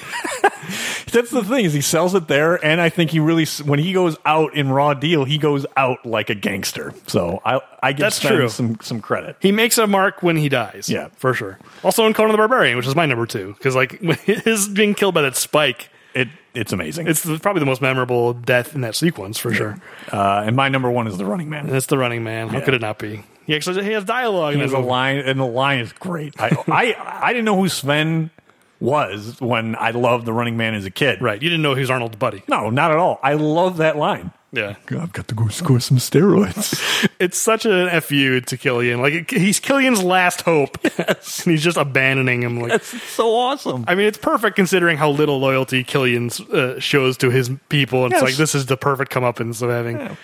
S1: That's the thing is he sells it there, and I think he really, s- when he goes out in Raw Deal, he goes out like a gangster. So I, I give
S2: That's
S1: Sven
S2: true.
S1: some some credit.
S2: He makes a mark when he dies.
S1: Yeah.
S2: for sure. Also in Conan the Barbarian, which is my number two, because like [laughs] his being killed by that spike,
S1: It it's amazing.
S2: it's the, probably the most memorable death in that sequence for sure.
S1: uh, and my number one is the Running Man.
S2: And it's the Running Man. How could it not be? He actually he has dialogue. in
S1: And
S2: his
S1: the
S2: movie.
S1: line and the line is great. I, I I didn't know who Sven was when I loved the Running Man as a kid.
S2: Right, you didn't know he was Arnold's buddy.
S1: No, not at all. I love that line.
S2: Yeah,
S1: I've got to go score some steroids.
S2: it's such an fu to Killian. Like it, he's Killian's last [laughs] hope, and he's just abandoning him. Like
S1: That's [laughs] so awesome.
S2: I mean, it's perfect considering how little loyalty Killian uh, shows to his people. It's
S1: Yes.
S2: like this is the perfect comeuppance of having. Uh,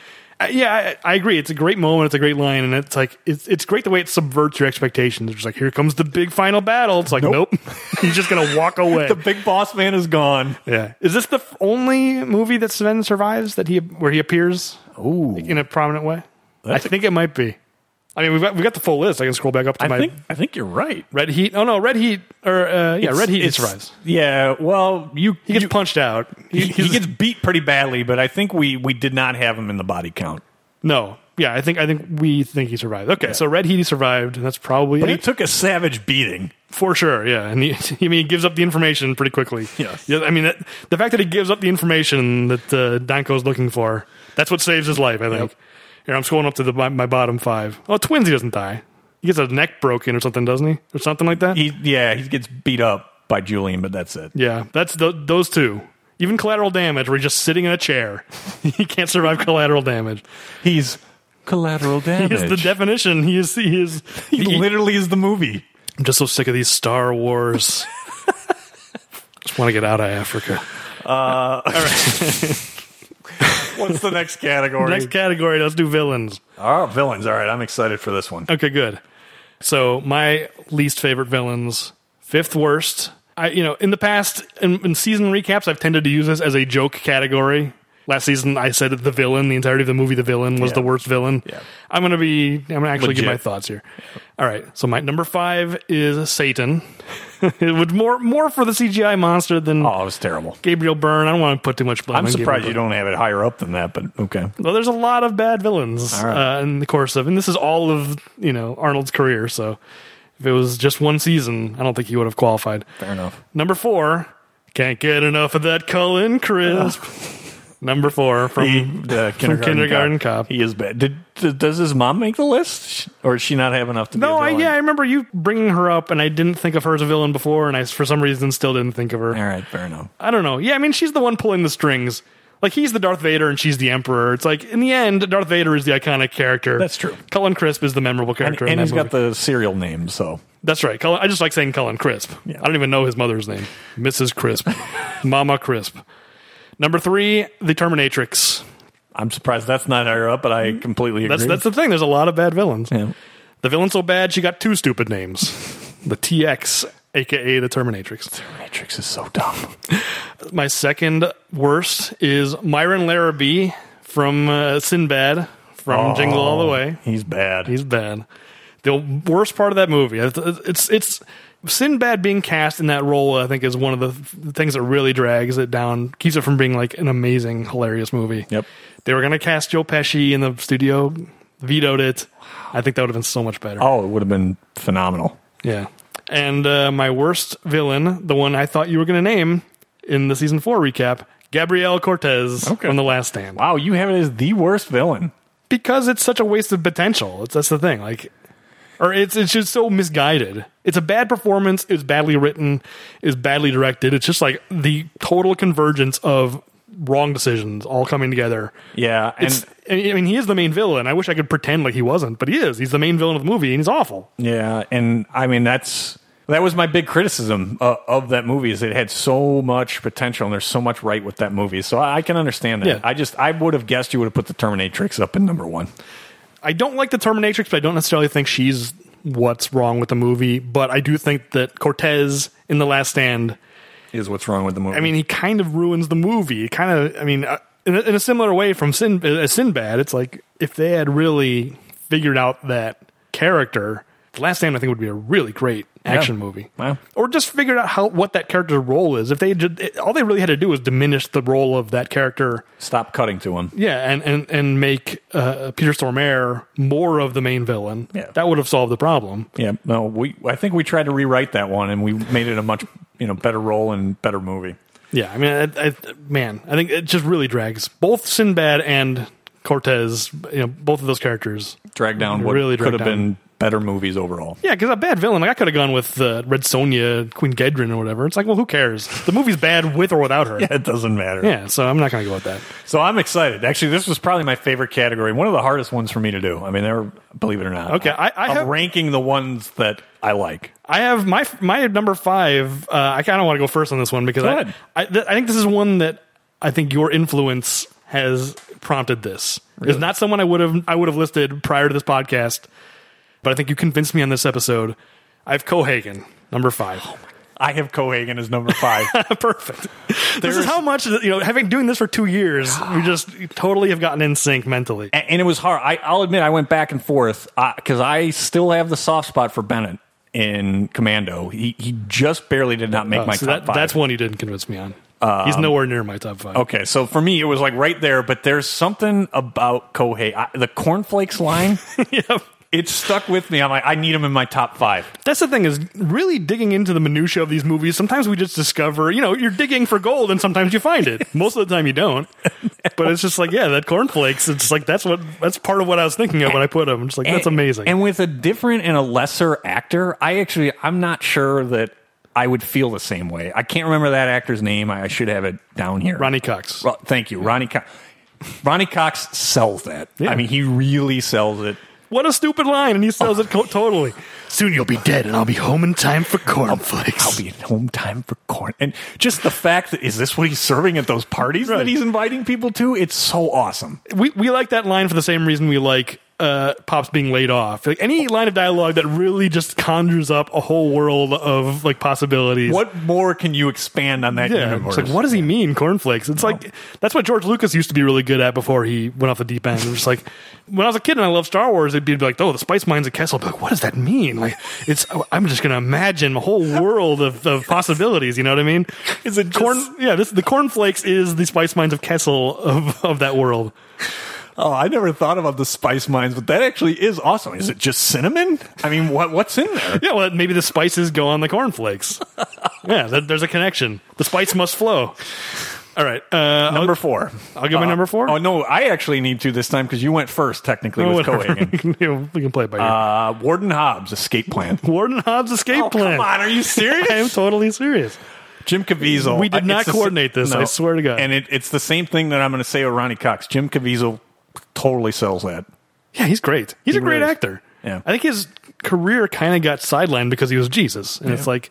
S2: Yeah, I, I agree. It's a great moment. It's a great line, and it's like it's it's great the way it subverts your expectations. It's just like here comes the big final battle. It's like nope, [laughs]
S1: Nope.
S2: he's just gonna walk
S1: [laughs]
S2: away.
S1: The big boss man is gone.
S2: yeah, is this the f- only movie that Sven survives that he where he appears
S1: Ooh.
S2: in a prominent way? I
S1: That's a-
S2: think it might be. I mean, we've got, we've got the full list. I can scroll back up to
S1: I
S2: my
S1: think I think you're right.
S2: Red Heat. Oh no, Red Heat or uh, yeah, Red Heat he
S1: It's-
S2: survives.
S1: Yeah, well, you
S2: He gets punched out.
S1: he, he
S2: he's-
S1: gets beat pretty badly, but I think we we did not have him in the body count.
S2: No. Yeah, I think I think we think he survived. Okay, so Red Heat he survived, and that's probably
S1: But he
S2: it
S1: took a savage beating.
S2: for sure. Yeah, and he, [laughs] I mean he gives up the information pretty quickly.
S1: Yes.
S2: yeah. I mean that, the fact that he gives up the information that uh, Danko's looking for that's what saves his life. I think. Here I'm scrolling up to the, my, my bottom five. Oh, twins. He doesn't die. He gets a neck broken or something, doesn't he, or something like that?
S1: He yeah, he gets beat up by Julian, but that's it.
S2: yeah, that's th those two. Even collateral damage, where he's just sitting in a chair. [laughs] he can't survive collateral damage.
S1: He's collateral damage.
S2: He's the definition. He is. He is.
S1: He literally is the movie.
S2: I'm just so sick of these Star Wars. just want to get out of Africa.
S1: What's the next category?
S2: Next category, let's do villains.
S1: oh, villains. All right, I'm excited for this one.
S2: Okay, good. So my least favorite villains, fifth worst. I, you know, in the past, in, in season recaps, I've tended to use this as a joke category. Last season, I said that the villain, the entirety of the movie, the villain was
S1: Yeah.
S2: the worst villain.
S1: Yeah.
S2: I'm gonna be. I'm gonna actually give
S3: Legit.
S2: my thoughts here. All right. So my number five is Satan. [laughs] it would more more for the CGI monster than
S1: Oh, it was terrible.
S2: Gabriel Byrne. I don't want to put too much blame.
S1: I'm
S2: on
S1: surprised
S2: Gabriel
S1: you don't have it higher up than that, but okay.
S2: Byrne. Well, there's a lot of bad villains
S1: right.
S2: uh, in the course of, and this is all of you know Arnold's career. So if it was just one season, I don't think he would have qualified.
S1: Fair enough.
S2: Number four, can't get enough of that
S1: [laughs]
S2: Cullen crisp. Number four from
S1: He, the kindergarten,
S2: Kindergarten Cop.
S1: He is bad. Did, d- does his mom make the list, Sh- or does she not have enough to?
S2: no,
S1: be
S2: I,
S1: a villain?
S2: yeah, I remember you bringing her up, and I didn't think of her as a villain before, and I for some reason still didn't think of her.
S1: All right, fair enough.
S2: I don't know. Yeah, I mean, she's the one pulling the strings. Like he's the Darth Vader and she's the Emperor. It's like in the end, Darth Vader is the iconic character.
S1: That's true.
S2: Cullen Crisp is the memorable character.
S1: and
S2: in
S1: he's
S2: that
S1: got the serial name, so
S2: That's right. Cullen, I just like saying Cullen Crisp. I don't even know his mother's name. Mrs. Crisp, Mama Crisp. Number three, the Terminatrix.
S1: I'm surprised that's not higher up. But I completely agree.
S2: Mm-hmm. That's that's the thing. There's a lot of bad villains.
S1: Yeah.
S2: The villain's so bad she got two stupid names. The TX, aka the Terminatrix.
S1: Matrix is so dumb.
S2: My second worst is Myron Larrabee from uh, Sinbad from Jingle All the Way.
S1: He's bad.
S2: He's bad. The worst part of that movie, it's it's Sinbad being cast in that role. I think is one of the th- things that really drags it down, keeps it from being like an amazing, hilarious movie.
S1: Yep.
S2: They were gonna cast Joe Pesci in the studio, vetoed it. I think that would have been so much better.
S1: oh, it would have been phenomenal.
S2: Yeah. And uh, my worst villain, the one I thought you were going to name in the season four recap, Gabrielle Cortez
S1: Okay.
S2: from The Last Stand.
S1: Wow, you have it as the worst villain.
S2: Because it's such a waste of potential. It's, that's the thing. Like, or it's it's just so misguided. It's a bad performance. It's badly written. It's badly directed. It's just like the total convergence of wrong decisions all coming together.
S1: Yeah, and
S2: It's, I mean, he is the main villain. I wish I could pretend like he wasn't, but he is. He's the main villain of the movie, and he's awful.
S1: yeah, and I mean that's that was my big criticism uh, of that movie is it had so much potential and there's so much right with that movie. So I, I can understand that.
S2: Yeah.
S1: I just I would have guessed you would have put the Terminatrix up in number one.
S2: I don't like the Terminatrix, but I don't necessarily think she's what's wrong with the movie. But I do think that Cortez in The Last Stand,
S1: Is what's wrong with the movie?
S2: I mean, he kind of ruins the movie. It kind of, I mean, uh, in a, in a similar way from Sin, uh, Sinbad, it's like if they had really figured out that character, The Last Stand, I think, would be a really great action movie.
S1: Wow.
S2: Or just figured out how what that character's role is. If they did, it- all they really had to do was diminish the role of that character
S1: stop cutting to him.
S2: yeah, and and and make uh, Peter Stormare more of the main villain.
S1: Yeah.
S2: that would have solved the problem.
S1: Yeah, no, we I think we tried to rewrite that one and we made it a much you know better role and better movie.
S2: Yeah, I mean, I, I, man, I think it just really drags both Sinbad and Cortez. You know, both of those characters.
S1: Drag down what
S2: Really
S1: could
S2: dragged
S1: have been better movies overall. [laughs]
S2: Yeah, because a bad villain, like I could have gone with uh, Red Sonia, Queen Gedrin, or whatever. It's like, well, who cares? The movie's bad with or without her. [laughs] Yeah,
S1: It doesn't matter.
S2: so I'm not gonna go with that.
S1: So I'm excited. Actually, this was probably my favorite category. One of the hardest ones for me to do. I mean, they're believe it or not.
S2: Okay, I- I
S1: am
S2: have-
S1: ranking the ones that I like.
S2: I have my my number five. Uh, I kind of want to go first on this one because
S1: Go
S2: I
S1: ahead.
S2: I, th- I think this is one that I think your influence has prompted this. It's not someone I would have I would have listed prior to this podcast, but I think you convinced me on this episode. I have Cohagen
S1: [laughs]
S2: number five.
S1: I have Cohagen as number
S2: [laughs]
S1: five.
S2: Perfect. this is how much you know. Having doing this for
S1: [sighs]
S2: two years, we just totally have gotten in sync mentally.
S1: and, and it was hard. I, I'll admit I went back and forth because I still have the soft spot for Bennett in Commando. He, he just barely did not make my
S2: Oh, So
S1: top
S2: that,
S1: five. Um,
S2: that's one you didn't convince me on. He's nowhere near my top five.
S1: Okay, so for me, it was like right there, but there's something about Kohei. I, the cornflakes line,
S2: [laughs] Yep.
S1: it stuck with me. I'm like, I need him in my top five.
S2: That's the thing is really digging into the minutia of these movies. Sometimes we just discover, you know, you're digging for gold, and sometimes you find [laughs] it. Most of the time, you don't. But it's just like, yeah, that cornflakes. It's like that's what that's part of what I was thinking of when I put them. Just like that's
S1: And-
S2: amazing.
S1: And with a different and a lesser actor, I actually I'm not sure that I would feel the same way. I can't remember that actor's name. I I should have it down here.
S2: Ronnie Cox.
S1: Ro- thank you, Ronnie. Cox. Ronnie Cox sells that. I mean, he really sells it.
S2: What a stupid line, and he sells it co- totally. Oh. Soon you'll be dead, and I'll be home in time for cornflakes.
S1: I'll be at home time for corn. And just the fact that is this what he's serving at those parties that he's inviting people to? It's so awesome.
S2: we we like that line for the same reason we like uh, Pops being laid off. Like any line of dialogue that really just conjures up a whole world of like possibilities.
S1: What more can you expand on that
S2: Yeah,
S1: universe?
S2: it's like what does he mean, cornflakes? It's like that's what George Lucas used to be really good at before he went off the deep end. It was just like when I was a kid and I loved Star Wars, it'd be like, oh, the spice mines at Kessel. But what does that mean? Like, it's I'm just gonna imagine a whole world of, of possibilities. You know what I mean?
S1: Is it
S2: corn?
S1: just-
S2: Yeah, this the cornflakes is the spice mines of Kessel of of that world.
S1: Oh, I never thought about the spice mines, but that actually is awesome. Is it just cinnamon? I mean, what what's in there?
S2: Yeah, well, maybe the spices go on the cornflakes. yeah, there, there's a connection. The spice must flow. All right, uh,
S1: Number four.
S2: I'll give my number four.
S1: Oh no, I actually need to this time because you went first technically
S2: [laughs]
S1: with
S2: Whatever.
S1: Cohagen.
S2: You know, we can play it by ear.
S1: Uh, Warden Hobbs escape
S2: [laughs]
S1: plan.
S2: Warden Hobbs escape
S1: Oh,
S2: plan.
S1: come on, are you serious?
S2: [laughs] I am totally serious.
S1: Jim Caviezel.
S2: We did
S1: I-
S2: not
S1: it's the
S2: coordinate this, I swear to God.
S1: And it, it's the same thing that I'm going to say with Ronnie Cox. Jim Caviezel totally sells that.
S2: Yeah, he's great. He's a great
S1: really is.
S2: actor.
S1: Yeah.
S2: I think his career kind of got sidelined because he was Jesus, and it's like,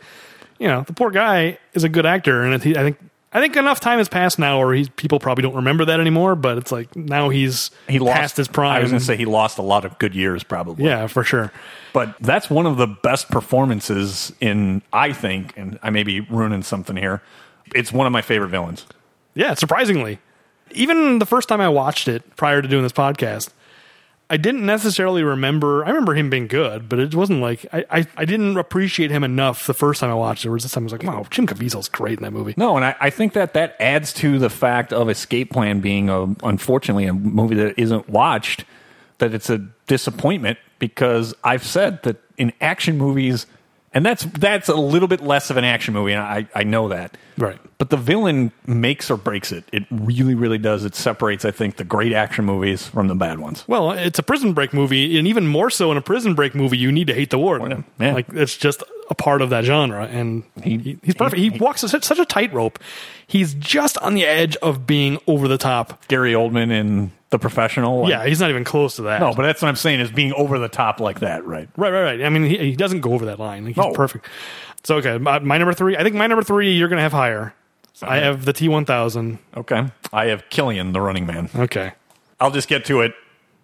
S2: you know, the poor guy is a good actor, and he, I think I think enough time has passed now, or he's, people probably don't remember that anymore. But it's like now he's
S1: He lost
S2: past his prime.
S1: I was going to say he lost a lot of good years, probably.
S2: yeah, for sure.
S1: But that's one of the best performances in, I think, and I may be ruining something here. It's one of my favorite villains.
S2: Yeah, surprisingly. Even the first time I watched it prior to doing this podcast, I didn't necessarily remember. I remember him being good, but it wasn't like I, I, I didn't appreciate him enough the first time I watched it. Whereas this time I was like, wow, Jim Caviezel's great in that movie.
S1: No, and I, I think that that adds to the fact of Escape Plan being, a, unfortunately, a movie that isn't watched, that it's a disappointment because I've said that in action movies, and that's that's a little bit less of an action movie, and I, I know that.
S2: Right.
S1: But the villain makes or breaks it. It really, really does. It separates, I think, the great action movies from the bad ones.
S2: Well, it's a prison break movie, and even more so in a prison break movie, you need to hate the warden.
S1: Yeah.
S2: Like it's just a part of that genre, and he, he's perfect. He, walks such, such a tightrope. He's just on the edge of being over the top.
S1: Gary Oldman in The Professional. like-
S2: Yeah, he's not even close to that.
S1: No, but that's what I'm saying is being over the top like that, right?
S2: Right, right, right. I mean, he, he doesn't go over that line. Like, he's
S1: No.
S2: perfect. So okay, my, my number three. I think my number three. You're gonna have higher. I have the T1000.
S1: Okay. I have Killian, the running man.
S2: Okay,
S1: I'll just get to it.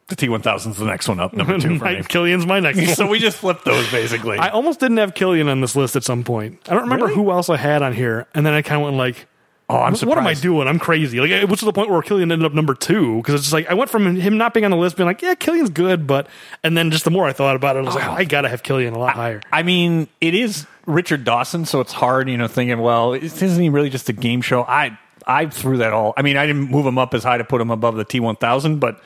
S1: The T1000's the next one up, number
S2: [laughs]
S1: two for
S2: my,
S1: me.
S2: Killian's my
S1: [laughs]
S2: next. one.
S1: So we just flipped those basically.
S2: I almost didn't have Killian on this list at some point. I don't remember
S1: Really?
S2: who else I had on here, and then I kind of went like,
S1: oh, I'm
S2: "What am I doing? I'm crazy." Like, it was to the point where Killian ended up number two because it's just like I went from him not being on the list, being like, "Yeah, Killian's good," but and then just the more I thought about it, I was like, "I gotta have Killian a lot higher."
S1: Oh. I mean, it is Richard Dawson, so it's hard, you know, thinking, well, is- isn't he really just a game show? I I threw that all. I mean, I didn't move him up as high to put him above the T1000, but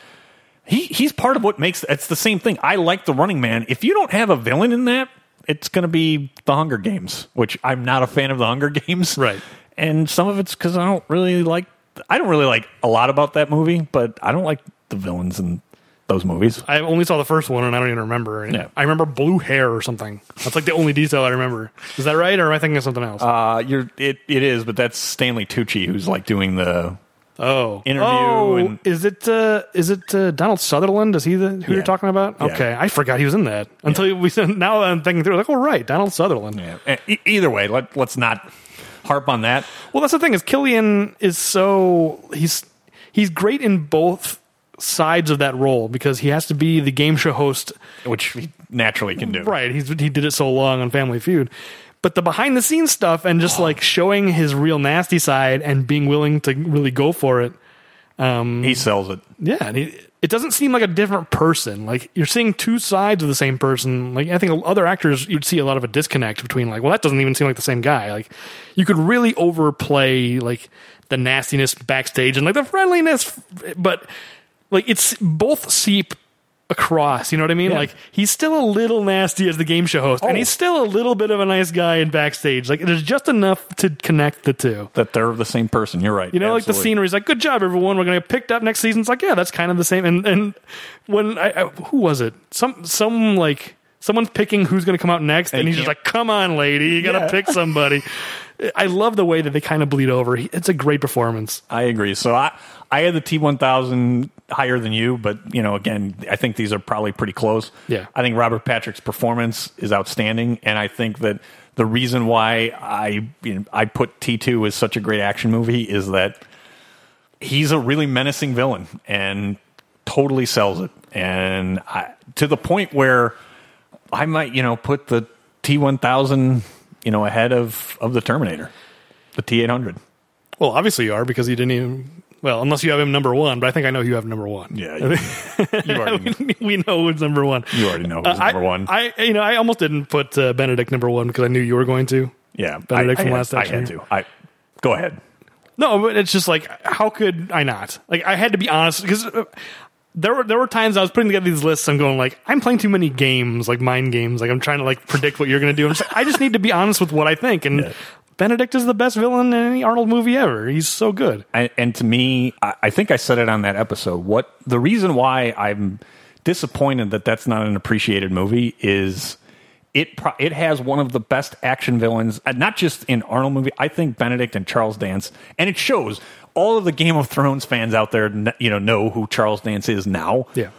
S1: he he's part of what makes it's the same thing. I like the Running Man. If you don't have a villain in that, it's going to be the Hunger Games, which I'm not a fan of the Hunger Games.
S2: Right.
S1: And some of it's cuz I don't really like I don't really like a lot about that movie, but I don't like the villains in those movies.
S2: I only saw the first one and I don't even remember.
S1: Yeah.
S2: I remember blue hair or something. That's like the only detail I remember. Is that right, or am I thinking of something else?
S1: Uh, you're it, it is, but that's Stanley Tucci who's like doing the
S2: oh,
S1: interview
S2: Oh,
S1: and-
S2: is it uh, is it uh, Donald Sutherland? Is he the who
S1: Yeah.
S2: you're talking about?
S1: Yeah.
S2: Okay, I forgot he was in that until we [laughs] said. Now I'm thinking through like, oh right, Donald Sutherland.
S1: Yeah. E- either way, let, let's not harp on that.
S2: Well, that's the thing is Killian is so he's he's great in both sides of that role because he has to be the game show host
S1: Which we naturally can do.
S2: Right. He's, he did it so long on Family Feud. But the behind the scenes stuff and just like showing his real nasty side and being willing to really go for it.
S1: He sells it.
S2: Yeah. And he, it doesn't seem like a different person. Like you're seeing two sides of the same person. Like I think other actors, you'd see a lot of a disconnect between like, well, that doesn't even seem like the same guy. Like you could really overplay like the nastiness backstage and like the friendliness, but like it's both seep across. You know what I mean? Like he's still a little nasty as the game show host,
S1: Oh.
S2: and he's still a little bit of a nice guy in backstage. Like there's just enough to connect the two.
S1: That they're the same person. You're right.
S2: You know, like the scene where he's like, "Good job, everyone. We're gonna get picked up next season." It's like, yeah, that's kind of the same. And and when I, I who was it? Some some like someone's picking who's gonna come out next, and he's just
S1: can't-
S2: like, "Come on, lady, you gotta
S1: Yeah.
S2: pick somebody." I love the way that they kind of bleed over. He- It's a great performance.
S1: I agree. So I, I had the T1000 higher than you, but, you know, again, I think these are probably pretty close.
S2: Yeah.
S1: I think Robert Patrick's performance is outstanding. And I think that the reason why I, you know, I put T2 as such a great action movie is that he's a really menacing villain. And totally sells it, and I, to the point where I might you know put the T one thousand you know ahead of of the Terminator, the T eight hundred.
S2: Well, obviously you are because you didn't even. Well, unless you have him number one, but I think I know who you have number one.
S1: Yeah,
S2: [laughs]
S1: you, you already
S2: we, [laughs] we know who's number one. Uh,
S1: you already know who's number
S2: I,
S1: one.
S2: I you know I almost didn't put uh, Benedict number one because I knew you were going to.
S1: yeah,
S2: Benedict
S1: I,
S2: from
S1: I,
S2: Last
S1: had, I
S2: Action
S1: had to. I go ahead.
S2: No, but it's just like how could I not? Like I had to be honest because there were there were times I was putting together these lists. I'm going like I'm playing too many games, like mind games. Like I'm trying to like predict what you're going to do. I'm just like, I just need to be honest with what I think. And Benedict is the best villain in any Arnold movie ever. He's so good.
S1: and, and to me, I, I think I said it on that episode. What the reason why I'm disappointed that that's not an appreciated movie is it pro- it has one of the best action villains, uh, not just in Arnold movie. I think Benedict and Charles Dance, and it shows. All of the Game of Thrones fans out there, kn- you know, know who Charles Dance is now
S2: Yeah.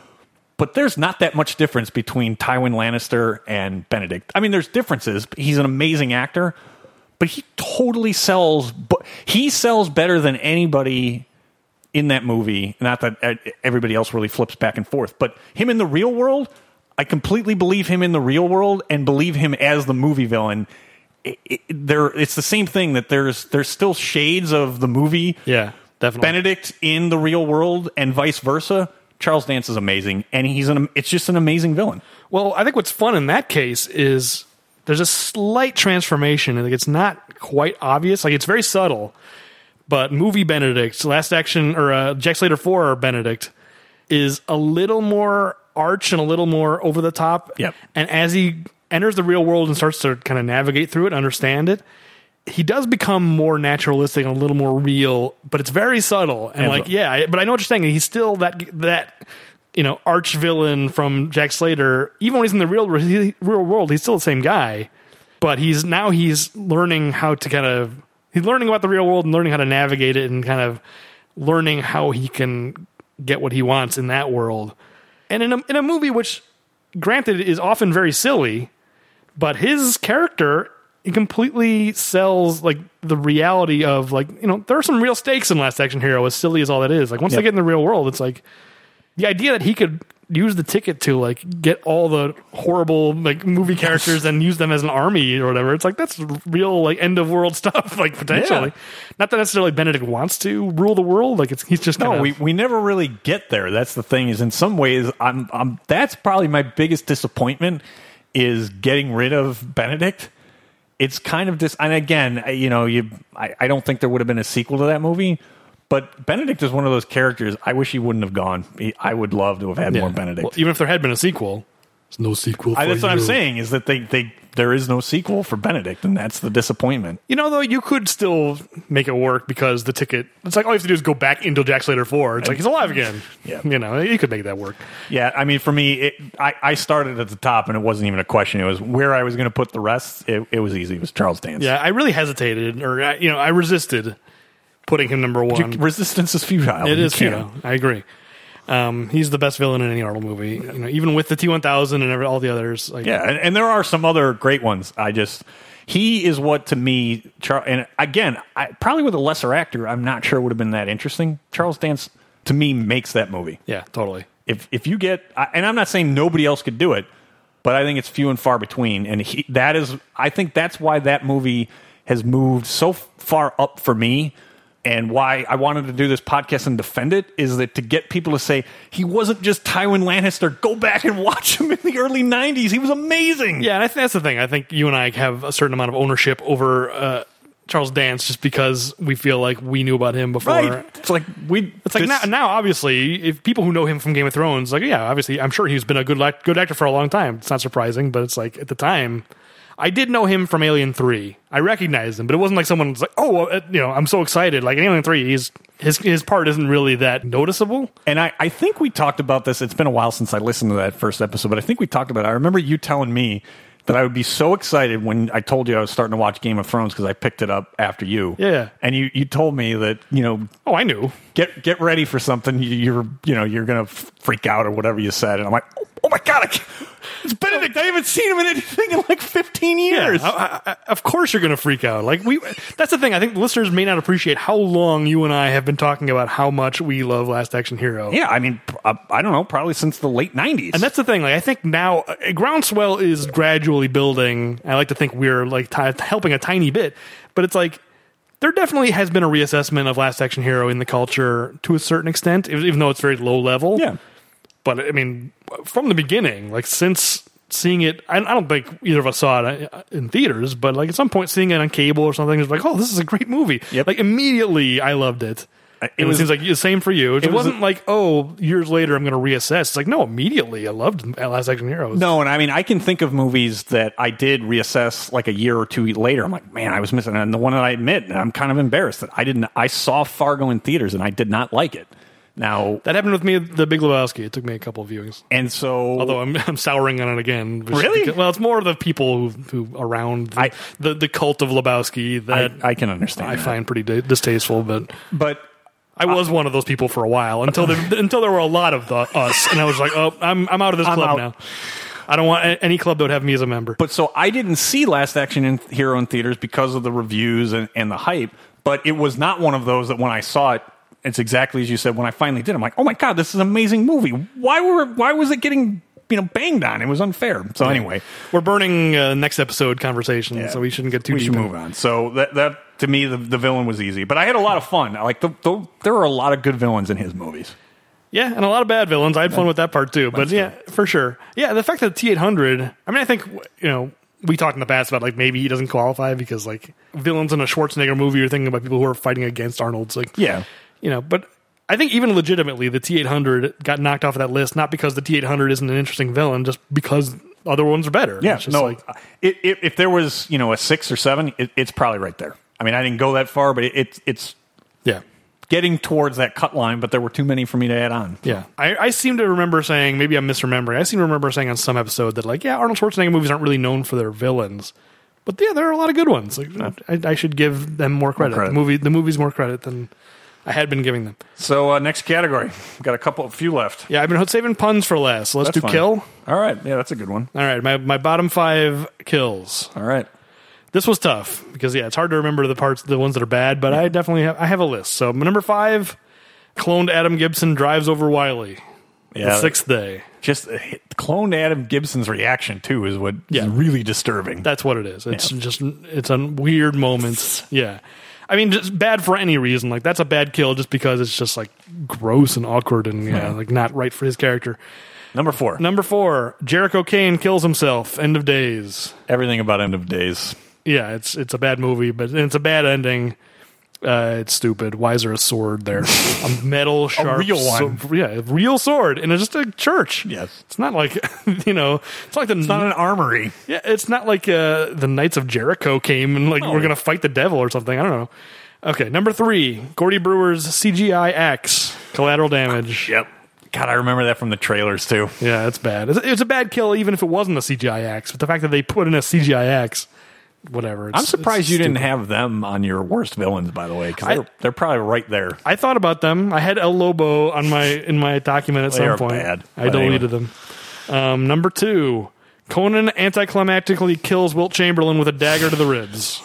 S1: uh, Benedict
S2: Yeah, definitely.
S1: in the real world and vice versa. Charles Dance is amazing, and he's an. It's just an amazing villain.
S2: Well, I think what's fun in that case is there's a slight transformation, and like it's not quite obvious. Like it's very subtle, but movie Benedict, Last Action, or uh, Jack Slater Four Benedict is a little more arch and a little more over the top.
S1: Yep.
S2: And as he enters the real world and starts to kind of navigate through it, understand it. He does become more naturalistic and a little more real, but it's very subtle. And,
S1: And-
S2: like, yeah, I- but I know what you're saying. He's still that that you know arch villain from Jack Slater. Even when he's in the real he- real world, he's still the same guy. But he's now he's learning how to kind of he's learning about the real world and learning how to navigate it and kind of learning how he can get what he wants in that world. And in a in a movie which granted is often very silly, but his character he completely sells like the reality of like you know there are some real stakes in Last Action Hero as silly as all that is. Like once they
S1: Yep.
S2: get in the real world, it's like the idea that he could use the ticket to like get all the horrible like movie characters and use them as an army or whatever. It's like that's real like end of world [laughs] stuff like potentially. Not that necessarily Benedict wants to rule the world. Like it's he's just
S1: No,
S2: kinda-
S1: we, we never really get there. That's the thing. Is in some ways, I'm, I'm. That's probably my biggest disappointment is getting rid of Benedict. It's kind of dis. And again, I- you know, you. I, I don't think there would have been a sequel to that movie. But Benedict is one of those characters. I wish he wouldn't have gone. He, I would love to have had more Benedict.
S2: Well, even if there had been a sequel, there's no sequel.
S1: I,
S2: for
S1: that's what I'm
S2: you.
S1: saying. Is that they, they there is no sequel for Benedict, and that's the disappointment.
S2: You know, though, you could still make it work because the ticket. It's like all you have to do is go back into Jack Slater Four. It's like he's alive again.
S1: Yeah.
S2: you know, you could make that work.
S1: Yeah, I mean, for me, it, I, I started at the top, and it wasn't even a question. It was where I was going to put the rest. It, it was easy. It was Charles Dance.
S2: Yeah, I really hesitated, or I- you know, I resisted putting him number one.
S1: resistance is futile.
S2: It
S1: You
S2: is
S1: can't.
S2: Fudo. I agree. Um, he's the best villain in any Arnold movie. You know, even with the T1000 and every, all the others. Like,
S1: Yeah, and, and there are some other great ones. I just he is what to me. Char- and again, I, probably with a lesser actor, I'm not sure would have been that interesting. Charles Dance to me makes that movie.
S2: yeah, totally.
S1: if if you get I- and I'm not saying nobody else could do it, but I think it's few and far between. And he, that is, I think that's why that movie has moved so f- far up for me, and why I wanted to do this podcast and defend it is that to get people to say he wasn't just Tywin Lannister. Go back and [laughs] watch him in the early '90s. He was amazing.
S2: Yeah, and I think that's the thing. I think you and I have a certain amount of ownership over uh, Charles Dance just because we feel like we knew about him before.
S1: right. It's like we.
S2: It's like
S1: this-
S2: now, now, obviously, if people who know him from Game of Thrones, like, yeah, obviously, I'm sure he's been a good lac- good actor for a long time. It's not surprising, but it's like at the time, I did know him from Alien Three. I recognized him, but it wasn't like someone was like, oh, well, uh, you know, I'm so excited. Like in Alien Three, he's his his part isn't really that noticeable.
S1: And I, I think we talked about this. It's been a while since I listened to that first episode, but I think we talked about it. I remember you telling me that I would be so excited when I told you I was starting to watch Game of Thrones because I picked it up after you.
S2: Yeah.
S1: And you, you told me that, you know,
S2: Oh, I knew.
S1: get get ready for something. You, you're you know, you're gonna f- freak out or whatever you said. And I'm like, oh, oh my god, I can't- It's Benedict. I haven't seen him in anything in like 15 years.
S2: I- I- I- of course you're going to freak out. Like we, that's the thing. I think listeners may not appreciate how long you and I have been talking about how much we love Last Action Hero.
S1: yeah, I mean, I, I don't know, probably since the late 90s.
S2: And that's the thing. Like I think now, uh, groundswell is gradually building. I like to think we're like ti helping a tiny bit, but it's like there definitely has been a reassessment of Last Action Hero in the culture to a certain extent, ev- even though it's very low level.
S1: yeah.
S2: But I mean, from the beginning, like since seeing it, I, I don't think either of us saw it uh, in theaters, but like at some point seeing it on cable or something is like, oh, this is a great movie.
S1: Yep.
S2: Like immediately, I loved it.
S1: It
S2: And it,
S1: was-
S2: seems like the same for you. It,
S1: was-
S2: wasn't like, oh, years later, I'm going to reassess. It's like, no, immediately, I loved Last Action Heroes.
S1: No, and I mean, I can think of movies that I did reassess like a year or two later. I'm like, man, I was missing. And the one that I admit, and I'm kind of embarrassed that I didn't, I saw Fargo in theaters and I did not like it. Now,
S2: That happened with me, at The Big Lebowski. It took me a couple of viewings.
S1: and so.
S2: Although I'm, I'm souring on it again. which-
S1: Really?
S2: because- well, it's more the people who, who around the,
S1: I-
S2: the, the cult of Lebowski that
S1: I, I can understand.
S2: I
S1: that.
S2: find pretty di- distasteful, but
S1: But
S2: I was one of those people for a while until there, [laughs] until there were a lot of the, us, and I was like, oh, I'm I'm out of this
S1: I'm
S2: club
S1: out.
S2: now. I don't want a- any club that would have me as a member.
S1: but so I didn't see Last Action in, Hero in theaters because of the reviews and, and the hype. But it was not one of those that when I saw it, it's exactly as you said. When I finally did, I'm like, oh my god, this is an amazing movie. Why were why was it getting you know banged on? It was unfair. So anyway,
S2: we're burning uh, next episode conversation, so we shouldn't get too
S1: we
S2: deep.
S1: should
S2: in.
S1: move on. So that that to me the, the villain was easy, but I had a lot of fun. I Like the, the, there are a lot of good villains in his movies.
S2: Yeah, and a lot of bad villains. I had fun with that part too, but yeah, for sure. Yeah, the fact that T eight hundred. I mean, I think you know we talked in the past about like maybe he doesn't qualify because like villains in a Schwarzenegger movie, you're thinking about people who are fighting against Arnold's like
S1: Yeah.
S2: you know, but. I think even legitimately, the T eight hundred got knocked off of that list not because the T eight hundred isn't an interesting villain, just because other ones are better.
S1: Yeah,
S2: It's just
S1: no.
S2: like,
S1: uh, it, it, if there was you know a six or seven, it, it's probably right there. I mean, I didn't go that far, but it, it's it's
S2: yeah,
S1: getting towards that cut line. But there were too many for me to add on.
S2: yeah. I, I seem to remember saying maybe I'm misremembering. I seem to remember saying on some episode that like, yeah, Arnold Schwarzenegger movies aren't really known for their villains, but yeah, there are a lot of good ones. Like, I, I should give them more credit.
S1: credit.
S2: The movie, the movies, more credit than I had been giving them.
S1: So uh, next category, We've got a couple, a few left.
S2: Yeah, I've been saving puns for last. So let's
S1: That's
S2: do
S1: fine.
S2: kill.
S1: All right, yeah, that's a good one.
S2: All right, my my bottom five kills.
S1: All right,
S2: this was tough because yeah, it's hard to remember the parts, the ones that are bad. But I definitely have, I have a list. So number five, cloned Adam Gibson drives over Wiley.
S1: yeah,
S2: the sixth day.
S1: Just uh, cloned Adam Gibson's reaction too is what is
S2: Yeah.
S1: really disturbing.
S2: That's what it is. It's just it's a weird moment. Yeah, I mean, just bad for any reason. Like that's a bad kill just because it's just like gross and awkward and yeah, like not right for his character.
S1: Number four,
S2: Number four, Jericho Kane kills himself. End of days.
S1: everything about end of days.
S2: yeah, it's it's a bad movie, but it's a bad ending. Uh, it's stupid. Why is there a
S1: [laughs]
S2: sword there? a metal sharp,
S1: real one.
S2: so- yeah, a real sword, and it's just a church.
S1: Yes.
S2: it's not like [laughs] you know, it's like the
S1: Not an armory.
S2: yeah, it's not like uh, the Knights of Jericho came and like we're gonna fight the devil or something. I don't know. Okay, number three, Gordy Brewer's CGI axe, collateral damage.
S1: Yep. God, I remember that from the trailers too.
S2: Yeah, it's bad. It's, it's a bad kill, even if it wasn't a CGI axe. But the fact that they put in a CGI axe, whatever.
S1: I'm surprised you didn't have them on your worst villains, by the way, because
S2: I-
S1: they're, they're probably right there.
S2: I thought about them. I had El Lobo on my in my document at
S1: They
S2: some
S1: are
S2: point.
S1: bad.
S2: I
S1: But anyway.
S2: deleted them. Um, number two, Conan anticlimactically kills Wilt Chamberlain with a dagger to the ribs.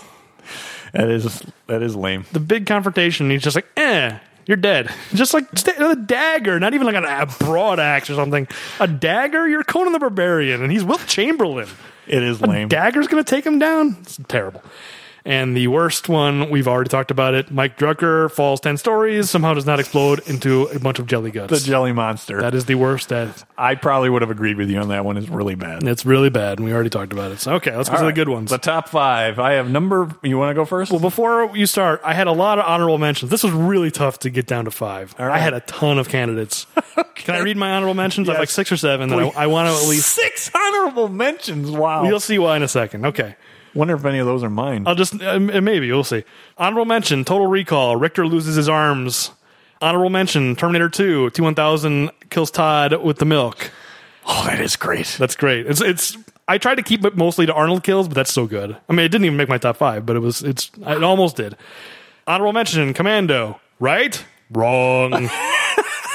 S1: That is that is lame.
S2: The big confrontation. He's just like, eh, you're dead. [laughs] Just like just a dagger, not even like an- a broad axe or something. A dagger. You're Conan the Barbarian, and he's Wilt Chamberlain.
S1: It is lame.
S2: Dagger's gonna take him down. It's terrible. And the worst one, we've already talked about it. Mike Drucker falls ten stories, somehow does not explode into a bunch of jelly guts.
S1: the Jelly Monster.
S2: That is the worst death.
S1: I probably would have agreed with you on that one. It's really bad.
S2: It's really bad, and we already talked about it. So okay, let's go to the good ones.
S1: The top five. I have number. You want to go first?
S2: well, before you start, I had a lot of honorable mentions. This was really tough to get down to five.
S1: right.
S2: I had a ton of
S1: [laughs]
S2: candidates. Can I read my honorable mentions? I have
S1: Yes.
S2: like six or seven that I,
S1: Please.
S2: I want to at
S1: [laughs]
S2: least.
S1: six honorable mentions. Wow.
S2: You'll see why in a second. Okay,
S1: Wonder if any of those are mine.
S2: I'll just uh, maybe we'll see. Honorable mention: Total Recall. Richter loses his arms. Honorable mention: Terminator Two. T one thousand kills Todd with the milk.
S1: oh, that is great.
S2: That's great. It's it's. I tried to keep it mostly to Arnold kills, but that's so good. I mean, it didn't even make my top five, but it was it's it almost did. Honorable mention: Commando. Right? Wrong.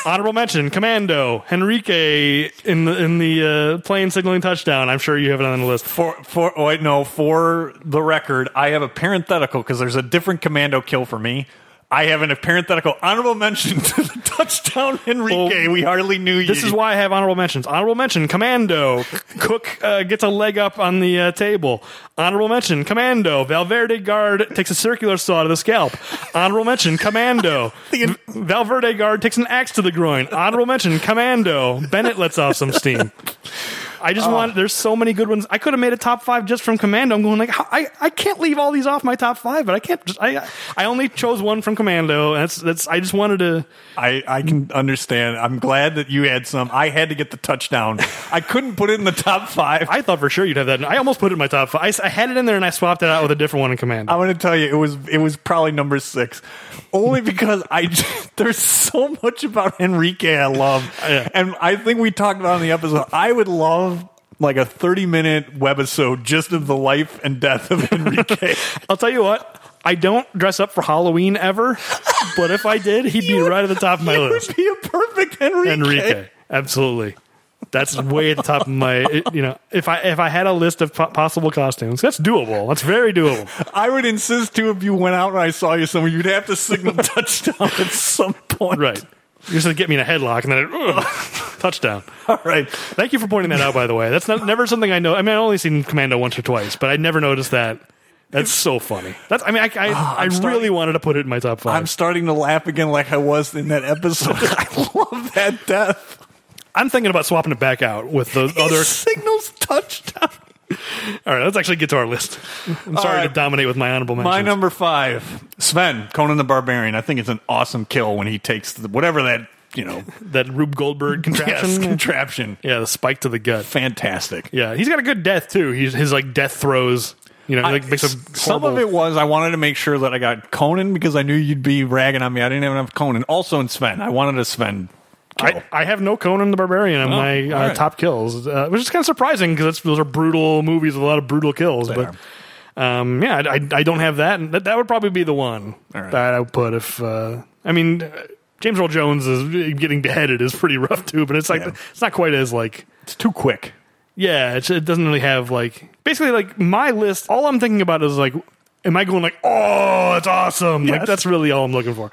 S2: Honorable mention: Commando, Henrique in the in the uh, plane signaling touchdown. I'm sure you have it on the list.
S1: For for oh, wait no for the record, I have a parenthetical because there's a different commando kill for me. I have an, a parenthetical honorable mention [laughs] to the touchdown Enrique. we hardly knew you.
S2: This is why I have honorable mentions. Honorable mention: Commando. Cook uh, gets a leg up on the uh, table. Honorable mention: Commando. Valverde guard takes a circular saw to the scalp. Honorable mention: Commando.
S1: The-
S2: Valverde guard takes an axe to the groin. Honorable mention: Commando. Bennett lets off some steam. I just want. There's so many good ones. I could have made a top five just from Commando. I'm going like how- I, I can't leave all these off my top five, but I can't. Just, I I only chose one from Commando. And that's that's. I just wanted to.
S1: I, I can understand. I'm glad that you had some. I had to get the touchdown. I couldn't put it in the top five.
S2: I thought for sure you'd have that. I almost put it in my top five. I s- I, had it in there and I swapped it out with a different one in Commando.
S1: I want to tell you, it was it was probably number six, only because I [laughs] just- there's so much about Enrique I love,
S2: Yeah.
S1: and I think we talked about it on the episode. I would love like a 30 minute webisode just of the life and death of
S2: [laughs]
S1: Enrique.
S2: I'll tell you what. I don't dress up for Halloween ever, but if I did, he'd be right at the top of my
S1: He
S2: list.
S1: would be a perfect Enrique.
S2: Enrique, absolutely. That's way at the top of my. it- You know, if I if I had a list of po- possible costumes, that's doable. That's very doable.
S1: I would insist too if you went out and I saw you somewhere, you'd have to
S2: [laughs]
S1: signal touchdown at some point.
S2: Right. You're just gonna get me in a headlock and then it, touchdown.
S1: [laughs] All right.
S2: Thank you for pointing that out. By the way, that's not, never something I know. I mean, I've only seen Commando once or twice, but I never noticed that. That's so funny. That's. I mean, I I, I
S1: Ah, I'm
S2: really
S1: starting-
S2: wanted to put it in my top 5
S1: I'm starting to laugh again like I was in that episode. [laughs] I love that death.
S2: I'm thinking about swapping it back out with the
S1: He
S2: other.
S1: signals touchdown.
S2: All right, let's actually get to our list. I'm sorry
S1: right.
S2: to dominate with my honorable mentions.
S1: My number five, Sven, Conan the Barbarian. I think it's an awesome kill when he takes the, whatever that, you know,
S2: that Rube [laughs] Goldberg contraption.
S1: yes, contraption.
S2: Yeah, the spike to the gut.
S1: Fantastic.
S2: Yeah, he's got a good death too. He's his like death throws. You know, he, like makes a
S1: Some of
S2: horrible-
S1: it was I wanted to make sure that I got Conan because I knew you'd be ragging on me. I didn't have enough Conan. Also in Sven, I wanted a Sven.
S2: I, I have no Conan the Barbarian on my
S1: all
S2: uh,
S1: right.
S2: top kills, uh, which is kind of surprising because those are brutal movies with a lot of brutal kills. but um, yeah, I, I, I don't have that, and that, that would probably be the one
S1: All right.
S2: that I would put. If uh, I mean, uh, James Earl Jones is getting beheaded is pretty rough too, but it's like
S1: Yeah.
S2: it's not quite as like
S1: It's too quick.
S2: yeah, it's, it doesn't really have like basically like my list. All I'm thinking about is like, am I going like, oh, it's awesome? Like
S1: Yes.
S2: that's really all I'm looking for.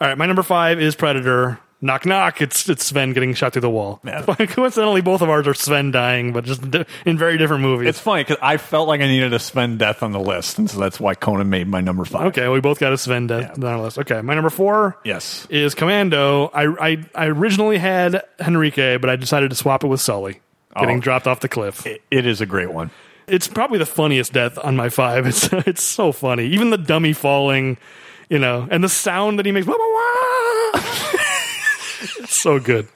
S2: All right, my number five is Predator. Knock knock. It's it's Sven getting shot through the wall.
S1: Yeah.
S2: [laughs] Coincidentally, both of ours are Sven dying, but just di- in very different movies.
S1: It's funny because I felt like I needed a Sven death on the list, and so that's why Conan made my number five.
S2: okay, we both got a Sven death on our list. Okay, my number four.
S1: Yes.
S2: Is Commando. I, I I originally had Henrique, but I decided to swap it with Sully, getting
S1: Oh.
S2: dropped off the cliff.
S1: It- it is a great one.
S2: it's probably the funniest death on my five. [laughs] It's it's so funny. Even the dummy falling, you know, and the sound that he makes. Wah, wah, wah. [laughs] it's so good.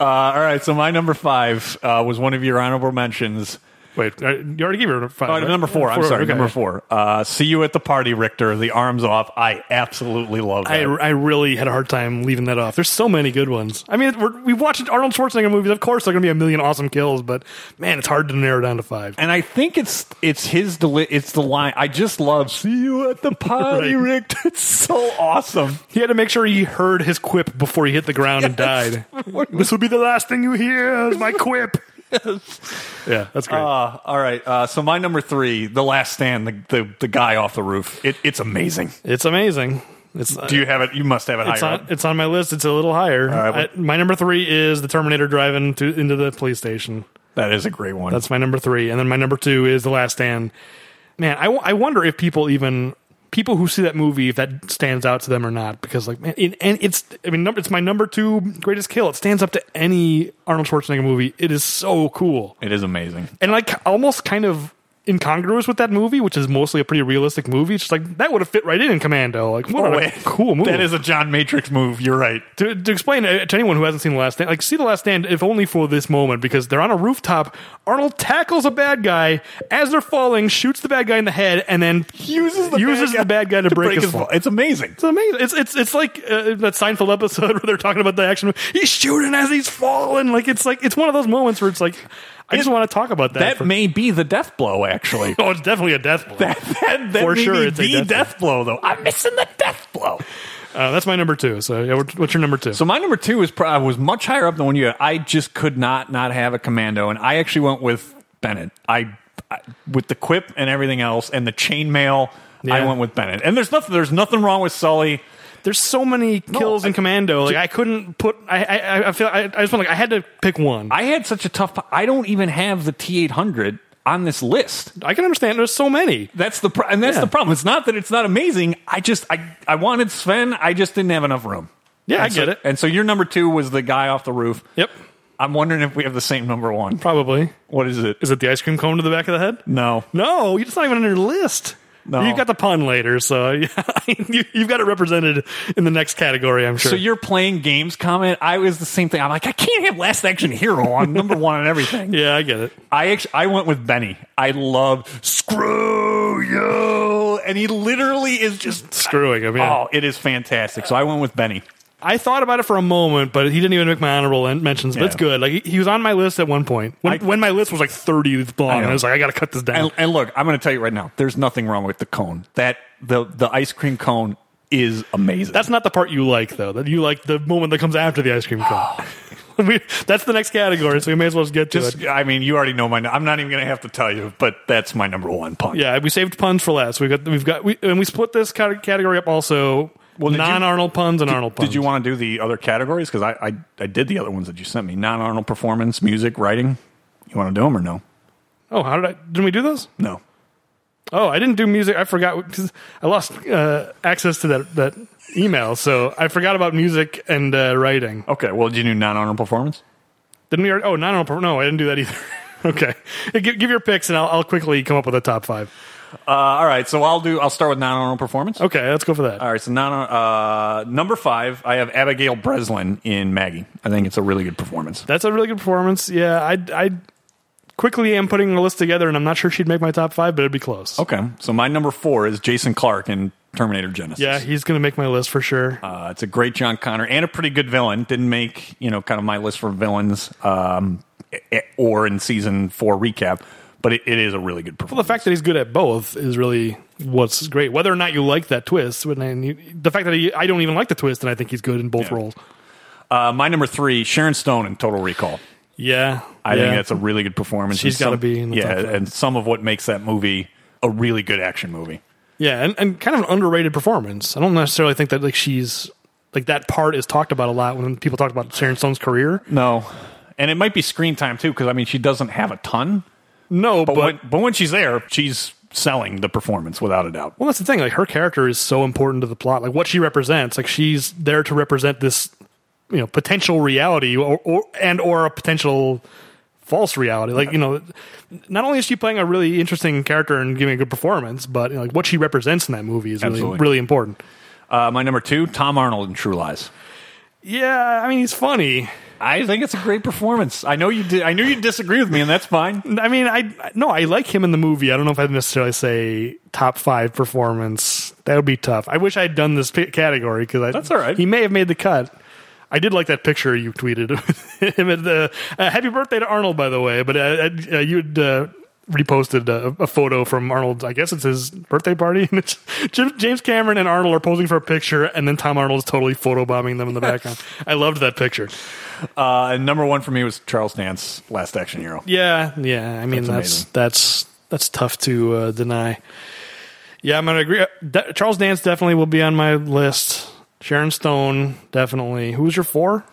S1: Uh, all right, so my number five uh, was one of your honorable mentions.
S2: Wait, uh, you already gave her five.
S1: Oh,
S2: right?
S1: Number four, I'm sorry,
S2: okay.
S1: number four. Uh, See you at the party, Richter. The arms off. I absolutely love
S2: I,
S1: that.
S2: I really had a hard time leaving that off. There's so many good ones. I mean, we're, we've watched Arnold Schwarzenegger movies. Of course, there are going to be a million awesome kills, but man, it's hard to narrow down to five.
S1: and I think it's it's his deli- it's the line. I just love see you at the [laughs] party,
S2: Right.
S1: Richter. It's so awesome.
S2: He had to make sure he heard his quip before he hit the ground
S1: [laughs]
S2: and died. this will be the last thing you hear is my quip. Yeah, that's great.
S1: Uh, all right, uh, so my number three, the last stand, the the, the guy off the roof. It, it's amazing.
S2: It's amazing. It's
S1: Do you have it? You must have it
S2: it's
S1: higher.
S2: on
S1: up.
S2: it's on my list. It's a little higher.
S1: right, well-
S2: I- my number three is the Terminator driving to, into the police station.
S1: That is a great one.
S2: That's my number three, and then my number two is the Last Stand. Man, I, w- I wonder if people even people who see that movie if that stands out to them or not because like man, it, and it's I mean number, it's my number two greatest kill. It stands up to any Arnold Schwarzenegger movie. It is so cool
S1: it is amazing.
S2: and like almost kind of incongruous with that movie, which is mostly a pretty realistic movie. It's just like that would have fit right in in Commando. Like what a
S1: Wait.
S2: cool movie.
S1: Oh, That is a John Matrix move. You're right.
S2: to, to explain it to anyone who hasn't seen The Last Stand, like see The Last Stand, if only for this moment, because they're on a rooftop. Arnold tackles a bad guy as they're falling, shoots the bad guy in the head, and then
S1: Uses the
S2: uses
S1: bad guy
S2: the bad guy [laughs] to, break, his fall.
S1: It's amazing.
S2: It's amazing. It's it's it's like uh, that Seinfeld episode [laughs] where they're talking about the action. He's shooting as he's falling. Like it's like it's one of those moments where it's like I just want to talk about that.
S1: That
S2: for- [laughs]
S1: may be the death blow, actually.
S2: oh, it's definitely a death blow.
S1: that, that, that
S2: For
S1: may
S2: sure
S1: be
S2: it's a
S1: the
S2: death
S1: death blow, though. I'm missing the death blow.
S2: Uh, that's my number two. So yeah, what- what's your number two?
S1: So my number two was pro- was much higher up than one you had. I just could not not have a commando, and I actually went with Bennett. I, I with the quip and everything else, and the chainmail. I
S2: Yeah.
S1: went with Bennett, and there's nothing. There's nothing wrong with Sully.
S2: There's so many kills in
S1: I-
S2: Commando. Like I couldn't put. I I, I- I feel. I, I just felt like I had to pick one. I,
S1: I had such a tough. po- I don't even have the T800 on this list.
S2: can understand. There's so many.
S1: That's the pro- and that's
S2: Yeah.
S1: the problem. It's not that it's not amazing. I just I I wanted Sven. I just didn't have enough room.
S2: Yeah, I
S1: And so-
S2: get it.
S1: And so your number two was the guy off the roof.
S2: Yep,
S1: I'm wondering if we have the same number one.
S2: probably.
S1: What is it?
S2: Is it the ice cream cone to the back of the head?
S1: No.
S2: No, it's not even on your list.
S1: No.
S2: You've got the pun later, so [laughs] yeah, you, you've got it represented in the next category. I'm sure.
S1: So you're playing games comment. I was the same thing. I'm like, I can't have Last Action Hero on number one on everything.
S2: [laughs] yeah, I get it.
S1: I actually, I went with Benny. I love screw you, and he literally is just
S2: Screwing him. Yeah.
S1: Oh, it is fantastic. So I went with Benny.
S2: I thought about it for a moment, but he didn't even make my honorable en- mentions. But
S1: Yeah.
S2: it's good. Like he, he was on my list at one point when,
S1: I-
S2: when my list was like 30 long,
S1: know.
S2: and I was like, I got to cut this down.
S1: And, and look, I'm going to tell you right now, there's nothing wrong with the cone. That the the ice cream cone is amazing.
S2: That's not the part you like, though. That you like the moment that comes after the ice cream
S1: Oh.
S2: cone. [laughs] We- that's the next category, so we may as well just get to it.
S1: I mean, you already know my. I'm not even going to have to tell you, but that's my number one pun.
S2: Yeah, we saved puns for last. We've got we've got we, and we split this cate- category up also.
S1: Well, did you-
S2: non-Arnold puns and Arnold puns.
S1: Did you want to do the other categories? Because I, I I did the other ones that you sent me: non Arnold performance, music, writing. You want to do them or no?
S2: Oh, how did I? Didn't we do those?
S1: No.
S2: Oh, I didn't do music. I forgot because I lost uh, access to that that email, so I forgot about music and uh, writing.
S1: Okay. Well, did you do non Arnold performance?
S2: Didn't we? Already, oh, non-Arnold. No, I didn't do that either. [laughs] okay, give, give your picks, and I'll, I'll quickly come up with a top five.
S1: Uh, all right. So I'll do. I'll start with non Arnold performance.
S2: Okay, let's go for that.
S1: All right. So non uh, number five, I have Abigail Breslin in Maggie. I think it's a really good performance.
S2: That's a really good performance. Yeah, I I quickly am putting a list together, and I'm not sure she'd make my top five, but it'd be close.
S1: Okay. So my number four is Jason Clark in Terminator Genesis.
S2: Yeah, he's gonna make my list for sure.
S1: Uh, it's a great John Connor and a pretty good villain. Didn't make you know kind of my list for villains, um, eh, eh, or in season four recap, but it, it is a really good
S2: the
S1: performance.
S2: fact that he's good at both is really what's great. Whether or not you like that twist, when and you, the fact that he, I don't even like the twist, and I think he's good in both
S1: Yeah.
S2: roles.
S1: uh, my number three, Sharon Stone in Total Recall.
S2: Yeah,
S1: I
S2: yeah.
S1: think that's a really good performance.
S2: She's
S1: And some-
S2: gotta be in the
S1: yeah,
S2: top five.
S1: and some of what makes that movie a really good action movie.
S2: yeah, and, and kind of an underrated performance. I don't necessarily think that like she's like that part is talked about a lot when people talk about Sharon Stone's career.
S1: No, and it might be screen time too because I mean she doesn't have a ton,
S2: No,
S1: but
S2: but,
S1: when, but when she's there, she's selling the performance without a doubt.
S2: Well, that's the thing. Like her character is so important to the plot. Like what she represents. Like she's there to represent this, you know, potential reality or, or and or a potential false reality. Like you know, not only is she playing a really interesting character and giving a good performance, but you know, like what she represents in that movie is really
S1: Absolutely.
S2: really important.
S1: Uh, my number two, Tom Arnold in True Lies.
S2: Yeah, I mean he's funny.
S1: I think it's a great performance. I know you. Di- I knew you disagree with me, and that's fine.
S2: I mean I no, I like him in the movie. I don't know if I'd necessarily say top five performance. That would be tough. I wish I'd done this p- category because
S1: That's all right.
S2: He may have made the cut. I did like that picture you tweeted [laughs] of him at the uh, happy birthday to Arnold, by the way. But uh, uh, you had uh, reposted uh, a, a photo from Arnold. I guess it's his birthday party, [laughs] and it's Jim, James Cameron and Arnold are posing for a picture, and then Tom Arnold is totally photobombing them in
S1: [laughs]
S2: the background. I loved that picture.
S1: Uh, and number one for me was Charles Dance, Last Action Hero.
S2: Yeah, yeah. I mean,
S1: That's
S2: that's that's that's, tough to uh, deny. Yeah, I'm gonna agree. Uh, De- Charles Dance definitely will be on my list. Sharon Stone definitely. Who's your four?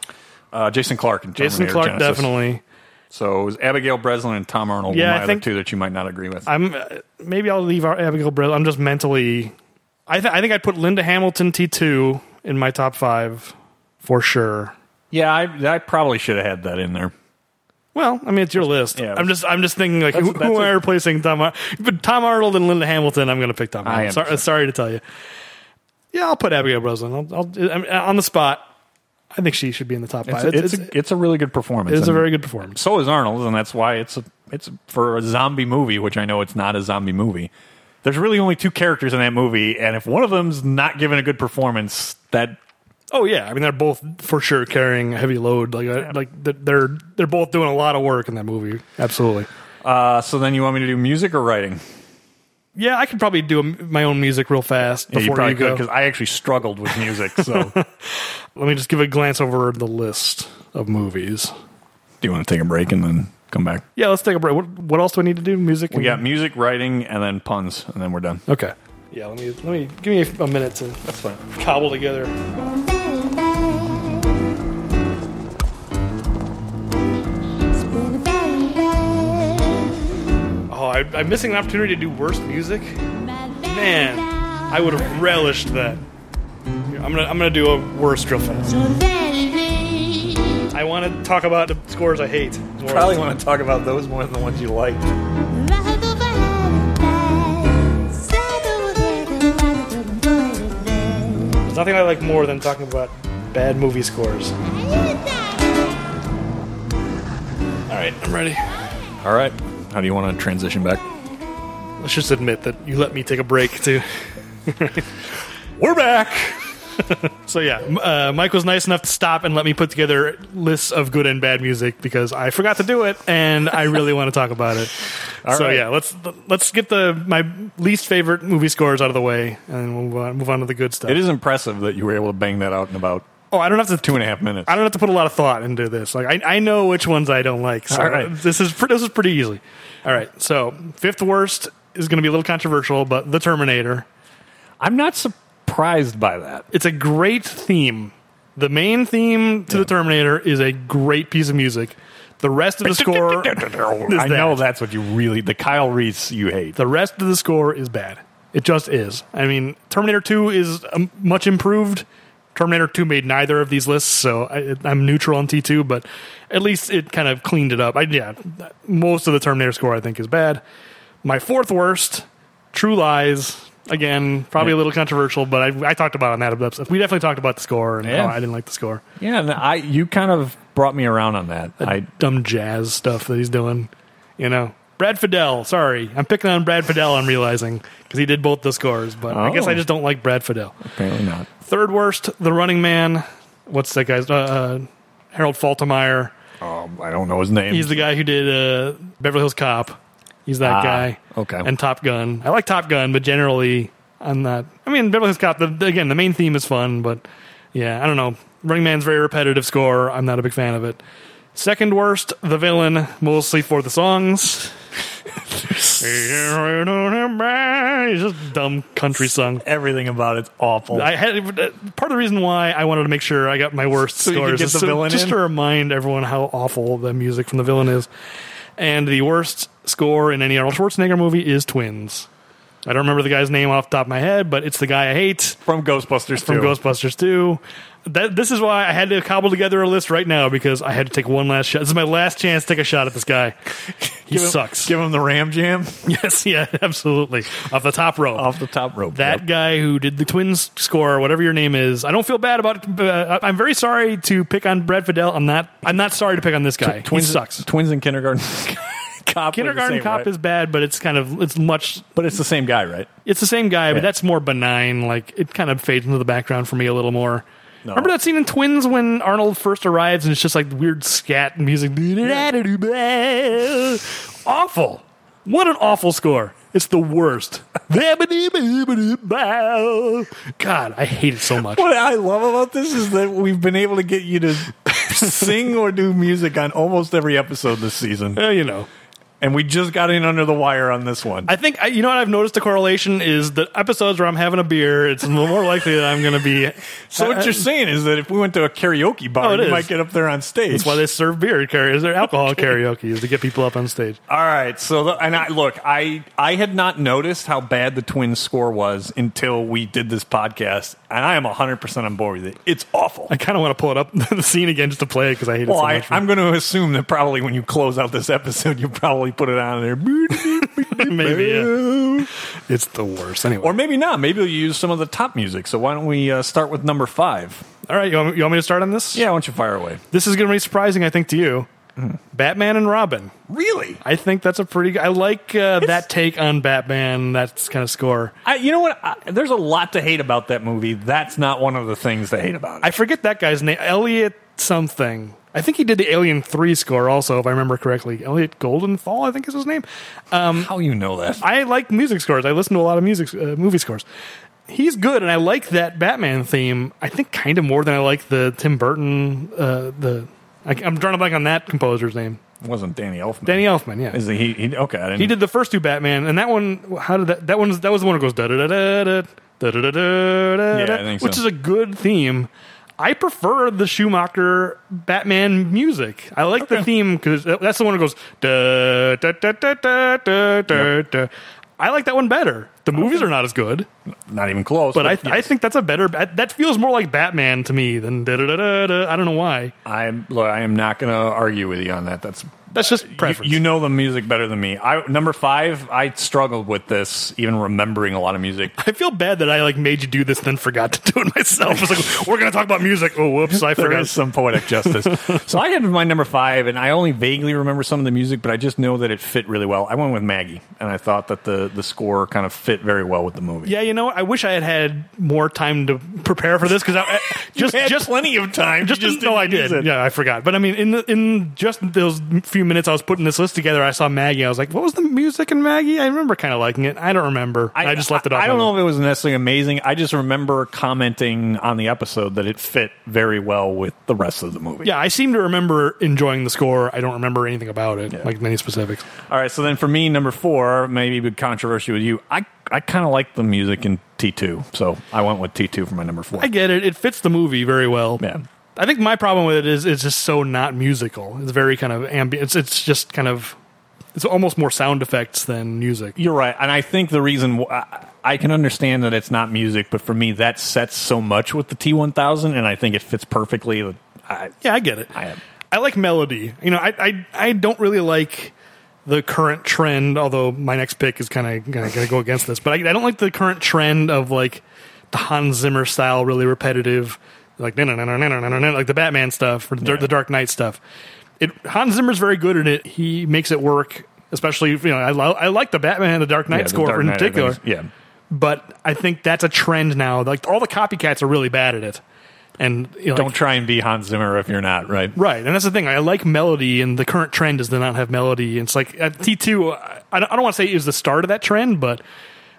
S1: Uh, Jason Clark and
S2: Jason Clark definitely.
S1: So it was Abigail Breslin and Tom Arnold.
S2: Yeah,
S1: were my
S2: I
S1: other
S2: think-
S1: two that you might not agree with.
S2: I'm uh, maybe I'll leave our Abigail Breslin. I'm just mentally. I th- I think I'd put Linda Hamilton T two in my top five for sure.
S1: yeah, I, I probably should have had that in there.
S2: Well, I mean, it's your list.
S1: Yeah.
S2: I'm just, I'm just thinking like, who,
S1: that's
S2: who am
S1: a-
S2: I replacing Tom? Ar- but Tom Arnold and Linda Hamilton, I'm going to pick Tom.
S1: I
S2: Arnold. Sorry,
S1: understand.
S2: sorry to tell you. Yeah, I'll put Abigail Breslin. I'll, I'll I'm, on the spot. I think she should be in the top
S1: It's,
S2: five.
S1: it's, a, it's a really good performance.
S2: it's a
S1: and
S2: very good performance.
S1: so is Arnold's, and that's why it's a, it's for a zombie movie, which I know it's not a zombie movie. There's really only two characters in that movie, and if one of them's not giving a good performance, that
S2: Oh yeah, I mean they're both for sure carrying a heavy load. Like, uh, like th- they're they're both doing a lot of work in that movie. Absolutely.
S1: Uh, so then you want me to do music or writing?
S2: yeah, I could probably do a, my own music real fast
S1: Yeah,
S2: before
S1: you probably
S2: go.
S1: could because I actually struggled with music. So, [laughs] do
S2: Let me just give a glance over the list of movies.
S1: you want to take a break and then come back?
S2: Yeah, let's take a break. What, what else do I need to do? Music.
S1: We got music, writing, and then puns, and then we're done.
S2: Okay. Yeah, let me let me give me a minute to
S1: That's fine.
S2: cobble together. Oh, I, I'm missing an opportunity to do worst music. Man, I would have relished that. Here, I'm gonna I'm gonna do a worst real fast. I want to talk about the scores I hate.
S1: Probably want to talk about those more than the ones you like.
S2: There's nothing I like more than talking about bad movie scores. All right, I'm ready.
S1: All right. How do you want to transition back?
S2: Let's just admit that you let me take a break too. [laughs]
S1: We're back.
S2: So yeah, m- uh, Mike was nice enough to stop and let me put together lists of good and bad music because I forgot to do it and I really want to talk
S1: [laughs]
S2: about it. so
S1: right.
S2: yeah, let's let's get the my least favorite movie scores out of the way and then we'll move on, move on to the good stuff.
S1: It is impressive that you were able to bang that out in about
S2: oh, I don't have to
S1: two and a half minutes.
S2: I don't have to put a lot of thought into this. Like I, I know which ones I don't like. So
S1: All right.
S2: this is pre- this is pretty easy. All right. So fifth worst is going to be a little controversial, but The Terminator.
S1: I'm not surprised by that.
S2: It's a great theme. The main theme to The Terminator is a great piece of music. The rest of the score,
S1: I know that's what you really the Kyle Reese you hate.
S2: the rest of the score is bad. It just is. I mean, Terminator Two is um, much improved. Terminator Two made neither of these lists, so I, I'm neutral on T two. But at least it kind of cleaned it up. I, yeah, most of the Terminator score I think is bad. My fourth worst, True Lies. Again, probably a little controversial, but I, I talked about it on that episode. We definitely talked about the score and
S1: Yeah.
S2: how I didn't like the score.
S1: Yeah, and I you kind of brought me around on that. I
S2: dumb jazz stuff that he's doing. You know, Brad Fidel. Sorry, I'm picking on Brad Fidel. I'm realizing because he did both the scores, but I guess
S1: Oh.
S2: I just don't like Brad Fidel.
S1: apparently not.
S2: Third worst, The Running Man. What's that guy's? Uh, uh, Harold Faltermeyer.
S1: Um, I don't know his name.
S2: He's the guy who did uh, Beverly Hills Cop. He's that
S1: Ah,
S2: guy.
S1: okay.
S2: And Top Gun. I like Top Gun, but generally I'm not. I mean, Beverly Hills Cop. The, the- again, the main theme is fun, but yeah, I don't know. Running Man's very repetitive score. I'm not a big fan of it. Second worst, the villain, mostly for
S1: [laughs]
S2: the songs. [laughs] it's just dumb country song.
S1: everything about it's awful.
S2: I had uh, part of the reason why I wanted to make sure I got my worst
S1: So you could
S2: scores
S1: get
S2: is
S1: the
S2: so-
S1: villain
S2: just
S1: in?
S2: to remind everyone how awful the music from the villain is. And the worst score in any Arnold Schwarzenegger movie is Twins. I don't remember the guy's name off the top of my head, but it's the guy I hate
S1: from Ghostbusters
S2: from
S1: too.
S2: Ghostbusters 2. That, this is why I had to cobble together a list right now because I had to take one last shot. This is my last chance to take a shot at this guy. He
S1: Give him-
S2: sucks.
S1: Give him the Ram Jam
S2: [laughs] yes, yeah, absolutely. Off the top row.
S1: off the top rope.
S2: That
S1: Yep.
S2: guy who did the Twins score, whatever your name is, I don't feel bad about. Uh, I'm very sorry to pick on Brad Fidel. I'm not. I'm not sorry to pick on this guy.
S1: twins
S2: he sucks.
S1: Twins in kindergarten [laughs] cop. were the
S2: Kindergarten
S1: same,
S2: Cop
S1: right?
S2: is bad, but it's kind of it's much.
S1: but it's the same guy, right?
S2: It's the same guy, but
S1: Yeah.
S2: that's more benign. Like it kind of fades into the background for me a little more. Remember that scene in Twins when Arnold first arrives and it's just like weird scat music. Awful. What an awful score. It's the worst. God, I hate it so much.
S1: What I love about this is that we've been able to get you to sing or do music on almost every episode this season,
S2: Uh, you know.
S1: and we just got in under the wire on this one.
S2: I think I, you know what I've noticed. The correlation is the episodes where I'm having a beer, it's more likely that I'm going to be.
S1: so what you're saying is that if we went to a karaoke
S2: Oh,
S1: bar,
S2: it
S1: you
S2: is.
S1: might get up there on stage.
S2: That's why they serve beer karaoke. Is there alcohol karaoke? Is to get people up on stage.
S1: All right. So, the, and I look, I I had not noticed how bad the Twins score was until we did this podcast, and I am 100% on board with it. It's awful.
S2: I kind of want to pull it up [laughs] the scene again just to play it because I hate
S1: Well,
S2: it
S1: I,
S2: so much.
S1: I'm going to assume that probably when you close out this [laughs] episode, you probably put it on there.
S2: Maybe, [laughs] yeah. it's the worst. Anyway,
S1: Or maybe not. Maybe you'll use some of the top music. So why don't we uh, start with number five?
S2: all right, you want, me- you want me to start on this?
S1: Yeah, why don't you fire away?
S2: This is going to be surprising, I think, to you. Batman and Robin.
S1: Really?
S2: I think that's a pretty. g- I like uh, that take on Batman. That kind of score.
S1: I, you know what? I, there's a lot to hate about that movie. That's not one of the things to hate about it.
S2: I forget that guy's name, Elliot something. I think he did the Alien Three score also, if I remember correctly. Elliot Goldenthal, I think is his name.
S1: How you know that?
S2: I like music scores. I listen to a lot of music, uh, movie scores. He's good, and I like that Batman theme. I think kind of more than I like the Tim Burton. Uh, the I, I'm drawing a blank on that composer's name.
S1: It wasn't Danny Elfman.
S2: Danny Elfman. Yeah,
S1: Is he, he? Okay, I didn't.
S2: he did the first two Batman, and that one. How did that? That one's that was the one that goes da da da da da da da da da
S1: Yeah, I
S2: da,
S1: think
S2: which
S1: so.
S2: is a good theme. I prefer the Schumacher Batman music. I like the
S1: Okay.
S2: theme because that's the one that goes da da da da da da da. da. I like that one better. The movies are not as good,
S1: Not even close.
S2: but I I think that's a better. That feels more like Batman to me than da da da da. da. I don't know why.
S1: I, am look, I am not going to argue with you on that. That's
S2: That's just preference.
S1: Uh, You, you know the music better than me. I number five. I struggled with this, even remembering a lot of music.
S2: I feel bad that I like made you do this, then forgot to do it myself. It's like we're gonna talk about music. Oh, whoops, I
S1: [laughs] There
S2: forgot.
S1: is some poetic
S2: [laughs]
S1: justice. so I had my number five, and I only vaguely remember some of the music, but I just know that it fit really well. I went with Maggie, and I thought that the the score kind of fit very well with the movie.
S2: Yeah, you know, what? I wish I had had more time to prepare for this
S1: [laughs]
S2: because I, I just just
S1: plenty of time.
S2: just, no, I did. Yeah, I forgot. But I mean, in the, in just those few minutes I was putting this list together, I saw Maggie. I was like, what was the music in Maggie? I remember kind of liking it. I don't remember. I, just left it off.
S1: I,
S2: my
S1: don't
S2: list.
S1: know if it was necessarily amazing. I just remember commenting on the episode that it fit very well with the rest of the movie.
S2: Yeah, I seem to remember enjoying the score. I don't remember anything about it, like many specifics.
S1: All right. So then for me, number four, maybe a bit controversial with you. I I kind of like the music in T two, so I went with T two for my number four.
S2: I get it. It fits the movie very well.
S1: Yeah.
S2: I think my problem with it is it's just so not musical. It's very kind of ambient. It's, it's just kind of it's almost more sound effects than music.
S1: You're right, and I think the reason wh- I, I can understand that it's not music, but for me, that sets so much with the T one thousand, and I think it fits perfectly. with- I,
S2: Yeah, I get it.
S1: I am.
S2: I like melody. You know, I I, I don't really like the current trend. Although my next pick is kind of going to go against this, but I, I don't like the current trend of like the Hans Zimmer style, really repetitive, like na na na na na na like the Batman stuff or the, Dark-
S1: Yeah.
S2: the Dark Knight stuff. It Hans Zimmer's very good at it. He makes it work. Especially, you know, I, lo- I like the Batman and the Dark Knight
S1: the
S2: score
S1: Dark
S2: in
S1: Knight, I think,
S2: particular
S1: is- Yeah,
S2: but I think that's a trend now. Like all the copycats are really bad at it, and you know,
S1: don't
S2: like-
S1: try and be Hans Zimmer if you're not right.
S2: right. And that's the thing. I like melody, and the current trend is to not have melody. It's like T two. I I don't, I don't want to say it was the start of that trend, but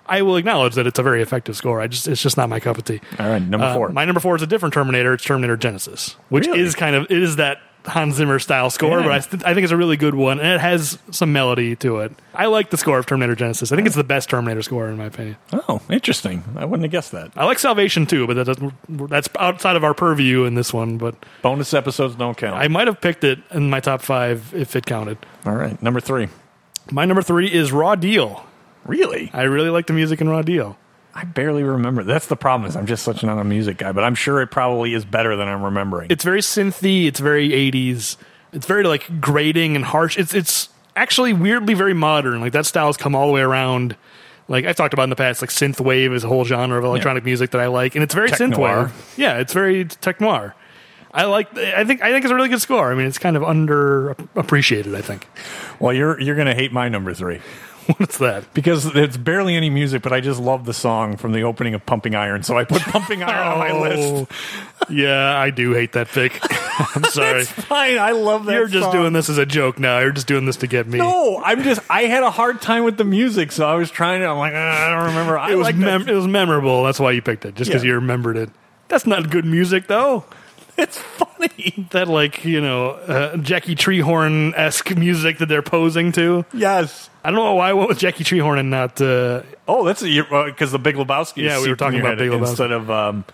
S2: I will acknowledge that it's a very effective score. I just it's just not my cup of tea.
S1: All right, number
S2: Uh,
S1: four.
S2: My number four is a different Terminator. It's Terminator Genesis, which
S1: Really?
S2: is kind of it is that Hans Zimmer style score,
S1: Yeah.
S2: but I, th- I think it's a really good one, and it has some melody to it. I like the score of Terminator Genesis. I think it's the best Terminator score in my opinion.
S1: Oh, interesting. I wouldn't have guessed that.
S2: I like Salvation too, but that doesn't, that's outside of our purview in this one. But
S1: Bonus episodes don't count.
S2: I might have picked it in my top five if it counted.
S1: All right, number three.
S2: My number three is Raw Deal.
S1: Really?
S2: I really like the music in Raw Deal.
S1: I barely remember. That's the problem. Is I'm just such not a music guy, but I'm sure it probably is better than I'm remembering.
S2: It's very synthy. It's very eighties. It's very like grating and harsh. It's it's actually weirdly very modern. Like that style's come all the way around. Like I've talked about in the past, like synth wave is a whole genre of electronic music that I like, and it's very
S1: Tech
S2: synth
S1: noir.
S2: wave. Yeah, it's very tech noir. I like. I think. I think it's a really good score. I mean, it's kind of underappreciated. I think. [laughs]
S1: well, you're you're gonna hate my number three
S2: What's that?
S1: because it's barely any music, but I just love the song from the opening of Pumping Iron, so I
S2: [laughs]
S1: put Pumping Iron on my list.
S2: Oh. yeah, I do hate that pick. [laughs] I'm sorry.
S1: Fine, I love that.
S2: You're just
S1: song.
S2: doing this as a joke now. You're just doing this to get me.
S1: No, I'm just. I had a hard time with the music, so I was trying to. I'm like, "Ah, I don't remember. I
S2: It was
S1: like that.
S2: mem- it was memorable. That's why you picked it, just because
S1: Yeah.
S2: you remembered it. That's not good music though.
S1: [laughs] It's funny.
S2: That like you know uh, Jackie Treehorn esque music that they're posing to.
S1: Yes.
S2: I don't know why I went with Jackie Treehorn and not uh,
S1: Oh, that's because the Big Lebowski. is
S2: Yeah,
S1: souped
S2: we were
S1: in
S2: talking
S1: your
S2: about
S1: head
S2: Big Lebowski.
S1: instead of um,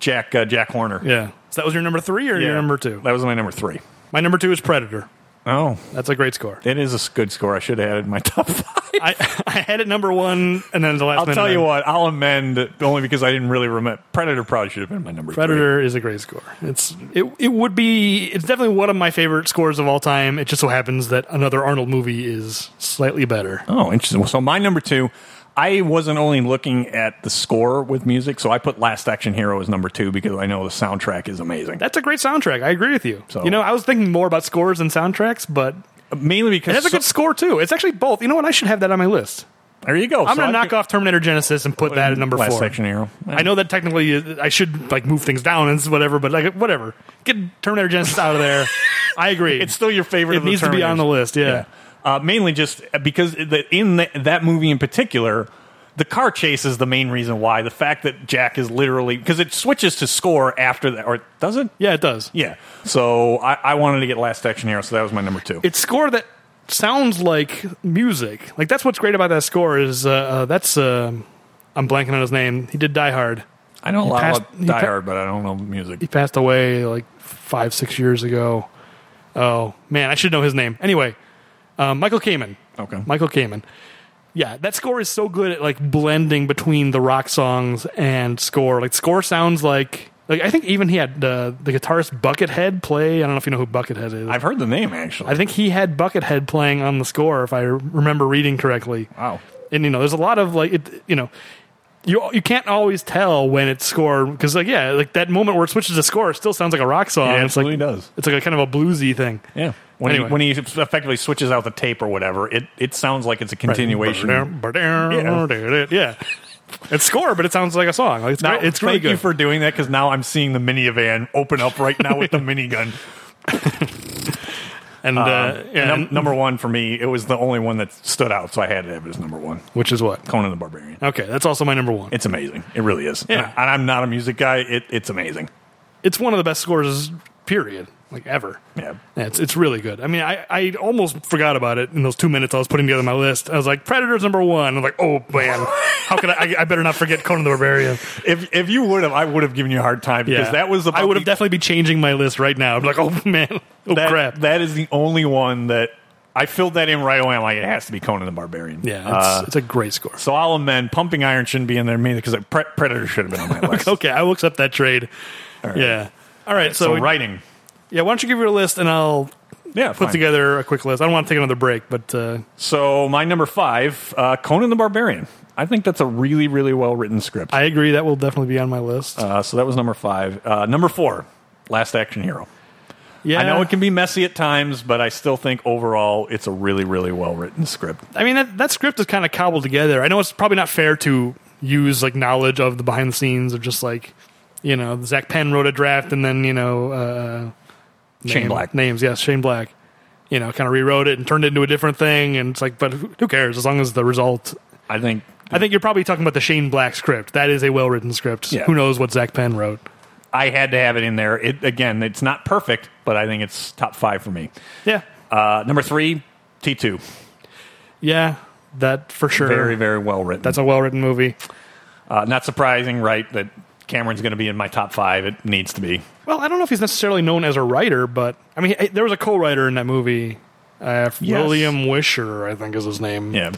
S1: Jack uh, Jack Horner.
S2: yeah. So that was your number three or your number two?
S1: That was my number three.
S2: My number two is Predator.
S1: Oh,
S2: That's a
S1: [laughs]
S2: great score.
S1: it is a s- good score. I should have added my [laughs] top five.
S2: I, [laughs] I had it number one, and then the last.
S1: I'll
S2: minute
S1: tell you
S2: I-
S1: what. I'll amend it, only because I didn't really remember. Predator probably should have been my number. three.
S2: Predator is a great score. It's it it would be it's definitely one of my favorite scores of all time. It just so happens that another Arnold movie is slightly better.
S1: Oh, interesting. So my number two, I wasn't only looking at the score with music, so I put Last Action Hero as number two because I know the soundtrack is amazing.
S2: That's a great soundtrack. I agree with you.
S1: So-
S2: you know, I was thinking more about scores and soundtracks, but
S1: Mainly
S2: it
S1: because
S2: has a good score too. It's actually both. You know what? I should have that on my list.
S1: so- there you go.
S2: I'm gonna knock off Terminator Genesis and put that at number
S1: Last
S2: four.
S1: Action Hero.
S2: I know that
S1: [laughs]
S2: uh, technically I should like move things down and whatever, but like whatever, get Terminator Genesis out of there. I agree.
S1: It's still your favorite.
S2: it
S1: of the
S2: needs to be on the
S1: Terminators.
S2: list. Yeah.
S1: Uh, mainly just because the, in the, that movie in particular, the car chase is the main reason why. The fact that Jack is literally because it switches to score after that, or does it?
S2: yeah, it does.
S1: Yeah. So I, I wanted to get Last Action Hero, so that was my number two.
S2: it's score that sounds like music. Like that's what's great about that score is uh, uh, that's uh, I'm blanking on his name. He did Die Hard.
S1: I know a lot
S2: passed-
S1: about
S2: he
S1: Die
S2: pa-
S1: Hard, but I don't know music.
S2: He passed away like five six years ago. Oh man, I should know his name. Anyway, uh, Michael Kamen.
S1: Okay.
S2: Michael Kamen. Yeah, that score is so good at like blending between the rock songs and score. Like score sounds like like I think even he had uh, the guitarist Buckethead play. I don't know if you know who Buckethead is.
S1: I've heard the name actually.
S2: I think he had Buckethead playing on the score, if I remember reading correctly.
S1: wow.
S2: And you know, there's a lot of like, it, you know, you you can't always tell when it's scored because like yeah, like that moment where it switches to score, it still sounds like a rock song.
S1: It
S2: it's like
S1: absolutely does.
S2: it's like a kind of a bluesy thing.
S1: Yeah. When,
S2: Anyway.
S1: he, when he effectively switches out the tape or whatever, it, it sounds like it's a continuation.
S2: Yeah. yeah. It's score, but it sounds like a song. Like, it's
S1: Now,
S2: great. It's really
S1: thank
S2: good.
S1: you for doing that because now I'm seeing the minivan open up right now [laughs] with the minigun.
S2: and uh,
S1: Um,
S2: yeah,
S1: num- number one for me, it was the only one that stood out, so I had to have it as number one.
S2: which is what?
S1: Conan the Barbarian.
S2: Okay, that's also my number one.
S1: It's amazing. It really is.
S2: Yeah.
S1: And, I, am not a music guy. It, it's amazing.
S2: It's one of the best scores, period, like ever.
S1: Yeah.
S2: Yeah, it's it's really good. I mean, I, I almost forgot about it in those two minutes I was putting together my list. I was like, Predator's number one. I'm like, oh man, how could I, I? I better not forget Conan
S1: [laughs]
S2: the Barbarian.
S1: If if you would have, I would have given you a hard time because that was about
S2: I would have
S1: the-
S2: definitely be changing my list right now. I'm like, oh man, oh
S1: that,
S2: crap.
S1: That is the only one that I filled that in right away. I'm like, it has to be Conan the Barbarian.
S2: yeah, it's,
S1: Uh,
S2: it's a great score.
S1: so I'll amend. Pumping Iron shouldn't be in there mainly because Pre- Predator should have been on my list.
S2: [laughs] Okay, I will accept that trade. Yeah. All right, so,
S1: So writing.
S2: yeah, why don't you give your list and I'll
S1: Yeah.
S2: put
S1: fine.
S2: together a quick list. I don't want to take another break, but uh,
S1: So my number five, uh, Conan the Barbarian. I think that's a really, really well written script.
S2: I agree that will definitely be on my list.
S1: Uh, so that was number five. Uh, number four, Last Action Hero.
S2: yeah,
S1: I know it can be messy at times, but I still think overall it's a really, really well written script.
S2: I mean, that, that script is kind of cobbled together. I know it's probably not fair to use like knowledge of the behind the scenes of just like, you know, Zach Penn wrote a draft and then, you know, uh,
S1: Shane
S2: name-
S1: Black.
S2: Names, yes, Shane Black, you know, kind of rewrote it and turned it into a different thing. And it's like, but who who cares as long as the result.
S1: I think
S2: I think you're probably talking about the Shane Black script. That is a well written script.
S1: Yeah.
S2: Who knows what Zach Penn wrote?
S1: I had to have it in there. It again, it's not perfect, but I think it's top five for me.
S2: Yeah.
S1: Uh, number three, T two,
S2: Yeah. That for sure.
S1: very, very well written.
S2: That's a well written movie.
S1: uh, not surprising, right? That Cameron's going to be in my top five. It needs to be.
S2: Well, I don't know if he's necessarily known as a writer, but I mean, I- there was a co-writer in that movie. Uh,
S1: Yes.
S2: William Wisher, I think, is his name.
S1: Yeah.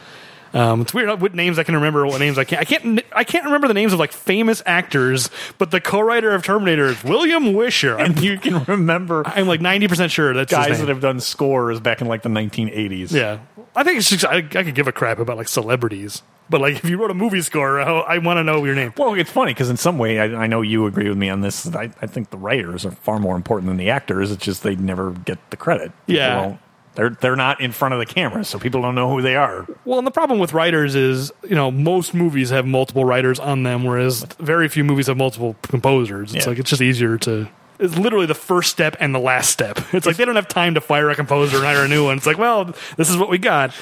S2: Um, it's weird what names I can remember, what names I can't. I can't. I can't remember the names of like famous actors, but the co-writer of Terminator is William Wisher. I'm,
S1: And you can remember
S2: I'm like ninety percent sure that's
S1: guys
S2: his name.
S1: that have done scores back in like the 1980s.
S2: yeah, I think it's just, I, I could give a crap about like celebrities, but like if you wrote a movie score, [laughs] I, I want to know your name.
S1: Well, it's funny because in some way, I, I know you agree with me on this. I, I think the writers are far more important than the actors. It's just they never get the credit. People
S2: Yeah.
S1: don't- they're they're not in front of the camera, so people don't know who they are.
S2: Well, and the problem with writers is, you know, most movies have multiple writers on them, whereas very few movies have multiple composers. It's
S1: Yeah.
S2: like it's just easier to. It's literally the first step and the last step. It's like they don't have time to fire a composer and hire a new one. It's like, well, this is what we got.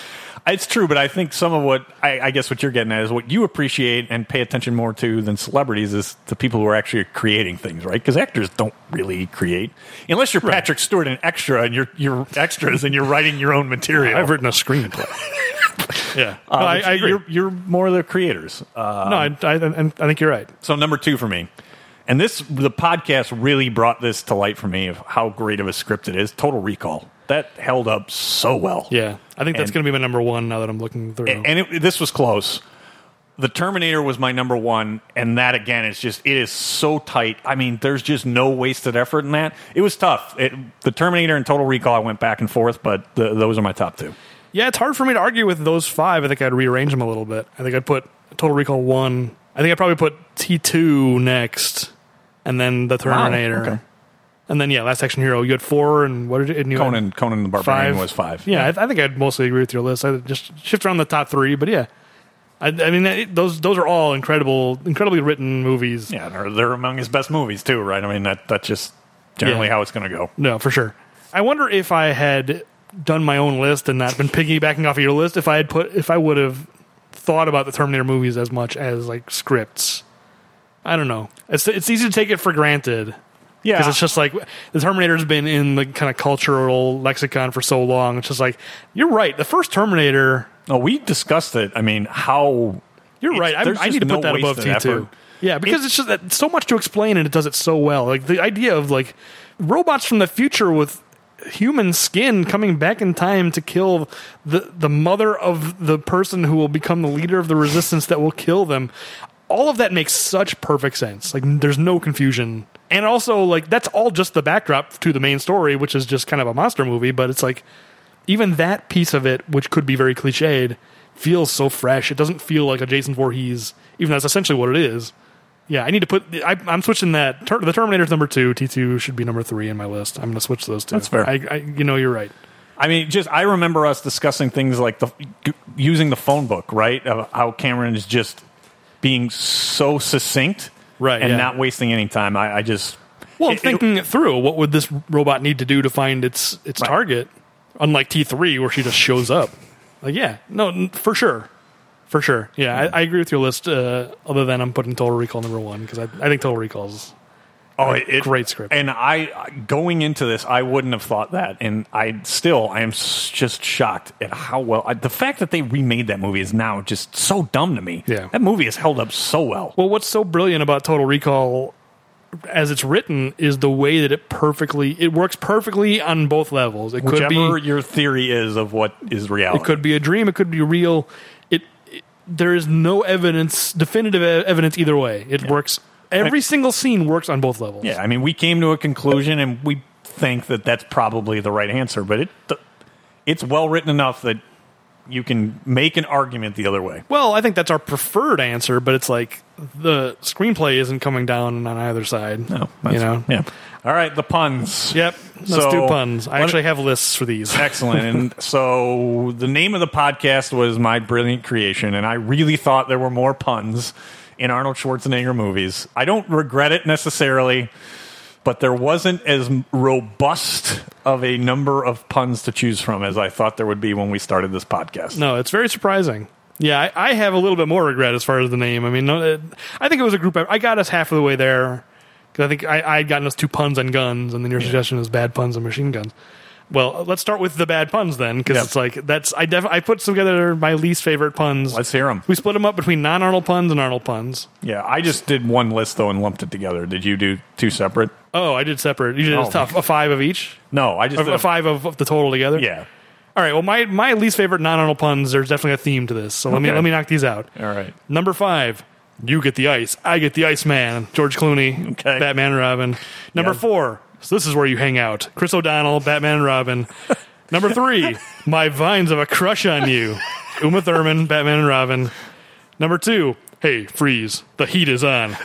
S1: It's true, but I think some of what I, I guess what you're getting at is what you appreciate and pay attention more to than celebrities is the people who are actually creating things, right? Because actors don't really create unless you're Patrick Stewart and extra, and you're you're extras and you're writing your own material.
S2: I've written
S1: [laughs]
S2: a screenplay. yeah,
S1: Uh,
S2: no, I,
S1: but
S2: I,
S1: you're-
S2: you're,
S1: you're more the creators. Uh,
S2: no, I, I, I I think you're right.
S1: So number two for me, and this the podcast really brought this to light for me of how great of a script it is. Total Recall that held up so well.
S2: Yeah, I think that's
S1: And-
S2: going to be my number one now that I'm looking through.
S1: and it, this was close. The Terminator was my number one, and that again is just it is so tight. I mean, there's just no wasted effort in that. It was tough. It, the Terminator and Total Recall, I went back and forth, but the, those are my top two.
S2: Yeah, it's hard for me to argue with those five. I think I'd rearrange them a little bit. I think I'd put Total Recall one. I think I'd probably put T two next, and then the Terminator,
S1: okay.
S2: and then yeah, Last Action Hero. You had four, and what did you? And you had
S1: Conan, Conan the Barbarian was five.
S2: Yeah, I, I think I'd mostly agree with your list. I just shift around the top three, but yeah, I, I mean it, those those are all incredible, incredibly written movies.
S1: yeah, they're, they're among his best movies too, right? I mean, that that's just generally
S2: Yeah.
S1: how it's going to go.
S2: No, for sure. I wonder if I had done my own list and not been piggybacking off of your list, if I had put, if I would have thought about the Terminator movies as much as like scripts. I don't know. It's it's easy to take it for granted
S1: Yeah,
S2: because it's just like the Terminator's been in the kind of cultural lexicon for so long. It's just like you're right. The first Terminator,
S1: no, we discussed it. I mean, how
S2: you're
S1: It's-
S2: right. I,
S1: there's
S2: I
S1: just
S2: need to put
S1: no
S2: that
S1: wasted
S2: above T two.
S1: effort.
S2: Yeah, because it's just that so much to explain, and it does it so well. Like the idea of like robots from the future with human skin coming back in time to kill the the mother of the person who will become the leader of the resistance that will kill them. All of that makes such perfect sense. Like there's no confusion. And also like that's all just the backdrop to the main story, which is just kind of a monster movie, but it's like even that piece of it, which could be very cliched, feels so fresh. It doesn't feel like a Jason Voorhees, even though that's essentially what it is. Yeah, I need to put. I, I'm switching that. Ter- the Terminator's number two. T two should be number three in my list. I'm going to switch those two.
S1: That's fair.
S2: I, I, you know, you're right.
S1: I mean, just I remember us discussing things like the using the phone book, right? Of how Cameron is just being so succinct,
S2: Right,
S1: and
S2: yeah.
S1: not wasting any time. I, I just
S2: Well,
S1: It-
S2: I'm thinking it through. What would this robot need to do to find its its target? Unlike T three, where she just shows up. Like, yeah, no, n- for sure, for sure. Yeah, I, I agree with your list. Uh, other than I'm putting Total Recall number one because I, I think Total Recall's
S1: Oh, it, it-
S2: Great script.
S1: And I going into this, I wouldn't have thought that, and I still I am s- just shocked at how well I, the fact that they remade that movie is now just so dumb to me.
S2: Yeah.
S1: that movie has held up so well.
S2: Well, what's so brilliant about Total Recall as it's written is the way that it perfectly it works perfectly on both levels. It could
S1: Whichever
S2: be
S1: your theory is of what is reality,
S2: it could be a dream, it could be real. It, it there is no evidence, definitive e- evidence either way. It works every single scene works on both levels.
S1: yeah. I mean, we came to a conclusion, and we think that that's probably the right answer, but it it's well written enough that you can make an argument the other way.
S2: Well, I think that's our preferred answer, but it's like the screenplay isn't coming down on either side.
S1: No,
S2: you know.
S1: yeah. All right, the puns.
S2: Yep. Let's
S1: So,
S2: do puns. I
S1: let-
S2: actually have lists for these.
S1: [laughs] Excellent. And so the name of the podcast was My Brilliant Creation, and I really thought there were more puns in Arnold Schwarzenegger movies. I don't regret it necessarily, but there wasn't as robust of a number of puns to choose from as I thought there would be when we started this podcast.
S2: No, it's very surprising. Yeah, I, I have a little bit more regret as far as the name. I mean, no, it, I think it was a group. I got us half of the way there because I think I, I had gotten us two puns on guns, and then your suggestion is bad puns on machine guns. Well, let's start with the bad puns then, because
S1: Yep.
S2: it's like that's I def, I put together my least favorite puns.
S1: Let's hear them.
S2: we split them up between non-Arnold puns and Arnold puns.
S1: Yeah, I just did one list though and lumped it together. Did you do two separate?
S2: Oh, I did separate. You did
S1: Oh.
S2: a, tough, a five of each,
S1: No, I just
S2: a,
S1: did
S2: a five of, of the total together.
S1: Yeah.
S2: All right. Well, my my least favorite non-Arnold puns. There's definitely a theme to this, so let me
S1: Okay.
S2: let me knock these out.
S1: All right.
S2: Number five, you get the ice. I get the ice man. George Clooney,
S1: Okay.
S2: Batman and Robin. Number
S1: Yeah.
S2: four, so this is where you hang out. Chris O'Donnell, Batman
S1: [laughs]
S2: and Robin. Number three, my vines have a crush on you. Uma Thurman, Batman and Robin. Number two, hey, freeze, the heat is on.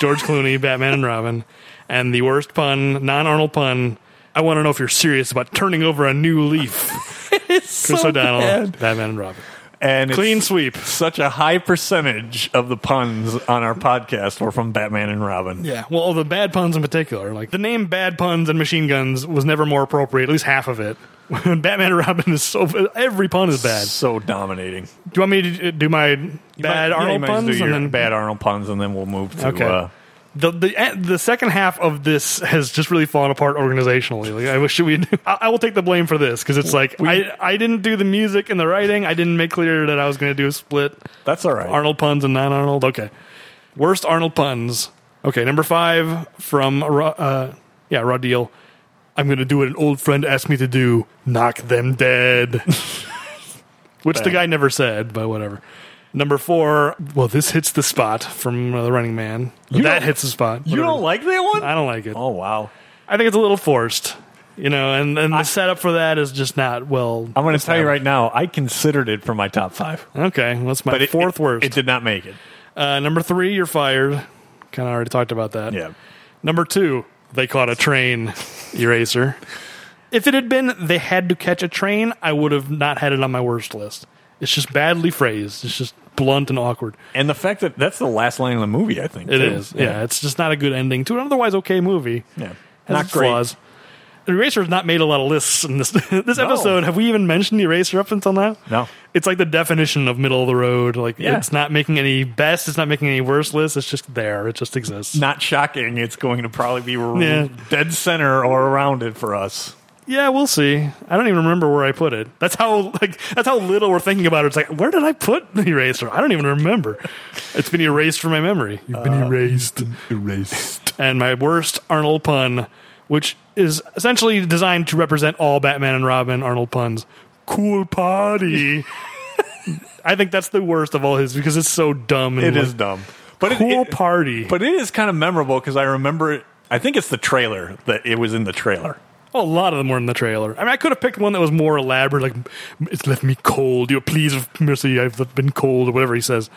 S2: George Clooney, Batman and Robin. And the worst pun, non Arnold pun, I want to know if you're serious about turning over a new leaf.
S1: [laughs]
S2: Chris O'Donnell, Batman and Robin.
S1: And it's-
S2: Clean sweep.
S1: such a high percentage of the puns on our podcast were from Batman and Robin.
S2: Yeah, well, oh, the bad puns in particular, like the name "bad puns" and "machine guns" was never more appropriate. At least half of it. [laughs] When Batman and Robin is so every pun is bad.
S1: So dominating.
S2: Do you want me to do my bad
S1: Yeah, you
S2: Arnold
S1: might as well
S2: puns
S1: do
S2: and
S1: your
S2: then
S1: bad Arnold puns, and then we'll move to.
S2: [laughs] Okay.
S1: Uh,
S2: the, the eh, the second half of this has just really fallen apart organizationally. Like I wish we, [laughs] I, I will take the blame for this because it's like I I didn't do the music and the writing. I didn't make clear that I was going to do a split.
S1: that's all right.
S2: Arnold puns and non Arnold. Okay. Worst Arnold puns. Okay, number five from, Ra- uh, yeah, Raw Deal. I'm going to do what an old friend asked me to do knock them dead. [laughs] Which the
S1: Bad.
S2: guy never said, but whatever. Number four, well, this hits the spot from uh, The Running Man. that
S1: don't-
S2: hits the spot.
S1: you
S2: Whatever.
S1: don't like that one?
S2: I don't like it.
S1: oh wow!
S2: I think it's a little forced, you know, and, and the setup for that is just not well.
S1: I'm going to tell you right now. I considered it for my top five,
S2: Okay, well, that's my
S1: it-
S2: fourth
S1: it,
S2: worst.
S1: It did not make it.
S2: Uh, number three, you're fired. Kind of already talked about that.
S1: Yeah.
S2: Number two, they caught a train eraser. If it had been they had to catch a train, I would have not had it on my worst list. It's just badly phrased. It's just blunt and awkward.
S1: And the fact that that's the last line of the movie, I think
S2: It
S1: too.
S2: is. Yeah. it's just not a good ending to an otherwise okay movie.
S1: yeah.
S2: Has
S1: Not
S2: its
S1: great.
S2: flaws. Eraser has not made a lot of lists in this [laughs] this
S1: No.
S2: episode. Have we even mentioned Eraser up until now?
S1: No.
S2: It's like the definition of middle of the road. Like
S1: Yeah.
S2: it's not making any best, it's not making any worse lists. It's just there. It just exists.
S1: Not shocking. It's going to probably be r-
S2: Yeah.
S1: dead center or around it for us.
S2: Yeah, we'll see. I don't even remember where I put it. That's how like that's how little we're thinking about it. It's like where did I put the eraser? I don't even remember. It's been erased from my memory. You've been erased.
S1: Erased.
S2: And my worst Arnold pun, which is essentially designed to represent all Batman and Robin Arnold puns.
S1: [laughs]
S2: Cool party. I think that's the worst of all his because it's so dumb. And
S1: It
S2: like,
S1: is dumb, but it-
S2: cool
S1: it,
S2: party.
S1: but it is kind of memorable because I remember it. I think it's the trailer that it was in the trailer.
S2: Well, a lot of them were in the trailer. I mean, I could have picked one that was more elaborate, like "It's left me cold. You please have mercy. I've been cold," or whatever he says.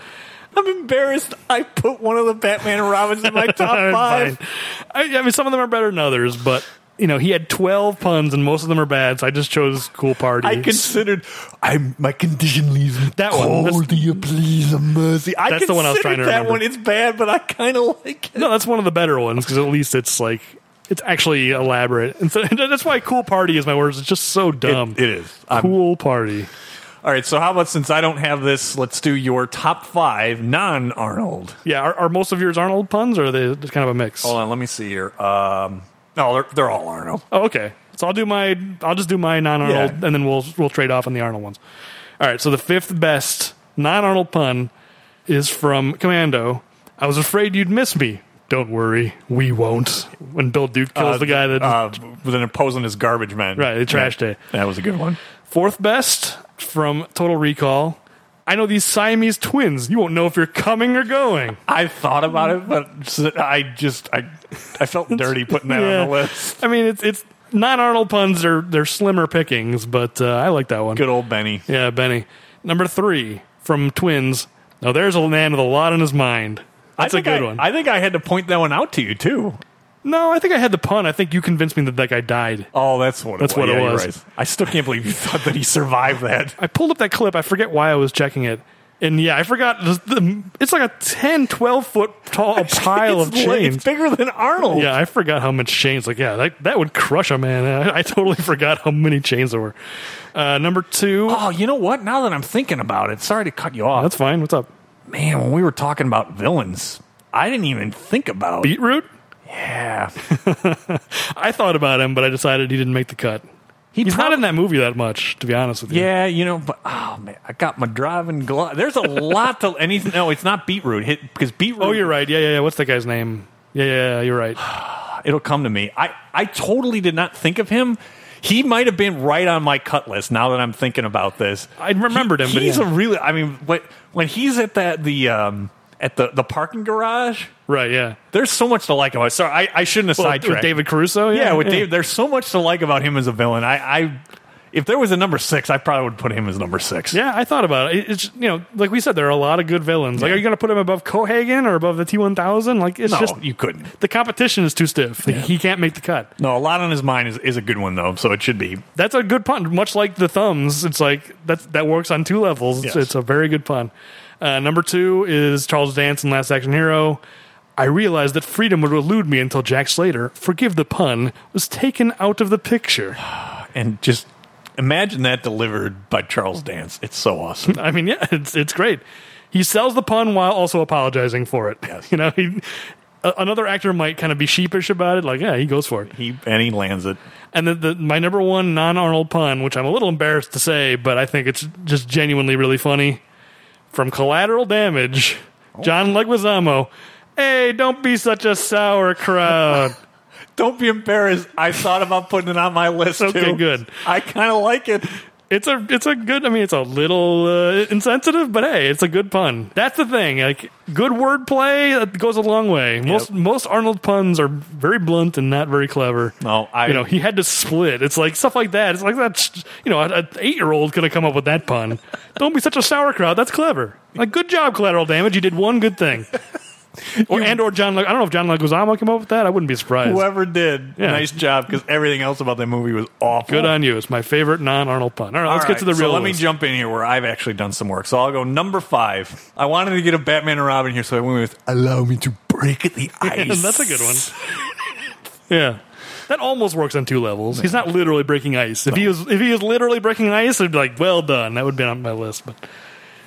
S1: I'm embarrassed. I put one of the Batman and Robins in
S2: [laughs]
S1: my top
S2: Fine.
S1: five.
S2: I, I mean, some of them are better than others, but you know, he had twelve puns, and most of them are bad. So I just chose "Cool Party."
S1: I considered. I my condition leaves me
S2: That one.
S1: cold.
S2: That's-
S1: Do you please a mercy? I
S2: That's the one I was
S1: considered
S2: trying to
S1: that
S2: remember.
S1: one. It's bad, but I kind of like it.
S2: no, that's one of the better ones because at least it's like it's actually elaborate, and so [laughs] that's why "Cool Party" is my words. It's just so dumb.
S1: it is. I'm-
S2: Um, cool party.
S1: All right. So how about since I don't have this, let's do your top five non Arnold.
S2: Yeah, are, are most of yours Arnold puns, or are they just kind of a mix?
S1: Hold on. Let me see here. Um, no, they're, they're all Arnold.
S2: Oh, okay. So I'll do my I'll just do my non Arnold
S1: Yeah.
S2: and then we'll we'll trade off on the Arnold ones. All right, so the fifth best non Arnold pun is from Commando. I was afraid you'd miss me. Don't worry, we won't. When Bill Duke kills
S1: Uh,
S2: the guy that
S1: uh, with an opposing his garbage man.
S2: Right, they trashed
S1: Yeah.
S2: it.
S1: That was a good one.
S2: fourth best from Total Recall. I know these Siamese twins. You won't know if you're coming or going.
S1: I thought about it, but s- I just I [laughs] I felt dirty putting that
S2: Yeah.
S1: on the list.
S2: I mean, it's it's non Arnold puns are they're slimmer pickings, but uh, I like that one.
S1: Good old Benny.
S2: Yeah, Benny. Number three from Twins. Now there's a man with a lot on his mind. That's
S1: I
S2: a
S1: think
S2: good
S1: I-
S2: one.
S1: I think I had to point that one out to you too.
S2: no, I think I had the pun. I think you convinced me that that guy died.
S1: Oh, that's what
S2: That's
S1: it was.
S2: what it
S1: you're
S2: was.
S1: right. I still can't believe you thought that he survived that.
S2: I pulled up that clip. I forget why I was checking it. And yeah, I forgot. just the- It's like a 10, 12 foot tall [laughs] pile of
S1: [laughs] It's way- It's
S2: chains.
S1: bigger than Arnold.
S2: Yeah, I forgot how much chains. Like, yeah, that, that would crush a man. I, I totally [laughs] forgot how many chains there were. Uh, number two.
S1: Oh, you know what? Now that I'm thinking about it, sorry to cut you off.
S2: That's fine. What's up?
S1: Man, when we were talking about villains, I didn't even think about.
S2: Beetroot? [laughs]
S1: yeah,
S2: I thought about him, but I decided he didn't make the cut. He's
S1: prob-
S2: not in that movie that much, to be honest with you.
S1: yeah, you know, but oh man, I got my driving glove. There's a lot to anything. No, it's not beetroot. Hit because beetroot.
S2: Oh, you're right. Yeah, yeah, yeah. What's that guy's name? Yeah, yeah, yeah, you're right.
S1: It'll come to me. I I totally did not think of him. He might have been right on my cut list. Now that I'm thinking about this,
S2: I remembered him, but
S1: He's
S2: yeah.
S1: a really. I mean, what when he's at that the um at the the parking garage.
S2: Right, yeah.
S1: There's so much to like about. Sorry, I, I shouldn't have
S2: Well, with
S1: sidetracked.
S2: David Caruso? Yeah,
S1: yeah, with Dave, there's so much to like about him as a villain. I, I if there was a number six, I probably would put him as number six.
S2: Yeah, I thought about it. It- It's, you know, like we said, there are a lot of good villains. Like, are you going to put him above Cohagen or above the T1000? Like, it's
S1: no,
S2: just
S1: you couldn't.
S2: the competition is too stiff. Like, He can't make the cut.
S1: No, a lot on his mind is, is a good one though, so it should be.
S2: That's a good pun. Much like the thumbs, it's like that's, that works on two levels. It's,
S1: Yes.
S2: it's a very good pun. Uh, number two is Charles Dance in Last Action Hero. I realized that freedom would elude me until Jack Slater, forgive the pun, was taken out of the picture.
S1: And just imagine that delivered by Charles Dance. It's so [laughs] awesome.
S2: I mean, yeah, it's it's great. He sells the pun while also apologizing for it.
S1: Yes.
S2: [laughs] You know, he a- another actor might kind of be sheepish about it, like, yeah, he goes for it.
S1: he and he lands it.
S2: And the, the, my number one non Arnold pun, which I'm a little embarrassed to say, but I think it's just genuinely really funny, from Collateral Damage, John Leguizamo. Hey, don't be such a sour crowd.
S1: Don't be embarrassed. I thought about putting it on my list.
S2: Okay,
S1: too.
S2: good.
S1: I kind of like it.
S2: it's a it's a good. I mean, it's a little uh, insensitive, but hey, it's a good pun. That's the thing. Like good wordplay that goes a long way. Most most Arnold puns are very blunt and not very clever.
S1: No, I-
S2: you know he had to split. It's like stuff like that. It's like that's you know an eight year old could have come up with that pun. Don't be such a sauerkraut. That's clever. Like good job, collateral damage. You did one
S1: [laughs]
S2: good thing. Or, and or John, Le- I don't know if John Leguizamo came up with that. I wouldn't be surprised.
S1: Whoever did,
S2: Yeah.
S1: nice job because everything else about that movie was awful.
S2: Good on you. It's my favorite non-Arnold pun. All right, let's
S1: All
S2: get to the
S1: right,
S2: real.
S1: So let
S2: list.
S1: me jump in here where I've actually done some work. So I'll go number five. I wanted to get a Batman and Robin here,
S2: [laughs]
S1: so I went with "Allow me to break the ice."
S2: That's a good one. Yeah. that almost works on two levels. He's not literally breaking ice. If he was if he was literally breaking ice, I'd be like, well done. That would be on my list. But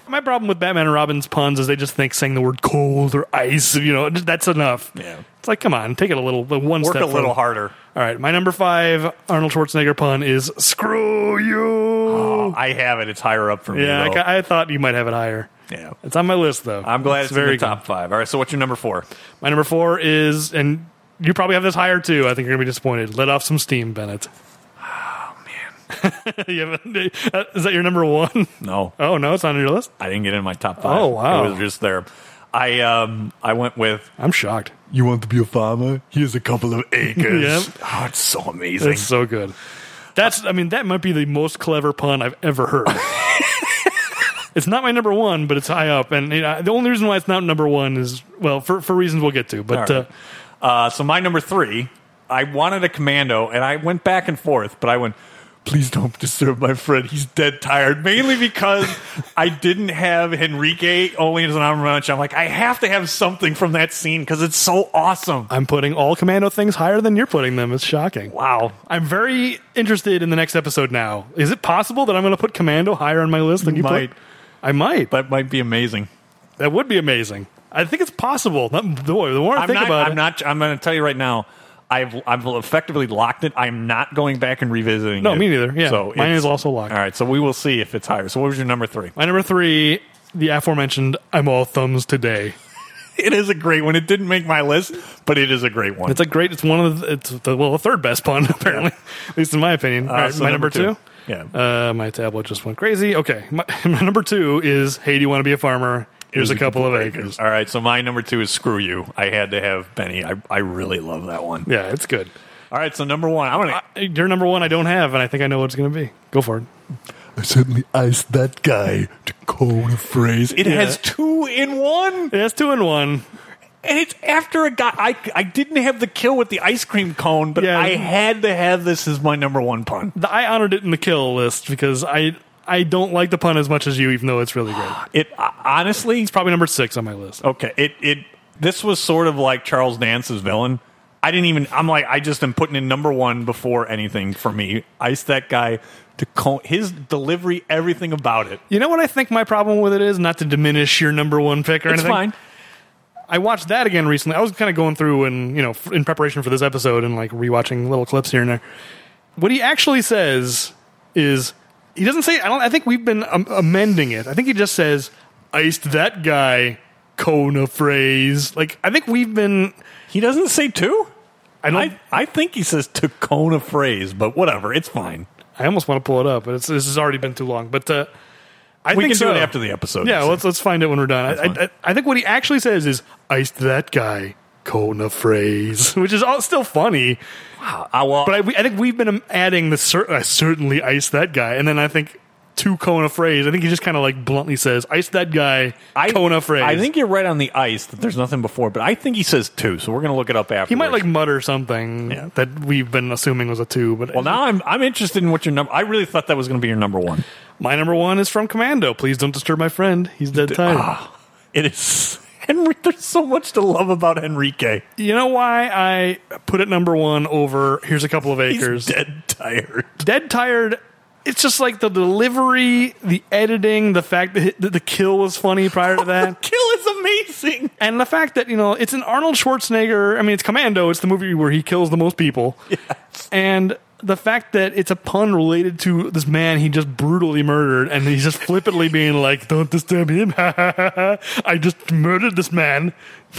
S2: my problem with Batman and Robin's puns is they just think saying the word cold or ice, you know, that's enough.
S1: Yeah.
S2: It's like, come on, take it a little one
S1: Work
S2: step
S1: a little
S2: further.
S1: harder.
S2: All right, my number five Arnold Schwarzenegger pun is "screw you."
S1: Oh, I have it. It's higher up for me.
S2: yeah, I
S1: though.
S2: ca- I, thought you might have it higher.
S1: yeah.
S2: It's on my list though.
S1: I'm glad it's, very in the
S2: good.
S1: top five. All right, so what's your number four?
S2: My number four is, and you probably have this higher too. I think you're gonna be disappointed. Let off some steam, Bennett. [laughs] Oh man, is that your number one? [laughs]
S1: No,
S2: Oh no, it's not on your list.
S1: I didn't get in my top five.
S2: Oh, wow.
S1: it was just there. I um I went with
S2: I'm shocked.
S1: you want to be a farmer? Here's a couple of acres.
S2: Yep.
S1: Oh, it's so amazing.
S2: That's so good. That's, I mean, that might be the most clever pun I've ever heard.
S1: [laughs]
S2: it's not my number one, but it's high up, and you know, the only reason why it's not number one is well for for reasons we'll get to. But
S1: All
S2: uh,
S1: right. Uh, so my number three, I wanted a commando, and I went back and forth, but I went, please don't disturb my friend. He's dead tired, mainly
S2: [laughs]
S1: because I didn't have Henrique only as an armor wrench. I'm like, I have to have something from that scene because it's so awesome.
S2: I'm putting all commando things higher than you're putting them. It's shocking.
S1: Wow.
S2: I'm very interested in the next episode now. Is it possible that I'm going to put Commando higher on my list than you,
S1: might.
S2: put? I might.
S1: That might be amazing.
S2: That would be amazing. I think it's possible. That- boy, the more I
S1: I'm
S2: think
S1: not,
S2: about
S1: I'm
S2: it,
S1: not, I'm going to tell you right now. I've I've effectively locked it. I'm not going back and revisiting.
S2: No,
S1: it.
S2: me neither. Yeah. Mine
S1: it's-
S2: is also locked.
S1: All right, so we will see if it's higher. So what was your number three?
S2: my number three, the aforementioned "I'm all thumbs today."
S1: It is a great one. It didn't make my list, but it is a great one.
S2: It's a great. It's one of the, it's the well the third best pun [laughs] apparently, at least in my opinion. All right,
S1: Uh, so
S2: my Uh, number, two.
S1: Yeah.
S2: Uh, my tablet just went crazy. Okay, [laughs] my, my number two is "Hey, do you want to be a farmer? Here's a couple of acres."
S1: All right, so my number two is Screw You. I had to have Benny. I, I really love that one.
S2: Yeah, Uh, it's good.
S1: All right, so number one, I'm gonna
S2: Your number one, I don't have, and I think I know what it's going to be. Go for it.
S4: I certainly iced that guy, to coin a phrase.
S1: it has two in one,
S2: Yeah, it's two and one.
S1: and it's after a guy. I, I didn't have the kill with the ice cream cone, but
S2: Yeah.
S1: I had to have this as my number one pun.
S2: The, I honored it in the kill list because I I don't like the pun as much as you, even though it's
S1: [gasps]
S2: really great.
S1: It uh, honestly,
S2: It's probably number six on my list.
S1: okay. It it this was sort of like Charles Dance's villain. I didn't even. I'm like I just am putting in number one before anything for me. Ice that guy to cone his delivery, everything about it.
S2: You know what I think my problem with it is? Not to diminish your number one pick or
S1: It's fine.
S2: anything. I watched that again recently. I was kind of going through and you know f- in preparation for this episode and like rewatching little clips here and there. What he actually says is he doesn't say. I don't. I think we've been um, amending it. I think he just says iced that guy. Kona phrase. Like I think we've been.
S1: He doesn't say two.
S2: I don't.
S1: I,
S2: I,
S1: I think he says Tacona phrase, but whatever, it's fine.
S2: almost want to pull it up, but it's, this has already been too long. But uh, I
S1: We
S2: think
S1: can do
S2: so.
S1: it after the episode.
S2: Yeah, let's let's find it when we're done. I,
S1: That's
S2: I, I, I think what he actually says is iced that guy. Kona phrase, [laughs] which is all still funny.
S1: I, Ah, well,
S2: But I, we, I think we've been um, adding the cer- I certainly ice that guy, and then I think two Kona phrase. I think he just kind of like bluntly says ice that guy
S1: I,
S2: Kona phrase.
S1: I think you're right on the ice that there's nothing before, but I think he says two, so we're going to look it up after.
S2: he might like mutter something
S1: Yeah.
S2: that we've been assuming was a two. But
S1: Well, now I'm, I'm interested in what your number I really thought that was going to be your number one.
S2: my number one is from Commando. Please don't disturb my friend. He's dead tired.
S1: ah, It is. [laughs] Henry, there's so much to love about Enrique.
S2: You know why I put it number one over? Here's a couple of
S1: He's
S2: acres.
S1: dead tired.
S2: dead tired. It's just like the delivery, the editing, the fact that that the kill was funny prior to
S1: [laughs]
S2: that.
S1: Kill is amazing.
S2: And the fact that, you know, it's an Arnold Schwarzenegger, I mean, it's Commando, it's the movie where he kills the most people. And the fact that it's a pun related to this man he just brutally murdered, and he's just flippantly being like, don't disturb him. [laughs] I just murdered this man. [laughs]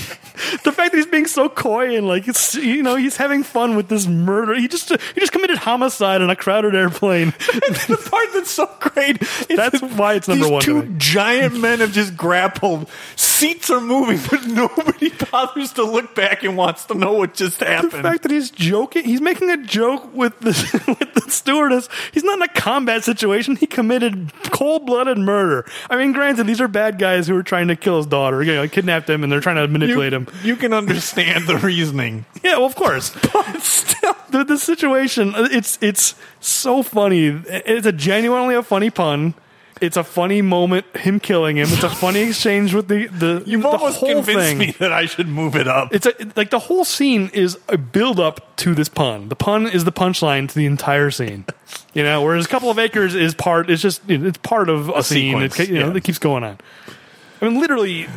S2: the fact that he's being so coy and like, it's, you know, he's having fun with this murder. He just, he just committed homicide on a crowded airplane. [laughs]
S1: the part that's so great is
S2: That's
S1: that
S2: why it's number
S1: these
S2: one to
S1: Two
S2: me.
S1: giant men have just grappled. Seats are moving, but [laughs] nobody bothers to look back and wants to know what just
S2: the
S1: happened.
S2: fact that he's joking he's making a joke with the, [laughs] with the stewardess he's not in a combat situation he committed cold-blooded murder i mean granted these are bad guys who are trying to kill his daughter you know, kidnapped him and they're trying to
S1: you,
S2: manipulate him
S1: you can understand the
S2: [laughs]
S1: reasoning,
S2: yeah well of course
S1: [laughs] but still,
S2: the, the situation it's it's so funny it's a genuinely a funny pun it's a funny moment, him killing him. It's a funny exchange with the the
S1: You've
S2: the
S1: almost
S2: whole
S1: convinced
S2: thing.
S1: me that I should move it up.
S2: It's a, like the whole scene is a build up to this pun. The pun is the punchline to the
S1: [laughs]
S2: entire scene. You know, whereas a couple of acres is part. It's just it's part of a, scene. It,
S1: sequence,
S2: ca- you know,
S1: yeah.
S2: that keeps going on. I mean, literally,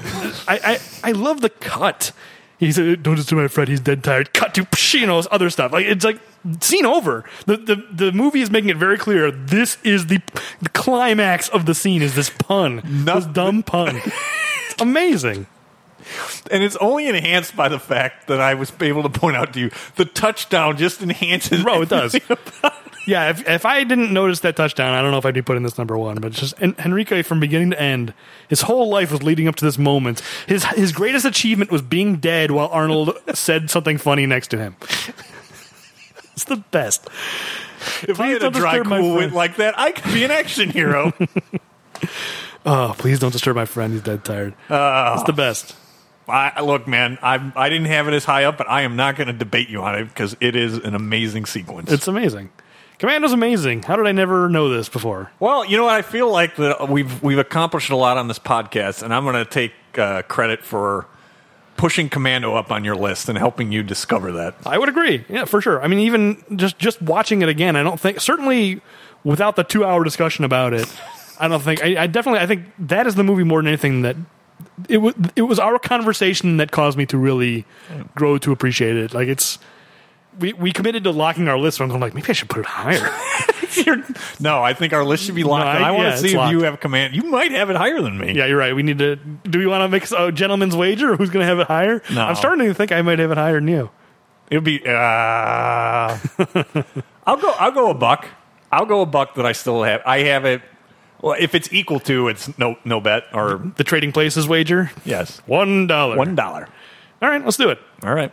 S2: I, I I love the cut. He said, "Don't disturb my Fred. He's dead tired." Cut to psh, you know this other stuff. Like it's like scene over. The, the the movie is making it very clear. This is the, the climax of the scene. Is this pun? This dumb pun.
S1: [laughs]
S2: Amazing.
S1: and it's only enhanced by the fact that I was able to point out to you the touchdown just enhances.
S2: [laughs] Bro, it does.
S1: everything.
S2: Yeah, if, if I didn't notice that touchdown, I don't know if I'd be putting this number one. But it's just and Henrique, from beginning to end, his whole life was leading up to this moment. His his greatest achievement was being dead while
S1: [laughs]
S2: Arnold said something funny next to him. it's the best.
S1: If I
S2: Please
S1: had a
S2: don't
S1: dry
S2: disturb my
S1: cool wit
S2: friends.
S1: like that, I could be an action
S2: [laughs]
S1: hero.
S2: Oh, please don't disturb my friend. He's dead tired. it's
S1: Oh.
S2: the best.
S1: I, look, man, I I didn't have it as high up, but I am not going to debate you on it because it is an amazing sequence.
S2: It's amazing. Commando's amazing. How did I never know this before?
S1: Well, you know what? I feel like that we've we've accomplished a lot on this podcast, and I'm going to take uh, credit for pushing Commando up on your list and helping you discover that.
S2: I would agree. Yeah, for sure. I mean, even just just watching it again, I don't think certainly without the two hour discussion about it, I don't think I, I definitely I think that is the movie more than anything that it was it was our conversation that caused me to really grow to appreciate it. Like it's we we committed to locking our list. So I'm going like maybe I should put it
S1: [laughs]
S2: higher.
S1: No, I think our list should be locked.
S2: No, I-
S1: and I, want to
S2: yeah,
S1: see
S2: it's
S1: if you
S2: locked.
S1: have Command. You might have it higher than me.
S2: yeah, you're right. We need to. Do we want to make a gentleman's wager? Or who's going to have it higher?
S1: No.
S2: I'm starting to think I might have it higher than you.
S1: It'd be. Uh, [laughs] I'll go. I'll go a buck. I'll go a buck that I still have. I have it. Well, if it's equal to, it's no no bet or
S2: The trading places wager.
S1: yes,
S2: One dollar.
S1: one dollar.
S2: All right, let's do it.
S1: All right.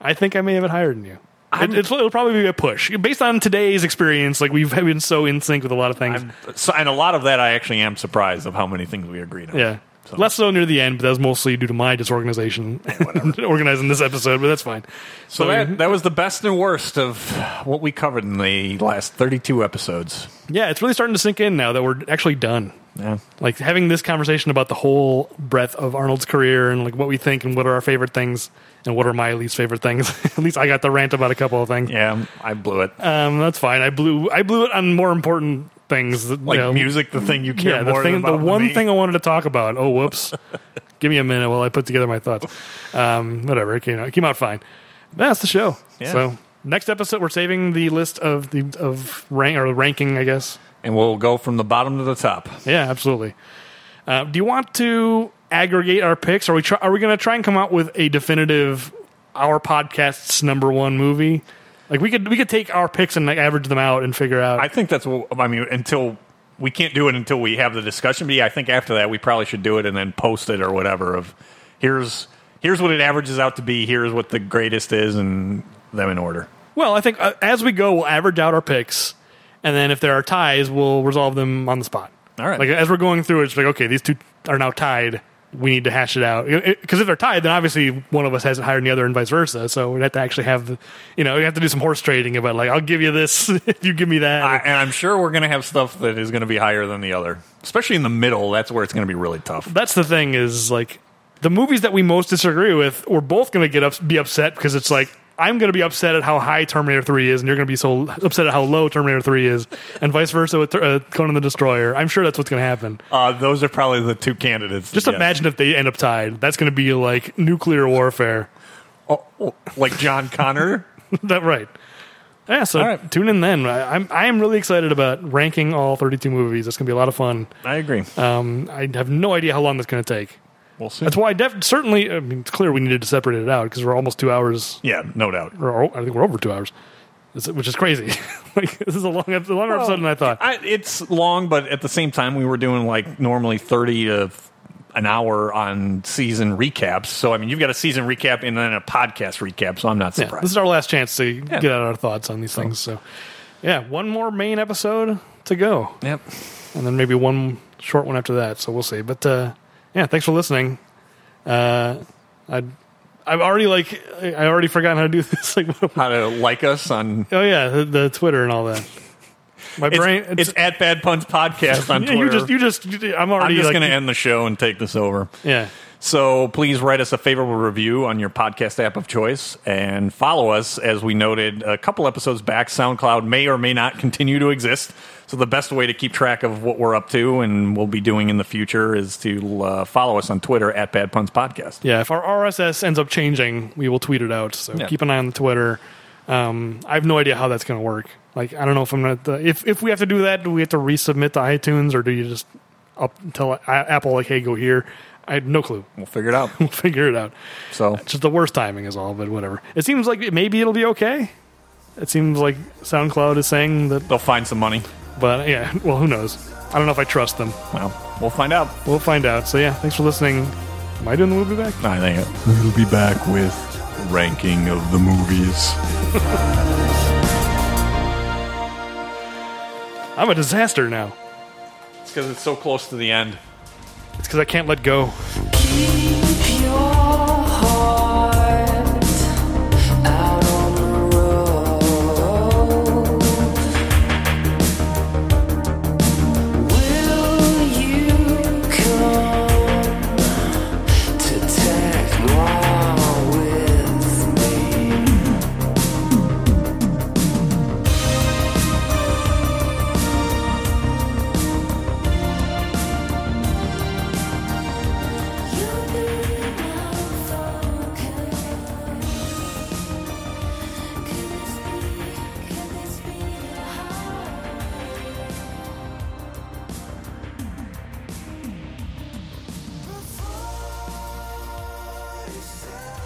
S2: I think I may have it higher than you. It, it's, it'll probably be a push based on today's experience. Like we've been so in sync with a lot of things.
S1: So, and a lot of that, I actually am surprised of how many things we agreed on.
S2: yeah, less so near the end, but that was mostly due to my disorganization
S1: [laughs]
S2: [laughs] organizing this episode. But that's fine.
S1: So
S2: mm-hmm.
S1: that, that was the best and worst of what we covered in the last 32 episodes.
S2: yeah, it's really starting to sink in now that we're actually done.
S1: Yeah.
S2: Like having this conversation about the whole breadth of Arnold's career and like what we think and what are our favorite things and what are my least favorite things. [laughs] At least I got to rant about a couple of things.
S1: Yeah, I blew it.
S2: Um, that's fine. I blew I blew it on more important things that, you
S1: like
S2: know,
S1: music, the thing you care
S2: yeah, the
S1: more
S2: thing,
S1: about
S2: the
S1: than
S2: one
S1: me.
S2: thing I wanted to talk about.
S1: [laughs]
S2: Oh, whoops! Give me a minute while I put together my thoughts. Um, whatever, it came out, it came out fine. That's the show.
S1: Yeah.
S2: So next episode, we're saving the list of the of rank or ranking, I guess.
S1: And we'll go from the bottom to the top.
S2: Yeah, absolutely. Uh, do you want to aggregate our picks? Are we try, are we going to try and come out with a definitive our podcast's number one movie? Like we could we could take our picks and like average them out and figure out.
S1: I think that's what, I mean, until we can't do it until we have the discussion. But yeah, I think after that, we probably should do it and then post it or whatever of here's, here's what it averages out to be. Here's what the greatest is and them in order.
S2: Well, I think uh, as we go, we'll average out our picks, and then if there are ties, we'll resolve them on the spot.
S1: All right.
S2: Like as we're going through, it's like okay, these two are now tied. We need to hash it out because if they're tied, then obviously one of us hasn't hired the other, and vice versa. So we'd have to actually have, the, you know, we have to do some horse trading about like I'll give you this [laughs] if you give me that.
S1: I, and I'm sure we're going to have stuff that is going to be higher than the other, especially in the middle. That's where it's going to be really tough.
S2: That's the thing is like the movies that we most disagree with, we're both going to get up, be upset because it's like. I'm going to be upset at how high Terminator 3 is, and you're going to be so upset at how low Terminator 3 is, and vice versa with uh, Conan the Destroyer. I'm sure that's what's going to happen.
S1: Uh, those are probably the two candidates.
S2: Just
S1: yes.
S2: imagine if they end up tied. That's going to be like nuclear warfare. [laughs]
S1: Oh, oh, like John Connor.
S2: that right? Yeah. So
S1: right.
S2: tune in then. I, I'm I am really excited about ranking all 32 movies. It's going to be a lot of fun.
S1: I agree.
S2: Um, I have no idea how long that's going to take.
S1: Uh, we'll see.
S2: That's why I def- certainly. I mean, it's clear we needed to separate it out because we're almost two hours
S1: yeah, no doubt.
S2: or oh, I think we're over two hours, This- which is crazy. [laughs] like this is a long, ep- a longer episode than I thought.
S1: I, it's long, but at the same time, we were doing like normally thirty to f- an hour on season recaps. So I mean, you've got a season recap and then a podcast recap. So I'm not
S2: Yeah,
S1: surprised.
S2: this is our last chance to get out our thoughts on these things. So, yeah, one more main episode to go,
S1: yep.
S2: and then maybe one short one after that. So we'll see. But uh, yeah, thanks for listening. Uh, I. I've already like I I [laughs] oh, already forgotten how to do this. Like,
S1: How to like us on
S2: oh yeah, the, the Twitter and all that. My
S1: it's,
S2: brain-
S1: It's, at Bad Puns Podcast
S2: [laughs]
S1: on
S2: Yeah,
S1: Twitter.
S2: you just, you just, you- I'm already
S1: I'm just
S2: like,
S1: going to end the show and take this over.
S2: Yeah.
S1: So please write us a favorable review on your podcast app of choice and follow us. As we noted a couple episodes back, SoundCloud may or may not continue to exist. So the best way to keep track of what we're up to and we'll be doing in the future is to uh, follow us on Twitter at Bad Puns Podcast.
S2: Yeah, if our RSS ends up changing, we will tweet it out. So
S1: Yeah.
S2: keep an eye on the Twitter. Um, I have no idea how that's going to work. Like, I don't know if I'm not. The, if if we have to do that, do we have to resubmit to iTunes, or do you just up tell I- Apple like, "Hey, go here"? I have no clue. [laughs]
S1: We'll figure it out.
S2: We'll figure it out.
S1: So [laughs]
S2: It's just the worst timing is all, but whatever. It seems like it- maybe it'll be okay. It seems like SoundCloud is saying that,
S1: they'll find some money.
S2: but yeah. [laughs] Well, who knows? I don't know if I trust them.
S1: Well, we'll find out.
S2: We'll find out. So yeah, thanks for listening. Am I doing the movie back?
S1: I think
S5: We'll be back with ranking of the movies.
S2: I'm a disaster now.
S1: it's because it's so close to the end.
S2: It's because I can't let go.
S4: Keep your heart out on the road. Will you come to take with me?
S6: Before you say